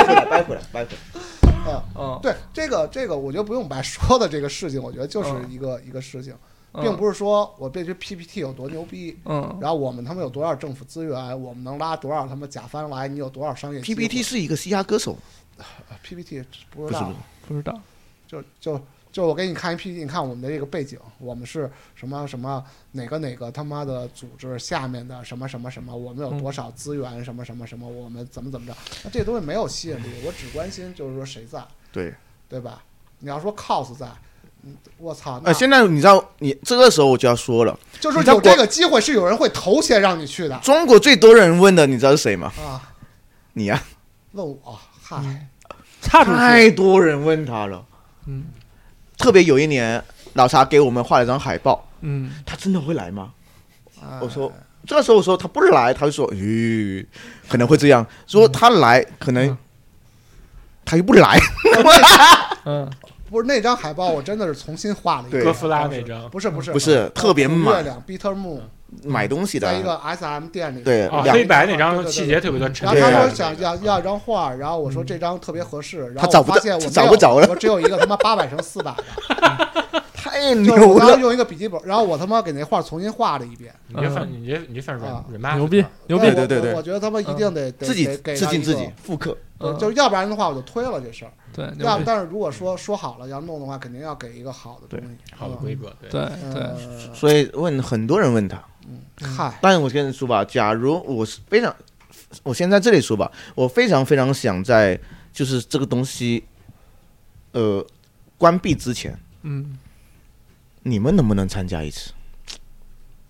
[SPEAKER 4] 回来，掰回来，掰回来。
[SPEAKER 2] 嗯，
[SPEAKER 1] 哦对这个个这个我觉得不用白说的这个事情，我觉得就是
[SPEAKER 2] 嗯
[SPEAKER 1] 一个一个事情，
[SPEAKER 2] 嗯
[SPEAKER 1] 并不是说我这支 PPT 有多牛逼，
[SPEAKER 2] 嗯
[SPEAKER 1] 然后我们他们有多少政府资源，我们能拉多少他们甲方来，你有多少商业机会
[SPEAKER 4] PPT 是一个嘻哈歌手，
[SPEAKER 1] 啊 PPT 不
[SPEAKER 4] 不
[SPEAKER 1] 知
[SPEAKER 4] 是
[SPEAKER 1] 道
[SPEAKER 2] 不
[SPEAKER 4] 不，是
[SPEAKER 2] 知道
[SPEAKER 1] 就就就我给你看一 PPT，你看我们的这个背景，我们是什么什么哪个哪个他妈的组织下面的什么什么什么，我们有
[SPEAKER 3] 嗯
[SPEAKER 1] 多少资源，什么什么什么，我们怎么怎么着，那这东西没有吸引力，我只关心就是说谁在，
[SPEAKER 4] 对。
[SPEAKER 1] 对吧？你要说 cos 在。嗯，我操！那
[SPEAKER 4] 呃，现在你知道，你这个时候我就要说了，
[SPEAKER 1] 就是
[SPEAKER 4] 你在
[SPEAKER 1] 有
[SPEAKER 4] 国
[SPEAKER 1] 这个机会，是有人会投钱让你去的
[SPEAKER 4] 中国最多人问的，你知道是谁吗？
[SPEAKER 1] 啊！
[SPEAKER 4] 你呀、
[SPEAKER 1] 问我，嗨，
[SPEAKER 3] 嗯
[SPEAKER 2] 嗯差出
[SPEAKER 1] 哎
[SPEAKER 2] 去，
[SPEAKER 4] 太多人问他了。
[SPEAKER 2] 嗯
[SPEAKER 4] 特别有一年，老茶给我们画了张海报，
[SPEAKER 2] 嗯，
[SPEAKER 4] 他真的会来吗？
[SPEAKER 1] 哎
[SPEAKER 4] 我说，这个时候我说他不来，他就说，咦、可能会这样。说他来，可能
[SPEAKER 2] 嗯
[SPEAKER 4] 他又不来。
[SPEAKER 1] 哎
[SPEAKER 2] 嗯
[SPEAKER 1] 不是那张海报，我真的是重新画了一个
[SPEAKER 4] 对
[SPEAKER 3] 哥夫拉
[SPEAKER 1] 当时
[SPEAKER 3] 那张
[SPEAKER 1] 不是不是
[SPEAKER 4] 不是特别
[SPEAKER 1] 满
[SPEAKER 4] 满
[SPEAKER 1] 月亮 Bitter Moon
[SPEAKER 4] 买东西
[SPEAKER 1] 在一
[SPEAKER 4] 的，
[SPEAKER 1] 个 SM 店里，
[SPEAKER 4] 对
[SPEAKER 3] 啊，
[SPEAKER 4] 两
[SPEAKER 3] 黑白那
[SPEAKER 1] 对
[SPEAKER 3] 张
[SPEAKER 1] 对对
[SPEAKER 3] 细节特别多，沉
[SPEAKER 1] 然后他
[SPEAKER 3] 淀下
[SPEAKER 1] 说
[SPEAKER 3] 来的嗯
[SPEAKER 1] 想
[SPEAKER 3] 那个
[SPEAKER 1] 要要一张画，然后我说这张特别合适，然
[SPEAKER 4] 他
[SPEAKER 1] 后
[SPEAKER 4] 找
[SPEAKER 1] 我
[SPEAKER 4] 不
[SPEAKER 1] 发
[SPEAKER 4] 到
[SPEAKER 1] 现我没有
[SPEAKER 4] 找不着了
[SPEAKER 1] 我只有一个他妈八百乘四 百的，
[SPEAKER 4] 太
[SPEAKER 1] 就是
[SPEAKER 4] 牛
[SPEAKER 1] 我当时
[SPEAKER 4] 了。
[SPEAKER 1] 用一个笔记本，然后我他妈给那画重新画了一遍，
[SPEAKER 3] 你这犯你这你这犯软
[SPEAKER 1] 啊
[SPEAKER 3] 软妈
[SPEAKER 2] 牛逼牛逼
[SPEAKER 1] 但，
[SPEAKER 4] 对
[SPEAKER 1] 我
[SPEAKER 4] 对对对嗯
[SPEAKER 1] 我我觉得他妈一定得得
[SPEAKER 4] 自己
[SPEAKER 1] 得给
[SPEAKER 4] 致
[SPEAKER 1] 他
[SPEAKER 4] 敬
[SPEAKER 1] 一个
[SPEAKER 4] 自己，复刻。
[SPEAKER 1] 呃
[SPEAKER 2] 嗯
[SPEAKER 1] 就是要不然的话我就推了这事儿，
[SPEAKER 2] 对牛
[SPEAKER 1] 要
[SPEAKER 2] 逼，
[SPEAKER 1] 但是如果说说好了要弄的话，肯定要给一个好的
[SPEAKER 4] 对
[SPEAKER 1] 东西，
[SPEAKER 3] 好的
[SPEAKER 1] 嗯
[SPEAKER 3] 规格，对，
[SPEAKER 2] 对对，
[SPEAKER 1] 呃
[SPEAKER 4] 所以问很多人问他，
[SPEAKER 1] 嗨，
[SPEAKER 4] 但是我跟你说吧，假如我是非常，我先在这里说吧，我非常非常想在就是这个东西，呃，关闭之前，
[SPEAKER 2] 嗯
[SPEAKER 4] 你们能不能参加一次？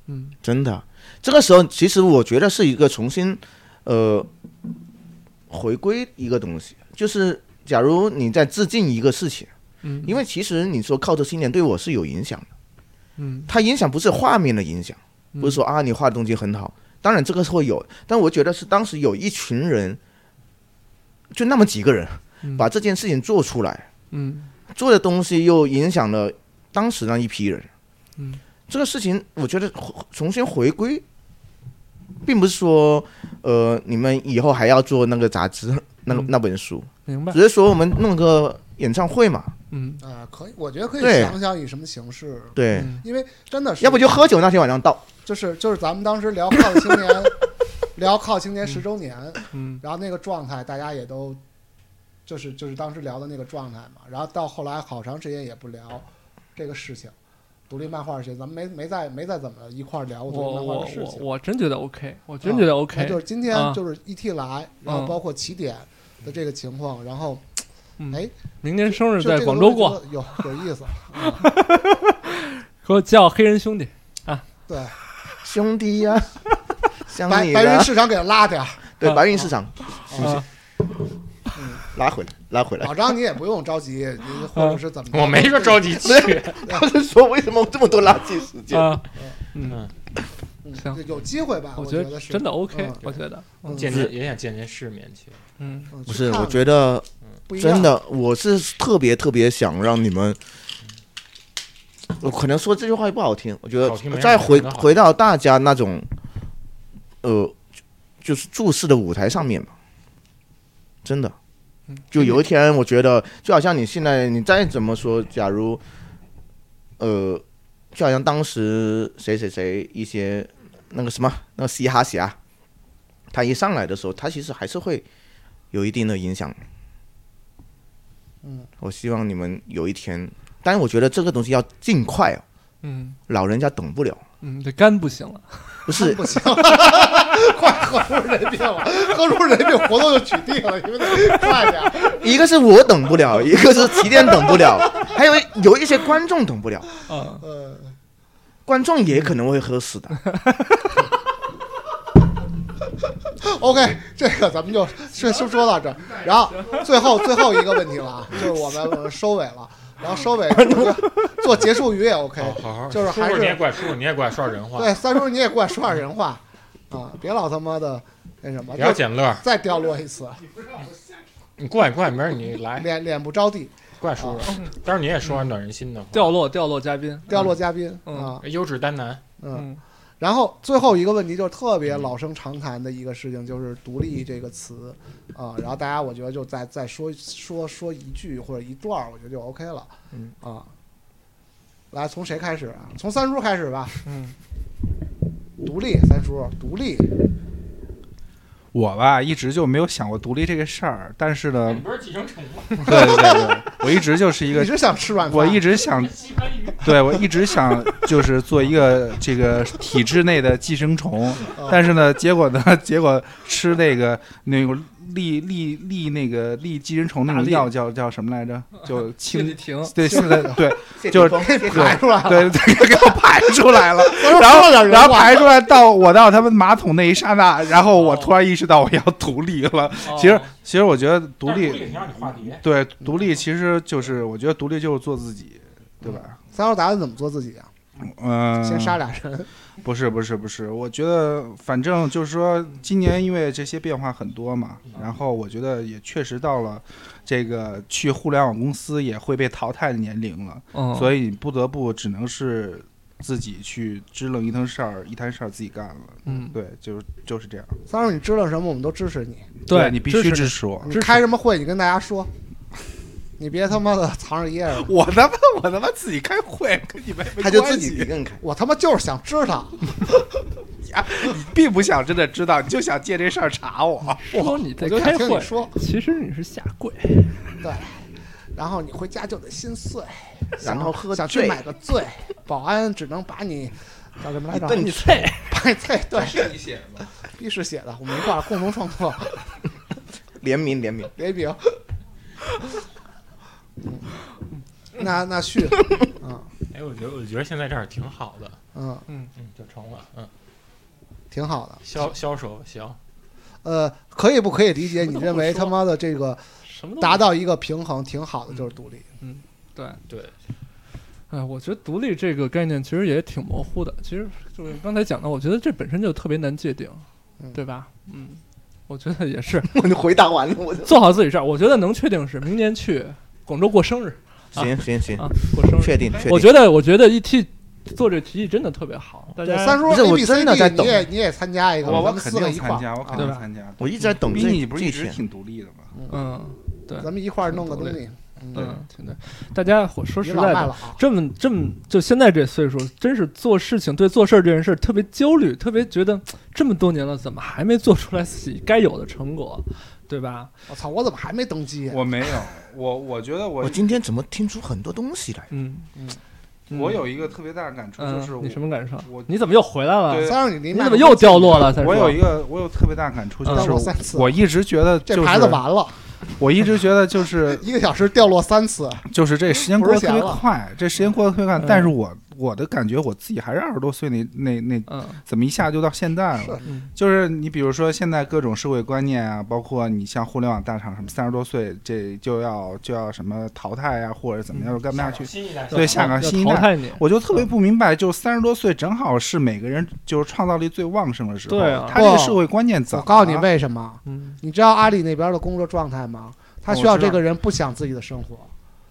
[SPEAKER 2] 嗯
[SPEAKER 4] 真的，这个时候其实我觉得是一个重新，呃，回归一个东西，就是假如你在致敬一个事情，
[SPEAKER 2] 嗯，
[SPEAKER 4] 因为其实你说靠这新年对我是有影响的，
[SPEAKER 2] 嗯
[SPEAKER 4] 它影响不是画面的影响。
[SPEAKER 2] 嗯
[SPEAKER 4] 不是说啊你画的东西很好，当然这个是会有，但我觉得是当时有一群人，就那么几个人
[SPEAKER 2] 嗯
[SPEAKER 4] 把这件事情做出来，
[SPEAKER 2] 嗯
[SPEAKER 4] 做的东西又影响了当时那一批人。
[SPEAKER 2] 嗯，
[SPEAKER 4] 这个事情我觉得回重新回归，并不是说呃你们以后还要做那个杂志 那个
[SPEAKER 2] 嗯
[SPEAKER 4] 那本书，
[SPEAKER 2] 明白
[SPEAKER 4] 只，是说我们弄个演唱会嘛，
[SPEAKER 2] 嗯
[SPEAKER 1] 啊可以，我觉得可以
[SPEAKER 4] 对
[SPEAKER 1] 想想以什么形式，
[SPEAKER 4] 对，
[SPEAKER 2] 嗯
[SPEAKER 1] 因为真的是
[SPEAKER 4] 要不就喝酒那天晚上到，
[SPEAKER 1] 就是就是咱们当时聊靠青年，聊靠青年十周年，
[SPEAKER 2] 嗯
[SPEAKER 1] 然后那个状态大家也都，就是就是当时聊的那个状态嘛。然后到后来好长时间也不聊这个事情，独立漫画事情，咱们没没再没再怎么一块儿聊过
[SPEAKER 2] 我
[SPEAKER 1] 独立漫画
[SPEAKER 2] 我
[SPEAKER 1] 的事
[SPEAKER 2] 我
[SPEAKER 1] 情。啊
[SPEAKER 2] 我真觉得 OK，我真觉得
[SPEAKER 1] 那就
[SPEAKER 2] OK，
[SPEAKER 1] 是今天
[SPEAKER 2] 啊
[SPEAKER 1] 就是 ET 来，然后
[SPEAKER 2] 嗯
[SPEAKER 1] 包括起点的这个情况，然后
[SPEAKER 2] 嗯
[SPEAKER 1] 哎，
[SPEAKER 2] 明年生日
[SPEAKER 1] 就这
[SPEAKER 2] 在
[SPEAKER 1] 个
[SPEAKER 2] 广州
[SPEAKER 1] 东西
[SPEAKER 2] 过，
[SPEAKER 1] 觉得有有意 思，
[SPEAKER 2] 给我叫黑人兄 弟，
[SPEAKER 1] 对，
[SPEAKER 4] 兄弟 呀、想
[SPEAKER 1] 白
[SPEAKER 4] 你
[SPEAKER 1] 白云
[SPEAKER 4] 了，
[SPEAKER 1] 市场给他拉点儿，
[SPEAKER 4] 对白云市场
[SPEAKER 2] 啊
[SPEAKER 4] 拉回来，拉回来。
[SPEAKER 1] 老张你也不用着急，你或
[SPEAKER 2] 嗯
[SPEAKER 1] 者是怎么着，
[SPEAKER 3] 我没说着急去，
[SPEAKER 4] 他是说为什么这么多垃圾时
[SPEAKER 1] 呃
[SPEAKER 4] 间？
[SPEAKER 2] 啊，嗯，
[SPEAKER 3] 嗯，
[SPEAKER 1] 嗯
[SPEAKER 2] 行
[SPEAKER 1] 有有机会吧，
[SPEAKER 2] 我
[SPEAKER 1] 我
[SPEAKER 2] 觉
[SPEAKER 1] 得
[SPEAKER 2] 得
[SPEAKER 1] 是
[SPEAKER 2] 真的 OK，
[SPEAKER 1] 嗯
[SPEAKER 2] 我觉得，
[SPEAKER 1] 嗯
[SPEAKER 3] 见见也想见见世面去，
[SPEAKER 2] 嗯
[SPEAKER 1] 嗯
[SPEAKER 4] 不
[SPEAKER 1] 去
[SPEAKER 4] 是，
[SPEAKER 1] 看
[SPEAKER 4] 我
[SPEAKER 1] 看
[SPEAKER 4] 觉得
[SPEAKER 1] 不一样
[SPEAKER 4] 真的，我是特别特别想让你们，我可能说这句话也不好听，我觉得
[SPEAKER 3] 好听没有
[SPEAKER 4] 再回
[SPEAKER 3] 好听的好
[SPEAKER 4] 回到大家那种，呃，就是注视的舞台上面吧，真的
[SPEAKER 2] 嗯。
[SPEAKER 4] 就有一天，我觉得就好像你现在，你再怎么说，假如，呃，就好像当时谁谁谁一些那个什么那个嘻哈侠，他一上来的时候，他其实还是会有一定的影响。
[SPEAKER 1] 嗯，
[SPEAKER 4] 我希望你们有一天，但是我觉得这个东西要尽快哦，
[SPEAKER 2] 嗯
[SPEAKER 4] 老人家等不了，
[SPEAKER 2] 嗯，这肝不行了，
[SPEAKER 4] 不是
[SPEAKER 1] 不行，快喝出人命了！喝出人命，活动就取缔了，你们得快点儿。
[SPEAKER 4] 一个是我等不了，一个是起点等不了，还有有一些观众等不了，
[SPEAKER 2] 嗯
[SPEAKER 1] 呃，
[SPEAKER 4] 观众也可能会喝死的。
[SPEAKER 1] OK，这个咱们就先先说到这儿，然后最后最后一个问题了啊，就是我们我们收尾了，然后收尾我觉得做结束语也 OK，
[SPEAKER 3] 好好好，
[SPEAKER 1] 哎就是
[SPEAKER 3] 叔叔
[SPEAKER 1] 还是
[SPEAKER 3] 你也怪叔叔，你也怪说人话，
[SPEAKER 1] 对，三叔你也过来说点人话啊，别老他妈的那什么，
[SPEAKER 3] 不要
[SPEAKER 1] 就
[SPEAKER 3] 捡乐儿，
[SPEAKER 1] 再掉落一次，
[SPEAKER 3] 你过来过来，明儿你来，
[SPEAKER 1] 脸脸不着地，
[SPEAKER 3] 怪叔
[SPEAKER 1] 啊
[SPEAKER 3] 叔，当然你也说完暖人心的话，
[SPEAKER 2] 掉落掉落嘉宾，
[SPEAKER 1] 掉落嘉宾
[SPEAKER 2] 嗯
[SPEAKER 1] 啊，
[SPEAKER 3] 优质单男，
[SPEAKER 1] 嗯，
[SPEAKER 2] 嗯
[SPEAKER 1] 然后最后一个问题就是特别老生常谈的一个事情，就是“独立”这个词啊、然后大家我觉得就再再说说说一句或者一段儿，我觉得就 OK 了。
[SPEAKER 2] 嗯
[SPEAKER 1] 啊，来从谁开始啊？从三叔开始吧。啊
[SPEAKER 2] 嗯，
[SPEAKER 1] 独立，三叔，独立。
[SPEAKER 5] 我吧，一直就没有想过独立这个事儿，但是呢，
[SPEAKER 3] 不是寄生虫吗？
[SPEAKER 5] 对对对对，我一直就是一
[SPEAKER 1] 你
[SPEAKER 5] 个，
[SPEAKER 1] 是想吃软饭？
[SPEAKER 5] 我一直想
[SPEAKER 3] 西班牙语。
[SPEAKER 5] 对，我一直想就是做一个这个体制内的寄生虫，但是呢，结果呢，结果吃那个那种利利利那个利寄生虫那种药叫叫什么来着？就
[SPEAKER 2] 谢丽
[SPEAKER 5] 清
[SPEAKER 2] 婷，
[SPEAKER 5] 对，现在对
[SPEAKER 4] 就
[SPEAKER 5] 就是
[SPEAKER 4] 是
[SPEAKER 1] 给排出来了。
[SPEAKER 5] 对对，给我排出来了。然后然后排出来到我到他们马桶那一刹那，然后我突然意识到我要独立了。
[SPEAKER 2] 哦
[SPEAKER 5] 其实其实我觉得独
[SPEAKER 3] 但是独
[SPEAKER 5] 立
[SPEAKER 3] 立能让你化蝶，
[SPEAKER 5] 对独立其实就是我觉得独立就是做自己，对吧？
[SPEAKER 1] 三叔打算怎么做自己啊？
[SPEAKER 5] 嗯，
[SPEAKER 1] 先杀俩人，
[SPEAKER 5] 不是不是不是，我觉得反正就是说，今年因为这些变化很多嘛，然后我觉得也确实到了这个去互联网公司也会被淘汰的年龄了，
[SPEAKER 2] 嗯，
[SPEAKER 5] 所以不得不只能是自己去支棱一摊事儿，一摊事儿自己干了。
[SPEAKER 2] 嗯，
[SPEAKER 5] 对，就是就是这样。
[SPEAKER 1] 三叔你知道什么我们都支持你。
[SPEAKER 5] 你必须支持我。
[SPEAKER 1] 你开什么会你跟大家说，你别他妈的藏着掖着。
[SPEAKER 5] 我他妈我他妈自己开会，跟你们没
[SPEAKER 4] 他就
[SPEAKER 5] 关
[SPEAKER 4] 自己
[SPEAKER 5] 系
[SPEAKER 4] 一个人开。
[SPEAKER 1] 我他妈就是想知道，
[SPEAKER 5] 你并不想真的知道，你就想借这事儿查我。
[SPEAKER 2] 说你在
[SPEAKER 1] 我就想
[SPEAKER 2] 开
[SPEAKER 1] 听你
[SPEAKER 2] 会，
[SPEAKER 1] 说。
[SPEAKER 2] 其实你是下跪，
[SPEAKER 1] 对，然后你回家就得心碎，
[SPEAKER 4] 然后喝
[SPEAKER 1] 想
[SPEAKER 4] 醉
[SPEAKER 1] 去买个醉，保安只能把你叫什么来着？
[SPEAKER 4] 顿
[SPEAKER 2] 你在
[SPEAKER 1] 把你醉，对，
[SPEAKER 5] 你写的吗？
[SPEAKER 1] 必是写的，我们一块儿共同创作
[SPEAKER 4] 联名联名，
[SPEAKER 1] 雷饼。嗯那那旭，嗯
[SPEAKER 3] 哎，我觉得我觉得现在这儿挺好的，
[SPEAKER 1] 嗯，
[SPEAKER 3] 嗯，就成了，嗯，
[SPEAKER 1] 挺好的。
[SPEAKER 3] 销销售行，
[SPEAKER 1] 呃，可以不可以理解？
[SPEAKER 2] 什
[SPEAKER 1] 你
[SPEAKER 2] 么都
[SPEAKER 1] 认
[SPEAKER 2] 不
[SPEAKER 1] 为
[SPEAKER 2] 说
[SPEAKER 1] 他妈的这个
[SPEAKER 2] 什么都嗯
[SPEAKER 1] 达到一个平衡挺好的，就是独立。
[SPEAKER 2] 对。
[SPEAKER 3] 对，
[SPEAKER 2] 哎，我觉得独立这个概念其实也挺模糊的。其实就是刚才讲的，我觉得这本身就特别难界定，
[SPEAKER 1] 嗯
[SPEAKER 2] 对吧？嗯，我觉得 也是
[SPEAKER 4] 我就回答完了，我就
[SPEAKER 2] 做好自己事儿。我觉得能确定是明年去广州过生日
[SPEAKER 4] 行行行，
[SPEAKER 2] 啊，过生日。
[SPEAKER 4] 嗯确定确定。
[SPEAKER 2] 我觉得，我觉得 ET 做这提议真的特别好，嗯大
[SPEAKER 1] 对，
[SPEAKER 2] 家
[SPEAKER 1] 三叔
[SPEAKER 4] 不是
[SPEAKER 1] A
[SPEAKER 4] 我
[SPEAKER 1] B
[SPEAKER 4] 真的
[SPEAKER 1] C
[SPEAKER 4] 在
[SPEAKER 1] D，你
[SPEAKER 4] 懂
[SPEAKER 1] 也你也参加一个，
[SPEAKER 5] 我我
[SPEAKER 1] 咱们
[SPEAKER 5] 肯
[SPEAKER 1] 四个
[SPEAKER 5] 定
[SPEAKER 1] 一块
[SPEAKER 5] 参加，我
[SPEAKER 1] 儿，
[SPEAKER 5] 肯
[SPEAKER 1] 啊
[SPEAKER 5] 定参加。
[SPEAKER 4] 我一直在等
[SPEAKER 5] 毕
[SPEAKER 4] 这
[SPEAKER 5] 竟你不是
[SPEAKER 4] 这
[SPEAKER 5] 一直
[SPEAKER 4] 些，
[SPEAKER 5] 挺独立的吗？
[SPEAKER 2] 嗯，对，
[SPEAKER 1] 咱们一块儿弄个东
[SPEAKER 2] 对
[SPEAKER 1] 西。
[SPEAKER 2] 嗯，挺对。大家伙说
[SPEAKER 1] 你
[SPEAKER 2] 实
[SPEAKER 1] 老
[SPEAKER 2] 在
[SPEAKER 1] 卖啊
[SPEAKER 2] 的，
[SPEAKER 1] 老，
[SPEAKER 2] 这么这么就现在这岁数，真是做事情对做事儿这件事儿特别焦虑，特别觉得这么多年了，怎么还没做出来自己该有的成果，对吧？
[SPEAKER 1] 我操，我怎么还没登机呀？
[SPEAKER 5] 我没有，我我觉得我
[SPEAKER 4] 我今天怎么听出很多东西来？
[SPEAKER 2] 嗯
[SPEAKER 1] 嗯
[SPEAKER 5] 我有一个特别大的感触，
[SPEAKER 2] 嗯
[SPEAKER 5] 就是我
[SPEAKER 2] 你什么感受？
[SPEAKER 5] 我
[SPEAKER 2] 你怎么又回来了？
[SPEAKER 5] 对
[SPEAKER 1] 三叔，你离
[SPEAKER 2] 你
[SPEAKER 1] 麦
[SPEAKER 2] 怎
[SPEAKER 1] 克风
[SPEAKER 2] 么又掉
[SPEAKER 1] 近点
[SPEAKER 2] 落了？三叔
[SPEAKER 5] 我有一个我有特别大的感触，
[SPEAKER 2] 嗯
[SPEAKER 5] 就是
[SPEAKER 1] 掉落
[SPEAKER 5] 我
[SPEAKER 1] 三次，
[SPEAKER 5] 我一直觉得
[SPEAKER 1] 这
[SPEAKER 5] 就是
[SPEAKER 1] 牌子完了，
[SPEAKER 5] 我一直觉得就是
[SPEAKER 1] 一个小时掉落三次，
[SPEAKER 5] 就是这时间过得特别
[SPEAKER 1] 不是
[SPEAKER 5] 快，这时间过得特别快
[SPEAKER 2] 嗯，
[SPEAKER 5] 但是我我的感觉我自己还是二十多岁那那那
[SPEAKER 2] 嗯
[SPEAKER 5] 怎么一下就到现在
[SPEAKER 1] 是
[SPEAKER 5] 了？
[SPEAKER 2] 嗯
[SPEAKER 5] 就是你比如说现在各种社会观念啊，包括你像互联网大厂什么三十多岁这就要就要什么淘汰啊，或者怎么
[SPEAKER 1] 嗯
[SPEAKER 5] 样就干不下去，
[SPEAKER 3] 新一代
[SPEAKER 5] 对下岗新一
[SPEAKER 2] 要
[SPEAKER 5] 代
[SPEAKER 2] 淘汰你，
[SPEAKER 5] 我就特别不明白，就三十多岁正好是每个人就是创造力最旺盛的时候。
[SPEAKER 2] 对啊
[SPEAKER 5] 他这个社会观念早、
[SPEAKER 1] 我告诉你，为什么？
[SPEAKER 2] 嗯，
[SPEAKER 1] 你知道阿里那边的工作状态吗？他需要这个人不想自己的生活，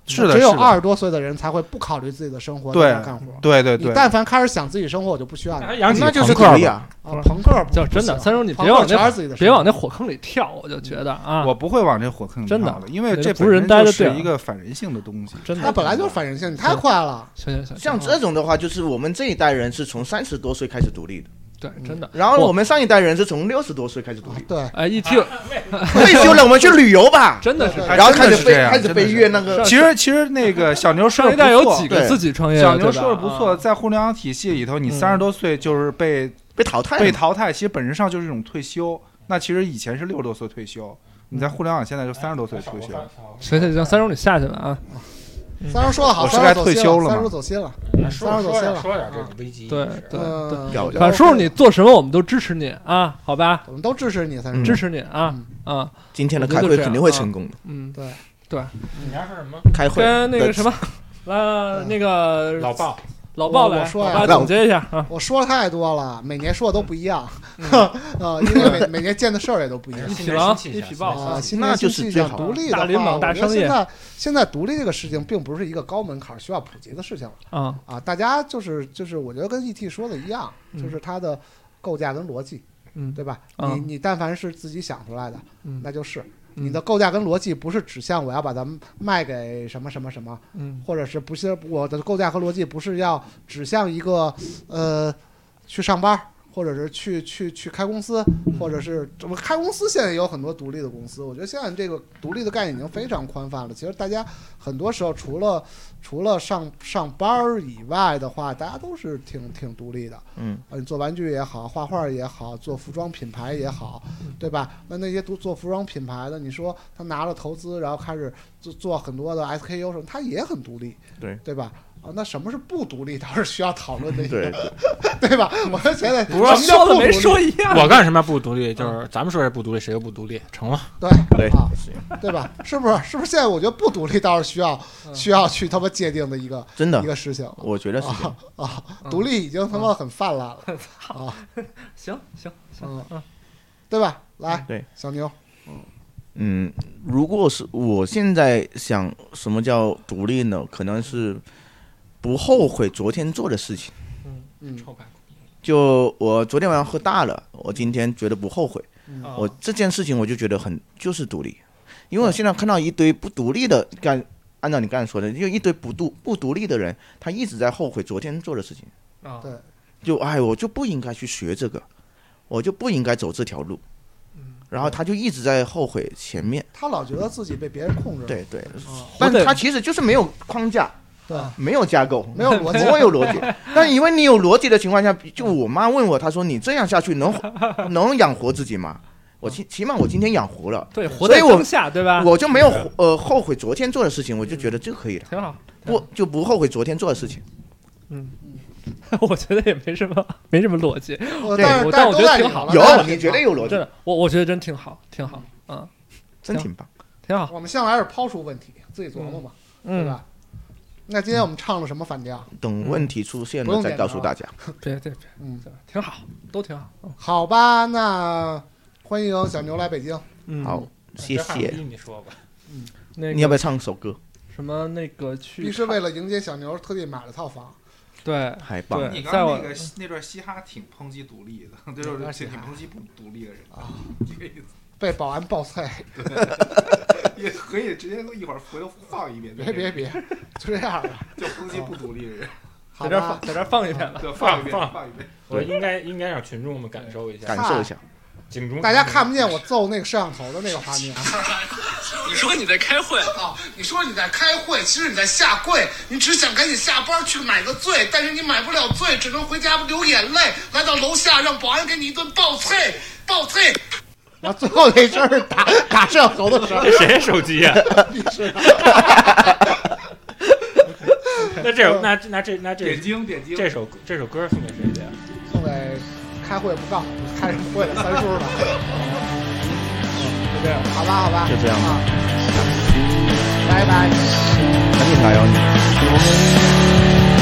[SPEAKER 5] 是的，
[SPEAKER 1] 只有
[SPEAKER 5] 是的
[SPEAKER 1] 二十多岁的人才会不考虑自己的生活在
[SPEAKER 5] 对
[SPEAKER 1] 那儿干活。
[SPEAKER 5] 对对
[SPEAKER 1] 你
[SPEAKER 5] 对，
[SPEAKER 1] 但凡开始想自己生活，我就不需要你。
[SPEAKER 3] 杨
[SPEAKER 4] 那就是
[SPEAKER 5] 朋克
[SPEAKER 4] 独立啊！
[SPEAKER 1] 啊，朋克不
[SPEAKER 2] 就真的
[SPEAKER 1] 不行
[SPEAKER 2] 三叔你
[SPEAKER 1] 朋
[SPEAKER 2] 别
[SPEAKER 1] 克
[SPEAKER 2] 往那
[SPEAKER 1] 全是自己的生活，
[SPEAKER 2] 别往那火坑里跳，我就觉得啊，
[SPEAKER 5] 嗯我不会往这火坑里
[SPEAKER 2] 真的
[SPEAKER 5] 跳因为这
[SPEAKER 2] 不是人
[SPEAKER 5] 本身
[SPEAKER 2] 待啊
[SPEAKER 5] 就
[SPEAKER 2] 着
[SPEAKER 5] 是
[SPEAKER 2] 地儿
[SPEAKER 5] 一个反人性的东西。
[SPEAKER 2] 真
[SPEAKER 1] 他
[SPEAKER 2] 的
[SPEAKER 1] 本来就是反人性，你太快了。
[SPEAKER 2] 行行行，
[SPEAKER 4] 像这种的话，就是我们这一代人是从三十多岁开始独立的，
[SPEAKER 2] 对真
[SPEAKER 5] 嗯
[SPEAKER 2] 的。
[SPEAKER 4] 然后我们上一代人是从六十多岁开始独
[SPEAKER 1] 啊
[SPEAKER 4] 立。
[SPEAKER 1] 对，
[SPEAKER 2] 哎，ET
[SPEAKER 5] 啊
[SPEAKER 4] 退休了，我们去旅游吧，
[SPEAKER 2] 真的是
[SPEAKER 1] 对
[SPEAKER 5] 还
[SPEAKER 4] 然后开
[SPEAKER 5] 真的
[SPEAKER 4] 始
[SPEAKER 5] 是
[SPEAKER 4] 飞
[SPEAKER 5] 这，样
[SPEAKER 4] 开始
[SPEAKER 5] 真的
[SPEAKER 4] 飞
[SPEAKER 5] 是
[SPEAKER 4] 跃那个。
[SPEAKER 5] 其实其实那个小牛说
[SPEAKER 2] 上
[SPEAKER 5] 的
[SPEAKER 2] 一代有几
[SPEAKER 5] 个。
[SPEAKER 2] 个自己创业的？
[SPEAKER 5] 小牛
[SPEAKER 2] 对吧
[SPEAKER 5] 说的不错，
[SPEAKER 2] 啊
[SPEAKER 5] 在互联网体系里头，你
[SPEAKER 2] 嗯
[SPEAKER 5] 三十多岁就是被
[SPEAKER 4] 被淘汰了
[SPEAKER 5] 被淘汰，其实本质上就是一种退休。那其实以前是六十多岁退休，你在互联网现在就三十多岁退休。
[SPEAKER 2] 行行行，三叔你下去吧啊！
[SPEAKER 1] 三叔说的好，
[SPEAKER 5] 我是
[SPEAKER 1] 三
[SPEAKER 5] 该
[SPEAKER 1] 叔走
[SPEAKER 5] 退
[SPEAKER 1] 心
[SPEAKER 5] 休
[SPEAKER 1] 了，
[SPEAKER 5] 了
[SPEAKER 1] 三
[SPEAKER 5] 吗
[SPEAKER 1] 叔走心了。
[SPEAKER 3] 说点说点这种危机意识，
[SPEAKER 2] 对对对，
[SPEAKER 1] 嗯，
[SPEAKER 4] 有
[SPEAKER 1] 我觉得
[SPEAKER 2] 反正
[SPEAKER 1] OK
[SPEAKER 2] 叔叔你做什么我们都支持你啊，好吧，
[SPEAKER 1] 我们都支持你，三叔。
[SPEAKER 5] 嗯
[SPEAKER 2] 支持你啊啊
[SPEAKER 4] 今天的开会肯定会成功的，
[SPEAKER 2] 嗯，
[SPEAKER 1] 对，
[SPEAKER 3] 你要是什么
[SPEAKER 4] 开会
[SPEAKER 2] 跟那个什呃
[SPEAKER 4] 么
[SPEAKER 2] 么，来那个
[SPEAKER 3] 老鲍，
[SPEAKER 2] 老鲍来，
[SPEAKER 1] 我说呀
[SPEAKER 2] 老爸总结一下啊，
[SPEAKER 1] 我说的太多了，每年说的都不一样，
[SPEAKER 2] 嗯
[SPEAKER 1] 呃，因为每每年见的事儿也都不一 样
[SPEAKER 2] 一。
[SPEAKER 3] 新
[SPEAKER 2] 匹
[SPEAKER 3] 年
[SPEAKER 2] 狼，
[SPEAKER 3] 新气
[SPEAKER 2] 一
[SPEAKER 3] 象
[SPEAKER 2] 匹
[SPEAKER 3] 新
[SPEAKER 2] 豹
[SPEAKER 1] 啊，
[SPEAKER 3] 年，
[SPEAKER 1] 新
[SPEAKER 4] 那
[SPEAKER 1] 年
[SPEAKER 4] 就
[SPEAKER 1] 新
[SPEAKER 4] 是
[SPEAKER 1] 气
[SPEAKER 4] 最
[SPEAKER 1] 象
[SPEAKER 4] 好
[SPEAKER 1] 独立的
[SPEAKER 2] 大林
[SPEAKER 1] 话，
[SPEAKER 2] 猛大
[SPEAKER 1] 我觉得
[SPEAKER 2] 商业
[SPEAKER 1] 现在现在独立这个事情并不是一个高门槛儿需要普及的事情了
[SPEAKER 2] 啊，
[SPEAKER 1] 啊，大家就是就是，我觉得跟 ET 说的一样，
[SPEAKER 2] 嗯
[SPEAKER 1] 就是它的构架跟逻辑，
[SPEAKER 2] 嗯，
[SPEAKER 1] 对吧？
[SPEAKER 2] 啊
[SPEAKER 1] 你你但凡是自己想出来的，
[SPEAKER 2] 嗯
[SPEAKER 1] 那就是
[SPEAKER 2] 嗯
[SPEAKER 1] 你的构架跟逻辑不是指向我要把它卖给什么什么什么，
[SPEAKER 2] 嗯
[SPEAKER 1] 或者是不是我的构架和逻辑不是要指向一个呃去上班儿，或者是去去去开公司，或者是我开公司现在也有很多独立的公司，我觉得现在这个独立的概念已经非常宽泛了。其实大家很多时候除了除了上上班儿以外的话，大家都是挺挺独立的。
[SPEAKER 4] 嗯，
[SPEAKER 1] 呃，你做玩具也好，画画也好，做服装品牌也好，对吧？那那些做做服装品牌的，你说他拿了投资，然后开始做做很多的 SKU 什么，他也很独立，
[SPEAKER 4] 对
[SPEAKER 1] 对吧？啊，那什么是不独立，倒是需要讨论的一个，
[SPEAKER 4] 对，
[SPEAKER 1] 对吧？我就 觉得
[SPEAKER 3] 嗯
[SPEAKER 2] 不是
[SPEAKER 1] 什么叫
[SPEAKER 2] 说
[SPEAKER 1] 不
[SPEAKER 2] 的
[SPEAKER 1] 独
[SPEAKER 2] 没
[SPEAKER 1] 立？
[SPEAKER 2] 说一样，
[SPEAKER 3] 我干什么不独立？就是咱们说谁不独立，谁又不独立，成了。
[SPEAKER 1] 对
[SPEAKER 4] 对
[SPEAKER 1] 啊，对吧？是不是？是不是现在我觉得不独立倒是需要需要去他妈界定的一个
[SPEAKER 4] 真的
[SPEAKER 1] 一，个事情了
[SPEAKER 4] 我觉得是这样。
[SPEAKER 1] 啊啊！独立已经他妈很泛滥了啊，
[SPEAKER 2] 行行行，
[SPEAKER 1] 嗯，对吧？来，
[SPEAKER 4] 对，
[SPEAKER 1] 小牛，
[SPEAKER 4] 嗯，如果是我现在想什么叫独立呢？可能是不后悔昨天做的事情。
[SPEAKER 1] 嗯
[SPEAKER 3] 臭八股
[SPEAKER 4] 就我昨天晚上喝大了，我今天觉得不后悔。
[SPEAKER 1] 嗯
[SPEAKER 2] 啊
[SPEAKER 4] 我这件事情我就觉得很就是独立，因为我现在看到一堆不独立的干，按照你刚才说的，就一堆不独不独立的人，他一直在后悔昨天做的事情。
[SPEAKER 2] 啊
[SPEAKER 1] 对
[SPEAKER 4] 就哎，我就不应该去学这个，我就不应该走这条路。然后他就一直在后悔前面。
[SPEAKER 1] 他老觉得自己被别人控制，
[SPEAKER 4] 对对，
[SPEAKER 1] 啊，
[SPEAKER 4] 但
[SPEAKER 2] 对
[SPEAKER 4] 他其实就是没有框架，
[SPEAKER 1] 对，
[SPEAKER 4] 没有架构，
[SPEAKER 1] 没有逻辑
[SPEAKER 4] 不会有逻辑。但因为你有逻辑的情况下，就我妈问我，她说你这样下去能能养活自己吗？我起起码我今天养活了，
[SPEAKER 2] 对，活在
[SPEAKER 4] 所以我
[SPEAKER 2] 当下，对吧？
[SPEAKER 4] 我就没有呃后悔昨天做的事情，我就觉得这可以了，
[SPEAKER 2] 挺好，
[SPEAKER 4] 不就不后悔昨天做的事情。
[SPEAKER 2] 我觉得也没什么，没什么逻辑，
[SPEAKER 1] 呃
[SPEAKER 4] 对
[SPEAKER 1] 但
[SPEAKER 2] 我
[SPEAKER 1] 是
[SPEAKER 2] 但
[SPEAKER 1] 但
[SPEAKER 2] 我
[SPEAKER 1] 是都
[SPEAKER 2] 觉得
[SPEAKER 1] 在
[SPEAKER 2] 挺
[SPEAKER 1] 里
[SPEAKER 2] 好嗯
[SPEAKER 1] 了
[SPEAKER 4] 有
[SPEAKER 1] 都在，里
[SPEAKER 4] 你
[SPEAKER 1] 了
[SPEAKER 4] 绝对有逻
[SPEAKER 2] 真
[SPEAKER 4] 辑，
[SPEAKER 2] 的，我我觉得真挺好，挺好，嗯，
[SPEAKER 4] 真挺棒。
[SPEAKER 2] 挺好，
[SPEAKER 1] 我们向来是抛出问题，自己琢磨嘛，对
[SPEAKER 2] 嗯，
[SPEAKER 1] 吧？那今天我们唱了什么反调？
[SPEAKER 4] 等问题出现
[SPEAKER 1] 不用
[SPEAKER 4] 了再
[SPEAKER 1] 点名
[SPEAKER 4] 告诉大家。
[SPEAKER 2] 别别别，
[SPEAKER 1] 嗯，
[SPEAKER 2] 挺好，都挺好，
[SPEAKER 1] 好吧，那欢迎小牛来北京。
[SPEAKER 2] 嗯，
[SPEAKER 4] 好，，谢
[SPEAKER 3] 这话不
[SPEAKER 4] 谢。
[SPEAKER 3] 逼你说吧，
[SPEAKER 2] 那
[SPEAKER 4] 你要
[SPEAKER 2] 个
[SPEAKER 4] 不要唱首歌？
[SPEAKER 2] 什么那个去
[SPEAKER 1] 必是为了迎接小牛，特地买了套房。
[SPEAKER 2] 对
[SPEAKER 4] 太棒
[SPEAKER 2] 对
[SPEAKER 4] 了！
[SPEAKER 5] 你
[SPEAKER 2] 在
[SPEAKER 5] 刚
[SPEAKER 2] 我
[SPEAKER 5] 那个西那段嘻哈挺抨击独立的， 就
[SPEAKER 1] 哪段
[SPEAKER 5] 是
[SPEAKER 1] 嘻
[SPEAKER 5] 挺
[SPEAKER 1] 哈
[SPEAKER 5] 抨击不独立的人
[SPEAKER 1] 啊，
[SPEAKER 5] 这个意思
[SPEAKER 1] 被保安暴踹，
[SPEAKER 5] 也可以直接一会儿回头放一遍，
[SPEAKER 1] 别别别，就这样吧。
[SPEAKER 5] 就抨击不独立的人，
[SPEAKER 1] 好
[SPEAKER 2] 在这儿放
[SPEAKER 1] 吧，
[SPEAKER 2] 在这儿放一遍吧，
[SPEAKER 5] 对，放一遍，
[SPEAKER 3] 放
[SPEAKER 5] 放一遍。
[SPEAKER 3] 我应该应该让群众们感受一下
[SPEAKER 4] 感，受一下，
[SPEAKER 3] 警钟
[SPEAKER 1] 大家看不见我揍那个摄像头的那个画面。
[SPEAKER 6] 你说你在开会，
[SPEAKER 1] 啊，你说你在开会，其实你在下跪，你只想赶紧下班去买个醉，但是你买不了醉，只能回家流眼泪，来到楼下让保安给你一顿暴踹，暴踹。然后最后那声是打打摄像头的声
[SPEAKER 3] 这 谁的手机 啊呀？那这首那那这那这
[SPEAKER 5] 点睛点睛，
[SPEAKER 3] 这首这首歌送给谁的呀？
[SPEAKER 1] 送给开会不告开什么会的三叔 的。就这样，好吧，好吧，
[SPEAKER 4] 就这样吧
[SPEAKER 1] 啊，拜拜。
[SPEAKER 4] 赶紧打扰你。
[SPEAKER 7] 我